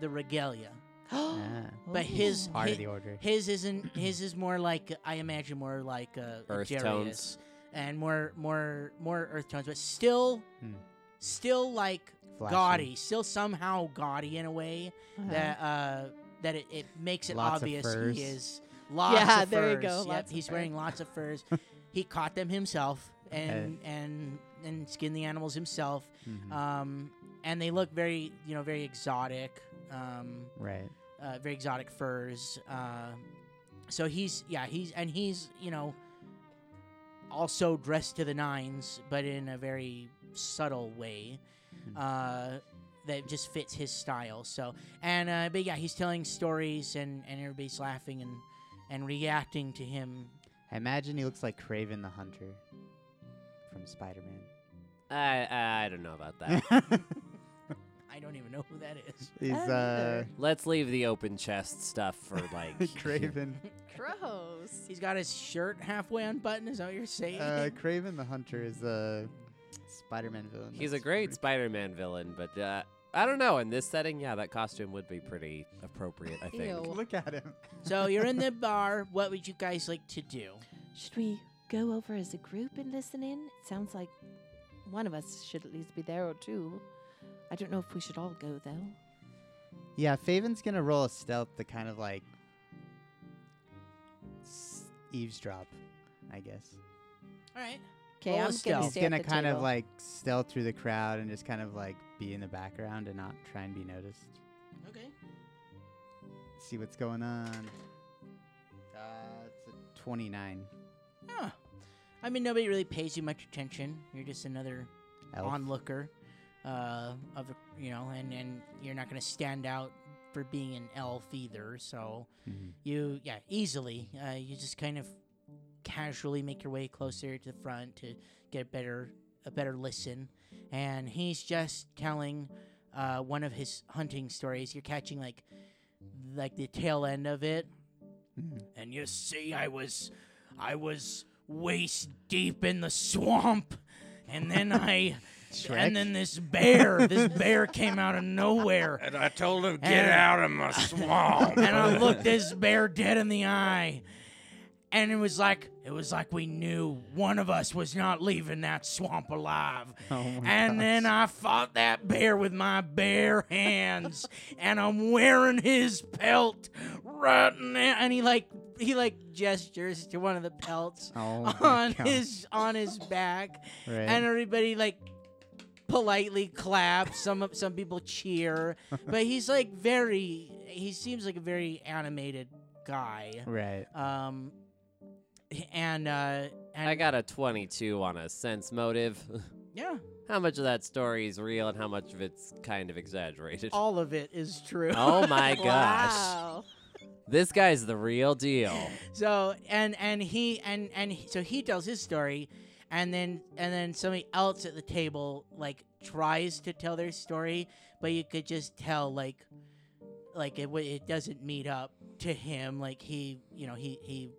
[SPEAKER 3] the regalia,
[SPEAKER 2] Oh,
[SPEAKER 4] Ah,
[SPEAKER 3] but his
[SPEAKER 4] part
[SPEAKER 3] hi-
[SPEAKER 4] of the order.
[SPEAKER 3] His isn't. his is more like I imagine more like uh,
[SPEAKER 6] Earth
[SPEAKER 3] Jarius
[SPEAKER 6] tones.
[SPEAKER 3] and more more more earth tones, but still
[SPEAKER 4] Hmm.
[SPEAKER 3] still like
[SPEAKER 4] Flashy.
[SPEAKER 3] gaudy, still somehow gaudy in a way
[SPEAKER 2] Uh-huh.
[SPEAKER 3] that uh, that it, it makes it
[SPEAKER 4] Lots of
[SPEAKER 3] obvious
[SPEAKER 4] furs.
[SPEAKER 3] he is lots
[SPEAKER 2] Yeah,
[SPEAKER 3] of furs.
[SPEAKER 2] there you go,
[SPEAKER 3] Yep,
[SPEAKER 2] lots of
[SPEAKER 3] he's
[SPEAKER 2] fur.
[SPEAKER 3] wearing lots of furs. he caught them himself and and and skinned the animals himself.
[SPEAKER 4] Mhm.
[SPEAKER 3] Um, and they look very, you know, very exotic. Um,
[SPEAKER 4] Right.
[SPEAKER 3] uh, very exotic furs. Uh, so he's yeah he's and he's you know also dressed to the nines, but in a very subtle way
[SPEAKER 4] Hmm.
[SPEAKER 3] uh, that just fits his style. So and uh, but yeah, he's telling stories and and everybody's laughing and and reacting to him.
[SPEAKER 4] I imagine he looks like Craven the Hunter from Spider
[SPEAKER 6] I, I don't know about that.
[SPEAKER 4] Man.
[SPEAKER 3] I don't even know who that is.
[SPEAKER 4] He's uh,
[SPEAKER 6] Let's leave the open chest stuff for like
[SPEAKER 4] Craven.
[SPEAKER 2] Gross.
[SPEAKER 3] He's got his shirt halfway unbuttoned. Is that what you're saying?
[SPEAKER 4] Uh, Craven the Hunter is a Spider Man villain.
[SPEAKER 6] He's a
[SPEAKER 4] That's
[SPEAKER 6] great
[SPEAKER 4] pretty-
[SPEAKER 6] Spider-Man villain, but uh, I don't know. In this setting, yeah, that costume would be pretty appropriate. I think.
[SPEAKER 2] Ew.
[SPEAKER 4] Look at him.
[SPEAKER 3] so you're in the bar. What would you guys like to do?
[SPEAKER 2] Should we go over as a group and listen in? It sounds like one of us should at least be there or two. I don't know if we should all go though.
[SPEAKER 4] Yeah, Faven's gonna roll a stealth to kind of like s- eavesdrop, I guess.
[SPEAKER 3] All right.
[SPEAKER 2] Okay,
[SPEAKER 3] Roll a
[SPEAKER 2] I'm
[SPEAKER 3] stealth.
[SPEAKER 2] gonna
[SPEAKER 4] He's
[SPEAKER 2] stay
[SPEAKER 4] gonna
[SPEAKER 2] at the
[SPEAKER 4] kind
[SPEAKER 2] table.
[SPEAKER 4] of like stealth through the crowd and just kind of like be in the background and not try and be noticed.
[SPEAKER 3] Okay.
[SPEAKER 4] See what's going on. Uh, it's a 29.
[SPEAKER 3] Huh. I mean, nobody really pays you much attention. You're just another
[SPEAKER 4] Elf.
[SPEAKER 3] onlooker uh, of the, you know, and and you're not gonna stand out for being an elf either. So
[SPEAKER 4] Mhm.
[SPEAKER 3] you, yeah, easily, uh, you just kind of casually make your way closer to the front to get a better a better listen. And he's just telling uh, one of his hunting stories. You're catching like like the tail end of it
[SPEAKER 4] Mhm.
[SPEAKER 3] and you see I was I was waist deep in the swamp and then I
[SPEAKER 4] Shrek?
[SPEAKER 3] and then this bear this bear came out of nowhere
[SPEAKER 5] And I told him,
[SPEAKER 3] "Get And- out
[SPEAKER 5] of my swamp.
[SPEAKER 3] and I looked this bear dead in the eye and it was like it was like we knew one of us was not leaving that swamp alive
[SPEAKER 4] Oh my
[SPEAKER 3] and
[SPEAKER 4] gosh.
[SPEAKER 3] then I fought that bear with my bare hands, and I'm wearing his pelt right now. And he like he like gestures to one of the pelts
[SPEAKER 4] Oh my
[SPEAKER 3] on
[SPEAKER 4] God.
[SPEAKER 3] his on his back,
[SPEAKER 4] Right.
[SPEAKER 3] and everybody like politely claps. Some of- some people cheer, but he's like very. He seems like a very animated guy.
[SPEAKER 4] right.
[SPEAKER 3] Um, and uh, and
[SPEAKER 6] I got a 22 on a sense motive.
[SPEAKER 3] yeah.
[SPEAKER 6] how much of that story is real and how much of it's kind of exaggerated?
[SPEAKER 3] All of it is true.
[SPEAKER 6] oh my gosh.
[SPEAKER 2] Wow.
[SPEAKER 6] This guy's the real deal.
[SPEAKER 3] so and and he and and he- so he tells his story and then and then somebody else at the table like tries to tell their story but you could just tell like like it w- it doesn't meet up to him like he you know he he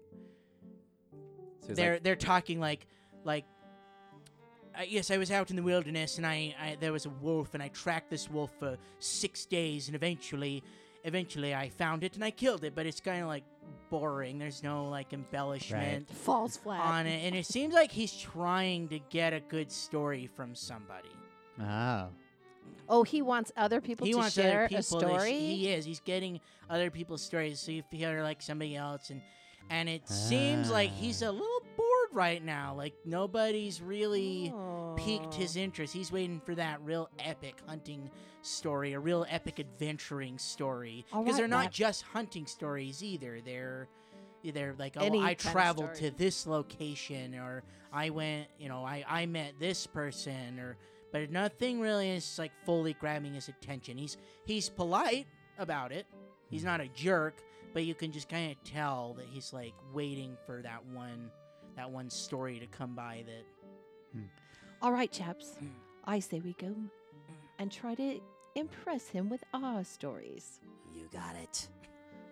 [SPEAKER 6] So he's
[SPEAKER 3] they're
[SPEAKER 6] like,
[SPEAKER 3] they're talking like like uh, yes, I was out in the wilderness and I, I there was a wolf and I tracked this wolf for six days and eventually eventually I found it and I killed it. But it's kind of like boring. There's no like embellishment
[SPEAKER 2] Falls flat.
[SPEAKER 3] on it, and it seems like he's trying to get a good story from somebody.
[SPEAKER 4] Oh.
[SPEAKER 2] Oh, he wants other people
[SPEAKER 3] he
[SPEAKER 2] to
[SPEAKER 3] wants
[SPEAKER 2] share
[SPEAKER 3] other people.
[SPEAKER 2] a
[SPEAKER 3] To
[SPEAKER 2] story.
[SPEAKER 3] sh- he is. He's getting other people's stories. So you hear like somebody else, and and it seems like he's
[SPEAKER 2] Ah.
[SPEAKER 3] a little bored right now. Like nobody's really piqued his
[SPEAKER 2] Oh.
[SPEAKER 3] interest. He's waiting for that real epic hunting story, a real epic adventuring story.
[SPEAKER 2] All
[SPEAKER 3] Because
[SPEAKER 2] right,
[SPEAKER 3] they're not
[SPEAKER 2] Matt.
[SPEAKER 3] just hunting stories either. They're they're like, oh,
[SPEAKER 2] Any
[SPEAKER 3] I
[SPEAKER 2] kind of
[SPEAKER 3] traveled to
[SPEAKER 2] story.
[SPEAKER 3] this location, or I went, you know, I I met this person, or but nothing really is like fully grabbing his attention. He's he's polite about it. He's not a
[SPEAKER 2] Hmm.
[SPEAKER 3] jerk, but you can just kind of tell that he's like waiting for that one that one story to come by that
[SPEAKER 2] All right, chaps.
[SPEAKER 3] Mm.
[SPEAKER 2] I say we go and try to impress him with our stories.
[SPEAKER 6] you got it.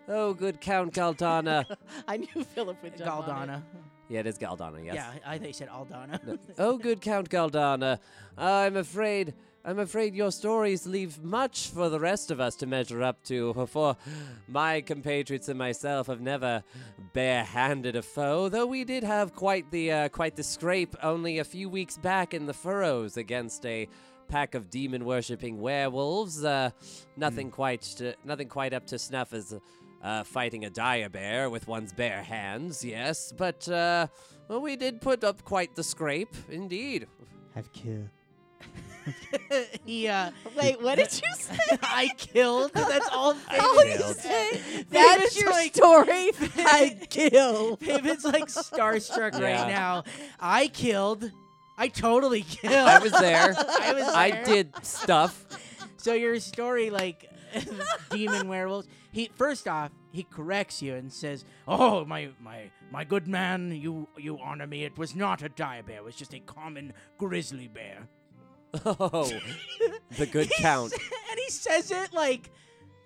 [SPEAKER 6] Oh, good Count Galdana.
[SPEAKER 2] I knew Philip would jump on it.
[SPEAKER 3] Galdana.
[SPEAKER 6] yeah, it is Galdana, yes.
[SPEAKER 3] Yeah, I think you said Aldana.
[SPEAKER 6] No. Oh, good Count Galdana. I'm afraid, I'm afraid your stories leave much for the rest of us to measure up to. For my compatriots and myself have never barehanded a foe, though we did have quite the uh, quite the scrape only a few weeks back in the furrows against a pack of demon worshipping werewolves. Uh, nothing quite to, nothing quite up to snuff as. Uh, fighting a dire bear with one's bare hands, yes, but uh, well, we did put up quite the scrape, indeed.
[SPEAKER 4] Have kill.
[SPEAKER 3] he uh,
[SPEAKER 7] Wait, what did you say?
[SPEAKER 3] I killed. That's all.
[SPEAKER 7] All
[SPEAKER 3] Favorite
[SPEAKER 7] you said.
[SPEAKER 3] Favorite's
[SPEAKER 7] That's your
[SPEAKER 3] like-
[SPEAKER 7] story. I kill.
[SPEAKER 3] David's like starstruck
[SPEAKER 6] Yeah.
[SPEAKER 3] right now. I killed. I totally killed.
[SPEAKER 6] I was there.
[SPEAKER 3] I was
[SPEAKER 6] I
[SPEAKER 3] there.
[SPEAKER 6] did stuff.
[SPEAKER 3] So your story, like demon werewolves. He first off he corrects you and says, "Oh my my my good man, you you honor me. It was not a dire bear. It was just a common grizzly bear."
[SPEAKER 6] Oh, the good
[SPEAKER 3] He
[SPEAKER 6] count.
[SPEAKER 3] sa- and he says it like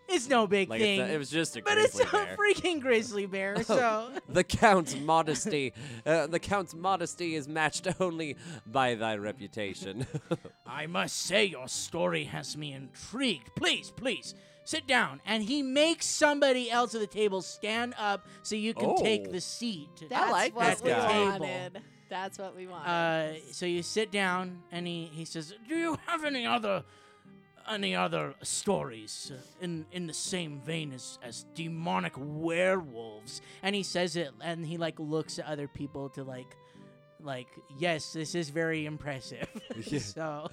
[SPEAKER 3] it's no big
[SPEAKER 6] Like
[SPEAKER 3] thing.
[SPEAKER 6] it's a, it was just a
[SPEAKER 3] but it's
[SPEAKER 6] grizzly
[SPEAKER 3] a
[SPEAKER 6] bear. Oh.
[SPEAKER 3] freaking grizzly bear. So
[SPEAKER 6] the count's modesty, uh, the count's modesty is matched only by thy reputation.
[SPEAKER 3] I must say, your story has me intrigued. Please, please, sit down. And he makes somebody else at the table stand up so you can take
[SPEAKER 6] Oh.
[SPEAKER 3] the seat.
[SPEAKER 2] That's
[SPEAKER 6] like
[SPEAKER 2] what
[SPEAKER 6] this
[SPEAKER 2] we
[SPEAKER 6] guy.
[SPEAKER 2] wanted. That's what we wanted.
[SPEAKER 3] Uh, so you sit down, and he, he says, "Do you have any other, any other stories uh, in in the same vein as as demonic werewolves?" And he says it, and he like looks at other people to like, like, yes, this is very impressive. so.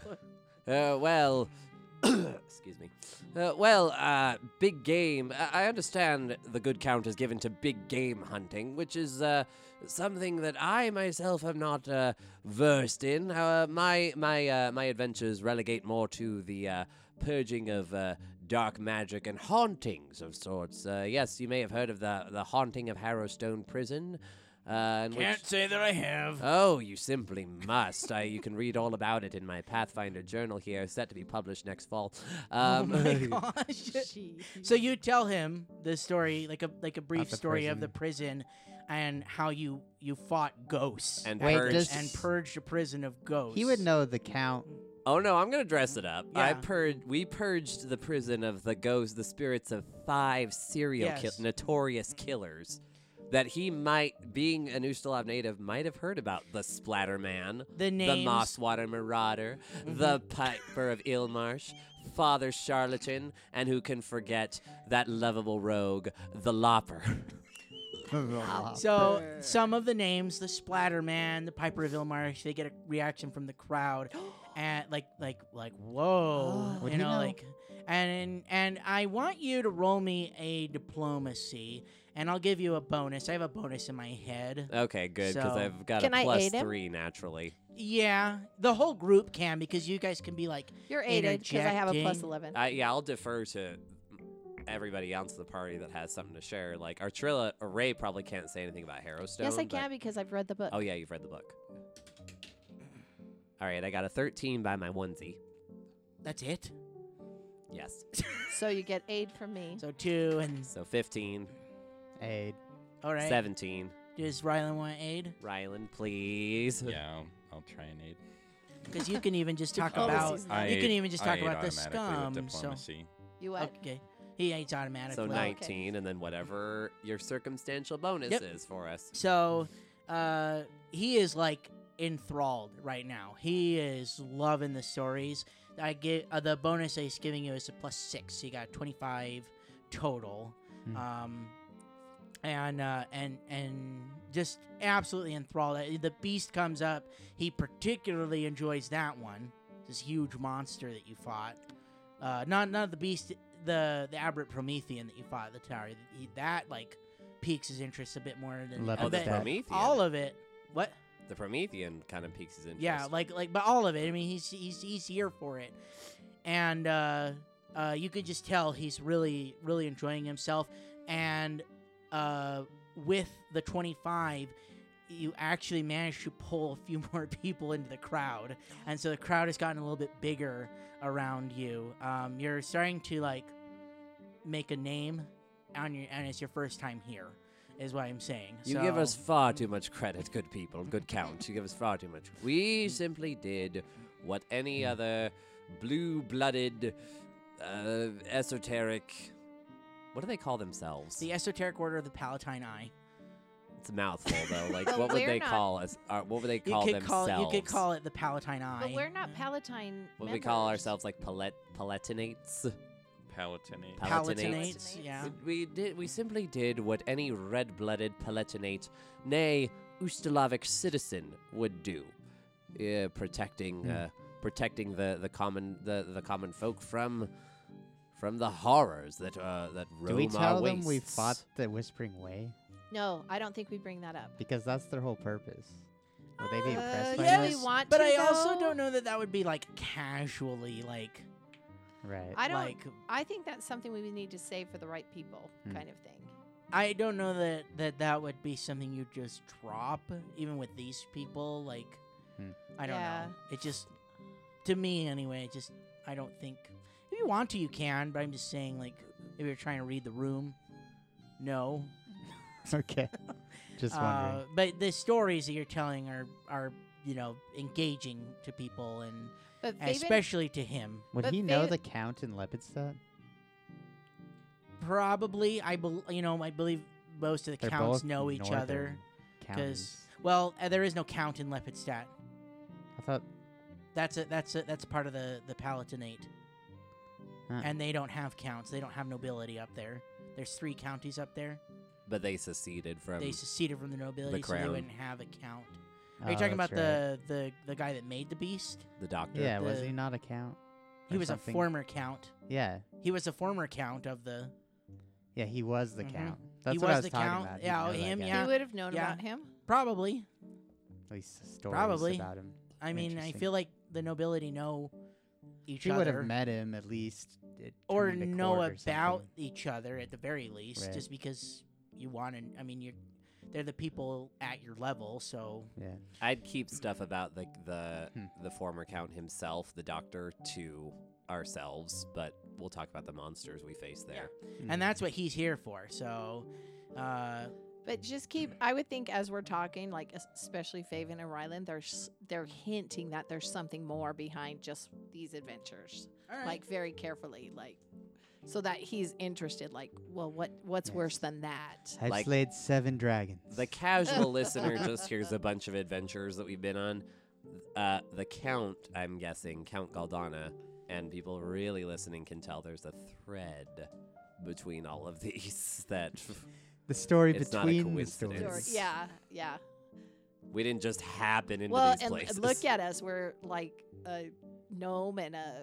[SPEAKER 6] Uh, well, excuse me. Uh, well, uh, big game. I-, I understand the good count is given to big game hunting, which is uh, something that I myself am not uh, versed in. Uh, my my uh, my adventures relegate more to the uh, purging of uh, dark magic and hauntings of sorts. Uh, yes, you may have heard of the the haunting of Harrowstone Prison. Uh, in which,
[SPEAKER 3] Can't say that I have.
[SPEAKER 6] Oh, you simply must. I, you can read all about it in my Pathfinder journal here, set to be published next fall. Um,
[SPEAKER 3] oh my gosh. so you tell him the story, like a like a brief
[SPEAKER 4] the
[SPEAKER 3] story of the prison, and how you you fought ghosts
[SPEAKER 6] and
[SPEAKER 4] Wait,
[SPEAKER 6] purged.
[SPEAKER 4] does-
[SPEAKER 3] and purged a prison of ghosts.
[SPEAKER 4] He would know the count.
[SPEAKER 6] oh no, I'm gonna dress it up. I
[SPEAKER 3] Yeah.
[SPEAKER 6] purged. We purged the prison of the ghosts, the spirits of five serial kill-
[SPEAKER 3] Yes.
[SPEAKER 6] notorious killers. That he might, being an Ustalav native, might have heard about the Splatterman,
[SPEAKER 3] the
[SPEAKER 6] the
[SPEAKER 3] names. Mm-hmm.
[SPEAKER 6] Mosswater Marauder, the Piper of Ilmarsh, Father Charlatan, and who can forget that lovable rogue, the Lopper.
[SPEAKER 3] So some of the names, the Splatter Man, the Piper of Ilmarsh, they get a reaction from the crowd, and like like like whoa,
[SPEAKER 4] Would
[SPEAKER 3] you
[SPEAKER 4] he
[SPEAKER 3] know,
[SPEAKER 4] know?
[SPEAKER 3] like, and and I want you to roll me a diplomacy, and I'll give you a bonus. I have a bonus in my head.
[SPEAKER 6] Okay, good, because
[SPEAKER 3] So-
[SPEAKER 6] I've got
[SPEAKER 7] Can
[SPEAKER 6] a
[SPEAKER 7] I
[SPEAKER 6] plus
[SPEAKER 7] aid him?
[SPEAKER 6] three naturally.
[SPEAKER 3] Yeah, the whole group can because you guys can be like,
[SPEAKER 7] You're aided because I have a plus
[SPEAKER 3] Interjecting.
[SPEAKER 7] 11.
[SPEAKER 6] I, yeah, I'll defer to everybody else in the party that has something to share. Like, Artrilla or Ray probably can't say anything about Harrowstone.
[SPEAKER 7] yes, I
[SPEAKER 6] but-
[SPEAKER 7] can because I've read the book.
[SPEAKER 6] Oh, yeah, you've read the book. All right, I got a 13 by my onesie.
[SPEAKER 3] that's it.
[SPEAKER 6] Yes.
[SPEAKER 7] So you get aid from me.
[SPEAKER 3] So two and
[SPEAKER 6] So 15,
[SPEAKER 4] Aid.
[SPEAKER 3] all right.
[SPEAKER 6] 17.
[SPEAKER 3] Does Rylan want aid?
[SPEAKER 6] Rylan, please.
[SPEAKER 5] yeah, I'll, I'll try and aid.
[SPEAKER 3] Because you can even just talk about
[SPEAKER 7] Diplomacy's
[SPEAKER 5] I
[SPEAKER 3] you can
[SPEAKER 5] aid-
[SPEAKER 3] even just
[SPEAKER 5] I
[SPEAKER 3] talk
[SPEAKER 5] aid
[SPEAKER 3] about the
[SPEAKER 5] automatically
[SPEAKER 3] scum.
[SPEAKER 5] with
[SPEAKER 3] So
[SPEAKER 5] diplomacy.
[SPEAKER 7] You what?
[SPEAKER 3] okay, he hates automatically.
[SPEAKER 6] So
[SPEAKER 7] Okay.
[SPEAKER 6] 19, and then whatever your circumstantial bonus
[SPEAKER 3] Yep.
[SPEAKER 6] is for us.
[SPEAKER 3] So uh, he is like enthralled right now. He is loving the stories. I get uh, the bonus that he's giving you is a plus six. So you got twenty five total,
[SPEAKER 4] Hmm.
[SPEAKER 3] um, and uh, and and just absolutely enthralled. Uh, The beast comes up. He particularly enjoys that one. This huge monster that you fought. Uh, not not the beast, the the aberrant Promethean that you fought at the tower. He, that like piques his interest a bit more than
[SPEAKER 4] Leopard
[SPEAKER 6] Oh,
[SPEAKER 3] I
[SPEAKER 6] the
[SPEAKER 3] bet
[SPEAKER 4] stat.
[SPEAKER 6] Promethean.
[SPEAKER 3] all of it. What?
[SPEAKER 6] the Promethean kind of piques his interest.
[SPEAKER 3] Yeah, like like but all of it. I mean, he's he's he's here for it, and uh, uh, you could just tell he's really really enjoying himself. And uh, with the twenty five, you actually managed to pull a few more people into the crowd, and so the crowd has gotten a little bit bigger around you. Um, you're starting to like make a name on your, and it's your first time here, is what I'm saying.
[SPEAKER 6] You give
[SPEAKER 3] So-
[SPEAKER 6] us far too much credit, good people, good count. You give us far too much. We
[SPEAKER 3] Mm.
[SPEAKER 6] simply did what any other blue blooded, uh, esoteric. What do they call themselves?
[SPEAKER 3] the esoteric order of the Palatine Eye.
[SPEAKER 6] it's a mouthful, though. Like,
[SPEAKER 7] But
[SPEAKER 6] what would
[SPEAKER 7] we're
[SPEAKER 6] they
[SPEAKER 7] not-
[SPEAKER 6] call us? Uh, what would they
[SPEAKER 3] You
[SPEAKER 6] call
[SPEAKER 3] could
[SPEAKER 6] themselves?
[SPEAKER 3] call you could call it the Palatine Eye.
[SPEAKER 7] But we're not Palatine.
[SPEAKER 6] What we call
[SPEAKER 7] members.
[SPEAKER 6] ourselves, like palet- palatinates.
[SPEAKER 5] Palatinate.
[SPEAKER 6] Pal- Palatinates.
[SPEAKER 3] Palatinates. Yeah.
[SPEAKER 6] We- We did. We simply did what any red-blooded Palatinate,
[SPEAKER 4] Hmm.
[SPEAKER 6] nay, Ustalavic citizen would do, uh, protecting uh, protecting the, the common the, the common folk from from the horrors that uh, that roam
[SPEAKER 4] Do we
[SPEAKER 6] our
[SPEAKER 4] tell
[SPEAKER 6] wastes.
[SPEAKER 4] them we fought the Whispering Way?
[SPEAKER 2] No, I don't think we bring that up.
[SPEAKER 4] Because that's their whole purpose. Would they be
[SPEAKER 7] Uh,
[SPEAKER 4] impressed by
[SPEAKER 7] yeah,
[SPEAKER 4] this?
[SPEAKER 2] we want
[SPEAKER 3] But
[SPEAKER 2] to,
[SPEAKER 3] I also
[SPEAKER 2] though?
[SPEAKER 3] don't know that that would be like casually like
[SPEAKER 4] Right.
[SPEAKER 2] I don't.
[SPEAKER 3] like
[SPEAKER 2] I think that's something we would need to save for the right people,
[SPEAKER 4] Hmm.
[SPEAKER 2] kind of thing.
[SPEAKER 3] I don't know that that that would be something you just drop even with these people like
[SPEAKER 4] Hmm.
[SPEAKER 3] I don't
[SPEAKER 2] Yeah.
[SPEAKER 3] know. It just to me anyway, it just I don't think if you want to you can, but I'm just saying like if you're trying to read the room, no.
[SPEAKER 4] okay. Just wondering.
[SPEAKER 3] Uh, but the stories that you're telling are are you know engaging to people and
[SPEAKER 2] But
[SPEAKER 3] and
[SPEAKER 2] Fabian,
[SPEAKER 3] especially to him.
[SPEAKER 4] Would
[SPEAKER 2] but
[SPEAKER 4] he know
[SPEAKER 2] Fa-
[SPEAKER 4] the count in Lepidstadt?
[SPEAKER 3] Probably I bel you know I believe most of the
[SPEAKER 4] They're
[SPEAKER 3] counts
[SPEAKER 4] both
[SPEAKER 3] know each other
[SPEAKER 4] northern counties.
[SPEAKER 3] well uh, there is no count in Lepidstadt.
[SPEAKER 4] I thought
[SPEAKER 3] That's a that's a that's part of the the Palatinate.
[SPEAKER 4] Huh.
[SPEAKER 3] And they don't have counts. They don't have nobility up there. There's three counties up there.
[SPEAKER 6] But they seceded from
[SPEAKER 3] they seceded from the nobility, so they
[SPEAKER 6] Um, crown.
[SPEAKER 3] wouldn't have a count. Are you
[SPEAKER 4] oh,
[SPEAKER 3] talking about
[SPEAKER 4] that's right.
[SPEAKER 3] the, the the guy that made the beast?
[SPEAKER 6] the doctor.
[SPEAKER 4] Yeah, was
[SPEAKER 3] the-
[SPEAKER 4] he not a count?
[SPEAKER 3] He
[SPEAKER 4] or
[SPEAKER 3] was
[SPEAKER 4] something?
[SPEAKER 3] a former count.
[SPEAKER 4] Yeah.
[SPEAKER 3] He was a former count of the.
[SPEAKER 4] Yeah, he was the
[SPEAKER 3] Mhm.
[SPEAKER 4] count. That's
[SPEAKER 3] He
[SPEAKER 4] what
[SPEAKER 3] was
[SPEAKER 4] I was
[SPEAKER 3] the
[SPEAKER 4] talking
[SPEAKER 3] count.
[SPEAKER 4] about.
[SPEAKER 3] Yeah,
[SPEAKER 4] You'd
[SPEAKER 3] oh,
[SPEAKER 4] know that
[SPEAKER 3] him,
[SPEAKER 4] guy.
[SPEAKER 3] yeah.
[SPEAKER 2] he would have known
[SPEAKER 3] Yeah.
[SPEAKER 2] about him.
[SPEAKER 3] Probably.
[SPEAKER 4] At least stories
[SPEAKER 3] Probably.
[SPEAKER 4] about him.
[SPEAKER 3] I mean, I
[SPEAKER 4] Interesting.
[SPEAKER 3] feel like the nobility know each
[SPEAKER 4] He would
[SPEAKER 3] other
[SPEAKER 4] have met him at least. at
[SPEAKER 3] or
[SPEAKER 4] Trinity
[SPEAKER 3] know
[SPEAKER 4] Court or
[SPEAKER 3] about
[SPEAKER 4] something.
[SPEAKER 3] each other at the very least,
[SPEAKER 4] Right.
[SPEAKER 3] just because you want to. I mean, you're they're the people at your level, so
[SPEAKER 4] Yeah.
[SPEAKER 6] I'd keep stuff about the the
[SPEAKER 4] Hmm.
[SPEAKER 6] the former count himself, the doctor, to ourselves. But we'll talk about the monsters we face there.
[SPEAKER 4] Hmm.
[SPEAKER 3] and that's what he's here for. So, uh,
[SPEAKER 2] But just keep. I would think as we're talking, like es- especially Faven and Ryland, they're s- they're hinting that there's something more behind just these adventures. Like very carefully, like so that he's interested. Like, well, what what's
[SPEAKER 4] Yes.
[SPEAKER 2] worse than that?
[SPEAKER 4] I've
[SPEAKER 6] Like-
[SPEAKER 4] slayed seven dragons.
[SPEAKER 6] The casual listener just hears a bunch of adventures that we've been on. Uh, the count, I'm guessing, Count Galdana, and people really listening can tell there's a thread between all of these that
[SPEAKER 4] the story
[SPEAKER 6] It's not a
[SPEAKER 4] between the
[SPEAKER 6] coincidence.
[SPEAKER 2] Or-
[SPEAKER 4] stories.
[SPEAKER 6] Yes.
[SPEAKER 2] yeah, yeah.
[SPEAKER 6] we didn't just happen into
[SPEAKER 2] well,
[SPEAKER 6] these
[SPEAKER 2] and l-
[SPEAKER 6] places.
[SPEAKER 2] look at us. We're like a gnome and a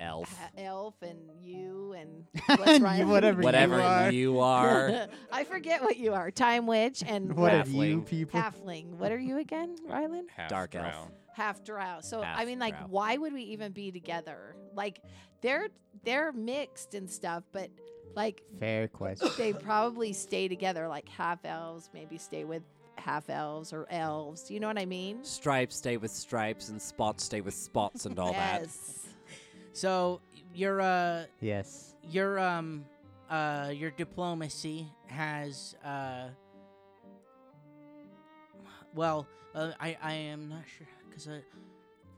[SPEAKER 6] elf,
[SPEAKER 2] ha- elf, and you and
[SPEAKER 4] And
[SPEAKER 2] what's
[SPEAKER 4] you-
[SPEAKER 2] Rylan?
[SPEAKER 4] whatever You
[SPEAKER 6] whatever
[SPEAKER 4] are-
[SPEAKER 6] you are.
[SPEAKER 2] I forget what you are. Time witch and
[SPEAKER 4] What
[SPEAKER 2] what
[SPEAKER 4] have you
[SPEAKER 6] Halfling.
[SPEAKER 4] people?
[SPEAKER 2] halfling. What are you again, Rylan?
[SPEAKER 5] Half
[SPEAKER 6] Dark elf.
[SPEAKER 5] drow.
[SPEAKER 2] half drow. So I
[SPEAKER 6] Half
[SPEAKER 2] mean, like,
[SPEAKER 6] drow.
[SPEAKER 2] why would we even be together? Like, they're they're mixed and stuff, but like
[SPEAKER 4] Fair question.
[SPEAKER 2] they probably stay together. Like half elves, maybe stay with half elves or elves. Do you know what I mean?
[SPEAKER 6] Stripes stay with stripes, and spots stay with spots, and all that.
[SPEAKER 2] yes.
[SPEAKER 3] so your uh,
[SPEAKER 4] yes.
[SPEAKER 3] your um, uh, your diplomacy has uh, well, uh, I I am not sure because I.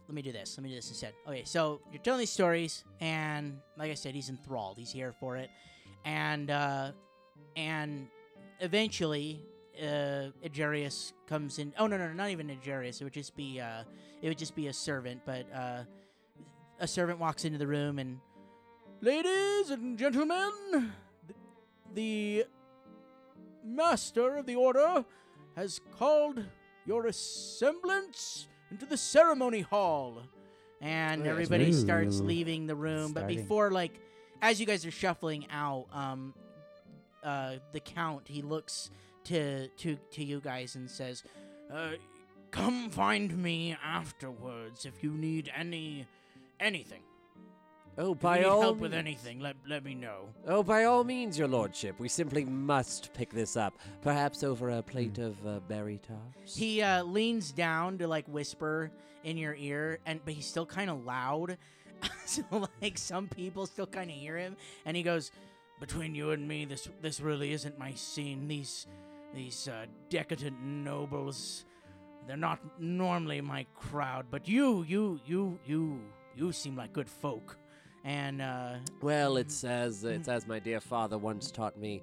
[SPEAKER 3] Let me do this. Let me do this instead. Okay, so you're telling these stories, and like I said, he's enthralled. He's here for it, and uh, and eventually, uh, Agerius comes in. Oh no, no, no, not even Agerius. It would just be uh, it would just be a servant. But uh, a servant walks into the room and, ladies and gentlemen, th- the master of the order has called your assemblance into the ceremony hall. And
[SPEAKER 4] Ooh.
[SPEAKER 3] everybody starts
[SPEAKER 4] Ooh.
[SPEAKER 3] leaving the room.
[SPEAKER 4] Starting.
[SPEAKER 3] But before, like, as you guys are shuffling out, um, uh, the count he looks to to to you guys and says, uh, "Come find me afterwards if you need any anything.
[SPEAKER 6] Oh,
[SPEAKER 3] If you
[SPEAKER 6] by
[SPEAKER 3] need
[SPEAKER 6] all
[SPEAKER 3] help with
[SPEAKER 6] means-
[SPEAKER 3] anything, let let me know."
[SPEAKER 6] Oh, by all means, your lordship. We simply must pick this up. Perhaps over a plate
[SPEAKER 3] Hmm.
[SPEAKER 6] of uh, berry tarts.
[SPEAKER 3] He uh, leans down to like whisper in your ear, and but he's still kind of loud, so like some people still kind of hear him. And he goes, "Between you and me, this this really isn't my scene. These these uh, decadent nobles, they're not normally my crowd. But you, you, you, you, you seem like good folk." And uh,
[SPEAKER 6] Well, it's as
[SPEAKER 3] Mm-hmm.
[SPEAKER 6] it's as my dear father once taught me,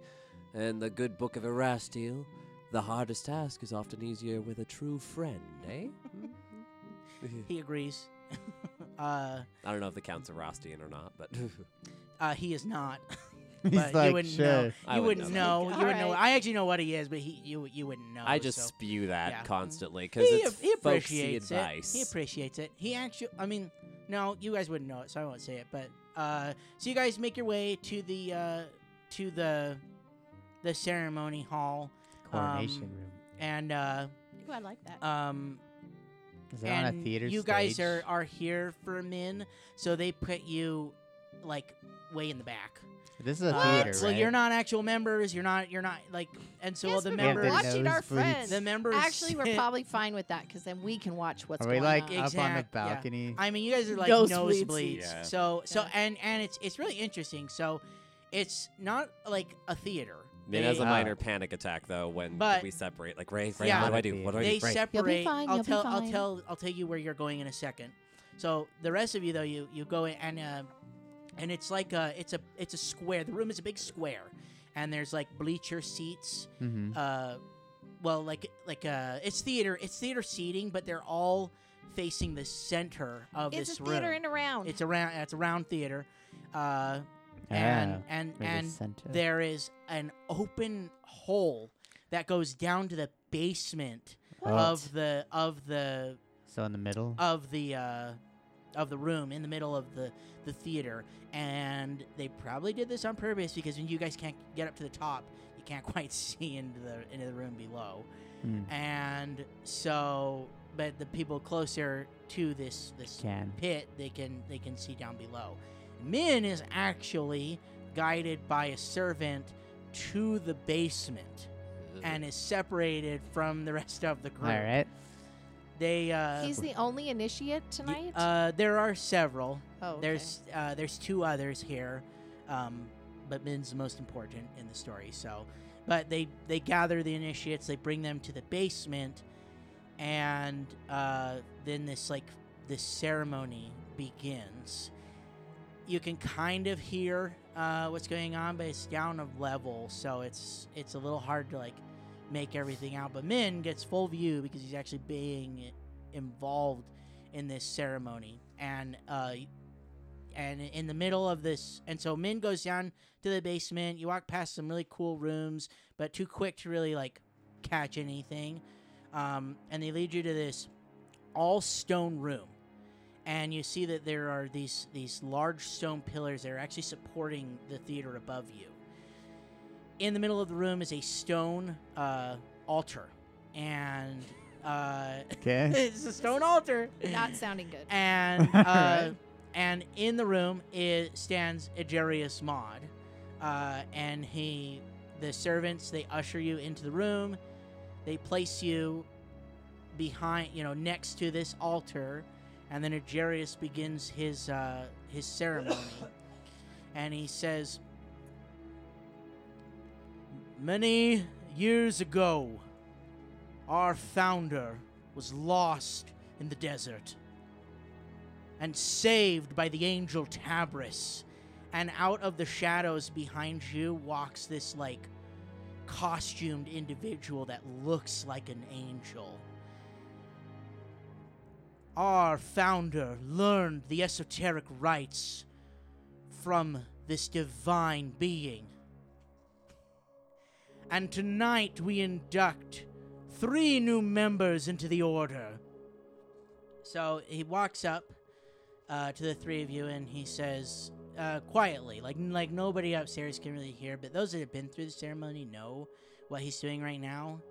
[SPEAKER 6] in the good book of Erastiel, the hardest task is often easier with a true friend, eh?
[SPEAKER 3] he agrees. uh,
[SPEAKER 6] I don't know if the count's Erastian or not, but
[SPEAKER 3] uh, he is not.
[SPEAKER 4] He's
[SPEAKER 3] but
[SPEAKER 4] like,
[SPEAKER 3] you wouldn't know.
[SPEAKER 4] sure.
[SPEAKER 6] I
[SPEAKER 3] You
[SPEAKER 6] wouldn't
[SPEAKER 3] wouldn't
[SPEAKER 6] know.
[SPEAKER 3] know. You
[SPEAKER 7] All
[SPEAKER 3] wouldn't know.
[SPEAKER 7] right.
[SPEAKER 3] I actually know what he is, but he you you wouldn't know.
[SPEAKER 6] I just
[SPEAKER 3] Oh, so.
[SPEAKER 6] spew that
[SPEAKER 3] yeah.
[SPEAKER 6] constantly because
[SPEAKER 3] he,
[SPEAKER 6] it's
[SPEAKER 3] he
[SPEAKER 6] folksy
[SPEAKER 3] appreciates
[SPEAKER 6] advice.
[SPEAKER 3] it. He appreciates it. He actually, I mean, no, you guys wouldn't know it, so I won't say it. But uh, so you guys make your way to the uh, to the the ceremony hall,
[SPEAKER 4] Coronation
[SPEAKER 3] Um,
[SPEAKER 4] room.
[SPEAKER 3] and uh,
[SPEAKER 2] Ooh, I like that.
[SPEAKER 3] um,
[SPEAKER 4] Is it
[SPEAKER 3] and
[SPEAKER 4] on a theater
[SPEAKER 3] you guys
[SPEAKER 4] stage?
[SPEAKER 3] are are here for men, so they put you like way in the back.
[SPEAKER 4] This is a
[SPEAKER 3] Uh,
[SPEAKER 4] theater,
[SPEAKER 3] So
[SPEAKER 4] right?
[SPEAKER 3] you're not actual members. You're not. You're not like. And so
[SPEAKER 2] yes,
[SPEAKER 3] the
[SPEAKER 2] but
[SPEAKER 4] Yeah,
[SPEAKER 2] we're
[SPEAKER 3] members.
[SPEAKER 2] watching our
[SPEAKER 4] nosebleeds.
[SPEAKER 2] friends.
[SPEAKER 3] the members.
[SPEAKER 2] Actually, we're
[SPEAKER 3] sit-
[SPEAKER 2] probably fine with that because then we can watch what's
[SPEAKER 4] Are we
[SPEAKER 2] going
[SPEAKER 4] like
[SPEAKER 2] on.
[SPEAKER 3] on.
[SPEAKER 4] up on the
[SPEAKER 3] Exact- yeah.
[SPEAKER 4] balcony?
[SPEAKER 3] I mean, you guys are like
[SPEAKER 7] Nosebleeds.
[SPEAKER 3] nosebleeds.
[SPEAKER 5] Yeah.
[SPEAKER 3] So so
[SPEAKER 7] Yeah.
[SPEAKER 3] and and it's it's really interesting. So it's not like a theater.
[SPEAKER 6] It has a
[SPEAKER 4] Ah.
[SPEAKER 6] minor panic attack though when
[SPEAKER 3] uh, But-
[SPEAKER 6] we separate. Like Ray, Ray,
[SPEAKER 3] Yeah.
[SPEAKER 6] what do I do? What do I do?
[SPEAKER 3] they
[SPEAKER 6] Ray.
[SPEAKER 3] separate.
[SPEAKER 2] fine,
[SPEAKER 3] I'll
[SPEAKER 2] you'll be
[SPEAKER 3] tell. I'll
[SPEAKER 2] fine.
[SPEAKER 3] tell. I'll tell you where you're going in a second. So the rest of you though, you you go in and uh, and it's like a it's a it's a square. The room is a big square, and there's like bleacher seats.
[SPEAKER 4] mm-hmm.
[SPEAKER 3] Uh, well, like like uh, it's theater. It's theater seating, but they're all facing the center of
[SPEAKER 7] It's
[SPEAKER 3] this
[SPEAKER 7] a theater
[SPEAKER 3] room.
[SPEAKER 7] and
[SPEAKER 2] Oh,
[SPEAKER 7] around.
[SPEAKER 3] it's around. It's a round theater. Uh,
[SPEAKER 4] Ah,
[SPEAKER 3] and and and there is an open hole that goes down to the basement of the of the
[SPEAKER 4] so in the middle.
[SPEAKER 3] of the uh, of the room in the middle of the the theater, and they probably did this on purpose because when you guys can't get up to the top, you can't quite see into the into the room below,
[SPEAKER 4] Mm.
[SPEAKER 3] and so but the people closer to this this
[SPEAKER 4] Can.
[SPEAKER 3] pit they can they can see down below. Min is actually guided by a servant to the basement and is separated from the rest of the
[SPEAKER 4] All
[SPEAKER 3] group.
[SPEAKER 4] right.
[SPEAKER 3] They uh,
[SPEAKER 2] He's the only initiate
[SPEAKER 3] Y-
[SPEAKER 2] tonight.
[SPEAKER 3] Uh, there are several.
[SPEAKER 2] oh, okay.
[SPEAKER 3] There's uh, there's two others here, um, but Min's the most important in the story. So, but they they gather the initiates, they bring them to the basement, and uh, then this like this ceremony begins. You can kind of hear uh, what's going on, but it's down a level, so it's it's a little hard to like make everything out. But Min gets full view because he's actually being involved in this ceremony, and uh, and in the middle of this, and so Min goes down to the basement. You walk past some really cool rooms, but too quick to really like catch anything. Um, and they lead you to this all stone room, and you see that there are these these large stone pillars that are actually supporting the theater above you. In the middle of the room is a stone uh, altar, and uh,
[SPEAKER 4] Okay.
[SPEAKER 3] it's a stone altar.
[SPEAKER 2] not sounding good.
[SPEAKER 3] And uh,
[SPEAKER 4] Alright.
[SPEAKER 3] and in the room is stands Agerius Maud, uh, and he the servants they usher you into the room, they place you behind you know next to this altar, and then Agerius begins his uh, his ceremony, and he says, many years ago, our founder was lost in the desert and saved by the angel Tabris. And out of the shadows behind you walks this, like, costumed individual that looks like an angel. Our founder learned the esoteric rites from this divine being. And tonight we induct three new members into the order. So he walks up uh, to the three of you and he says uh, quietly, like like nobody upstairs can really hear, but those that have been through the ceremony know what he's doing right now.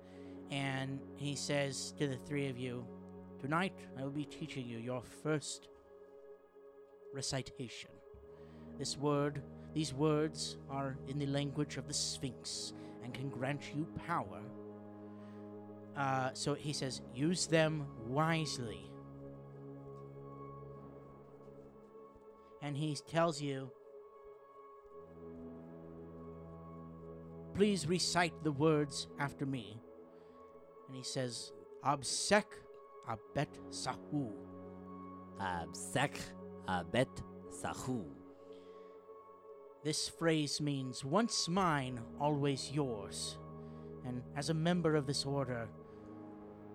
[SPEAKER 3] And he says to the three of you, "Tonight I will be teaching you your first recitation. This word, these words are in the language of the Sphinx and can grant you power." Uh, so he says, use them wisely. and he tells you, Please recite the words after me. And he says, Absek Abet Sahu.
[SPEAKER 6] Uh, Absek abet uh, sahu.
[SPEAKER 3] This phrase means once mine, always yours. And as a member of this order,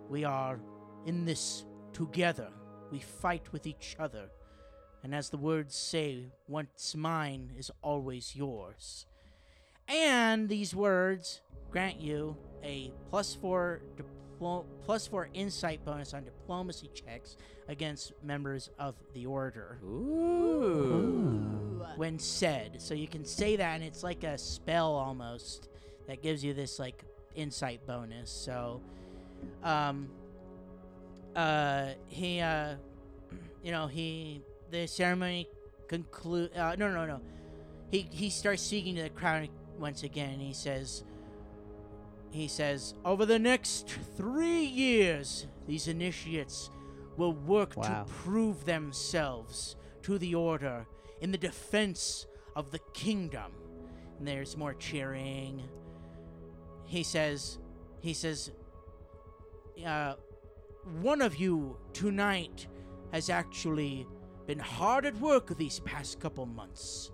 [SPEAKER 3] we are in this together. We fight with each other. And as the words say, once mine is always yours. And these words grant you a plus four diplo- plus four insight bonus on diplomacy checks against members of the order
[SPEAKER 6] Ooh.
[SPEAKER 3] when said. So you can say that, and it's like a spell almost that gives you this like insight bonus. So, um, uh, he, uh, you know, he the ceremony conclude. Uh, no, no, no. He he starts speaking to the crowd once again, and he says. He says, over the next three years, these initiates will work
[SPEAKER 4] Wow.
[SPEAKER 3] to prove themselves to the order in the defense of the kingdom. And there's more cheering. He says, he says, uh, one of you tonight has actually been hard at work these past couple months,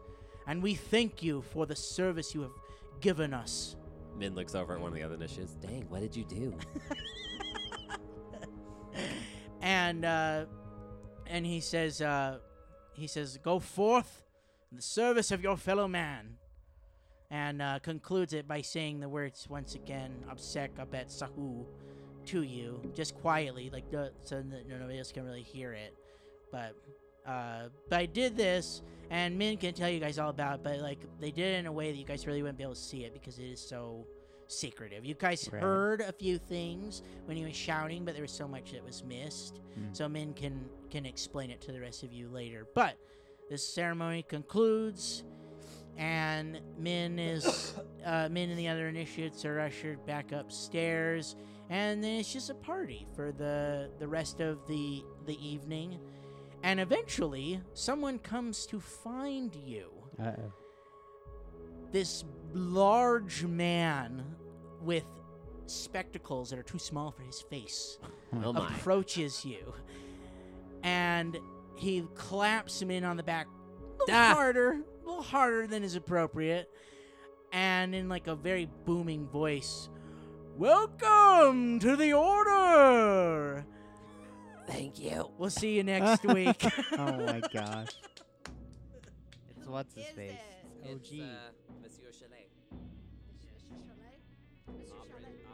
[SPEAKER 3] and we thank you for the service you have given us.
[SPEAKER 6] Min looks over at one of the other initiatives. Dang, what did you do?
[SPEAKER 3] and uh, and he says uh, he says go forth in the service of your fellow man and uh, concludes it by saying the words once again obsek abet sahu to you just quietly like no, so that no- nobody else can really hear it but uh, but I did this, and Min can tell you guys all about it. But like, they did it in a way that you guys really wouldn't be able to see it because it is so secretive. You guys
[SPEAKER 4] Right.
[SPEAKER 3] heard a few things when he was shouting, but there was so much that was missed.
[SPEAKER 4] Mm.
[SPEAKER 3] So Min can can explain it to the rest of you later. But this ceremony concludes, and Min is uh, Min and the other initiates are ushered back upstairs, and then it's just a party for the the rest of the the evening. And eventually, someone comes to find you.
[SPEAKER 4] Uh
[SPEAKER 3] This large man with spectacles that are too small for his face
[SPEAKER 6] Oh my.
[SPEAKER 3] approaches you and he claps him in on the back a little
[SPEAKER 6] Ah.
[SPEAKER 3] harder, a little harder than is appropriate, and in like a very booming voice, Welcome to the order!
[SPEAKER 6] Thank you.
[SPEAKER 3] We'll see you next week.
[SPEAKER 4] Oh my gosh. It's what's his face. It's OG.
[SPEAKER 6] Monsieur Chalet.
[SPEAKER 7] Monsieur Chalet? Monsieur Chalet?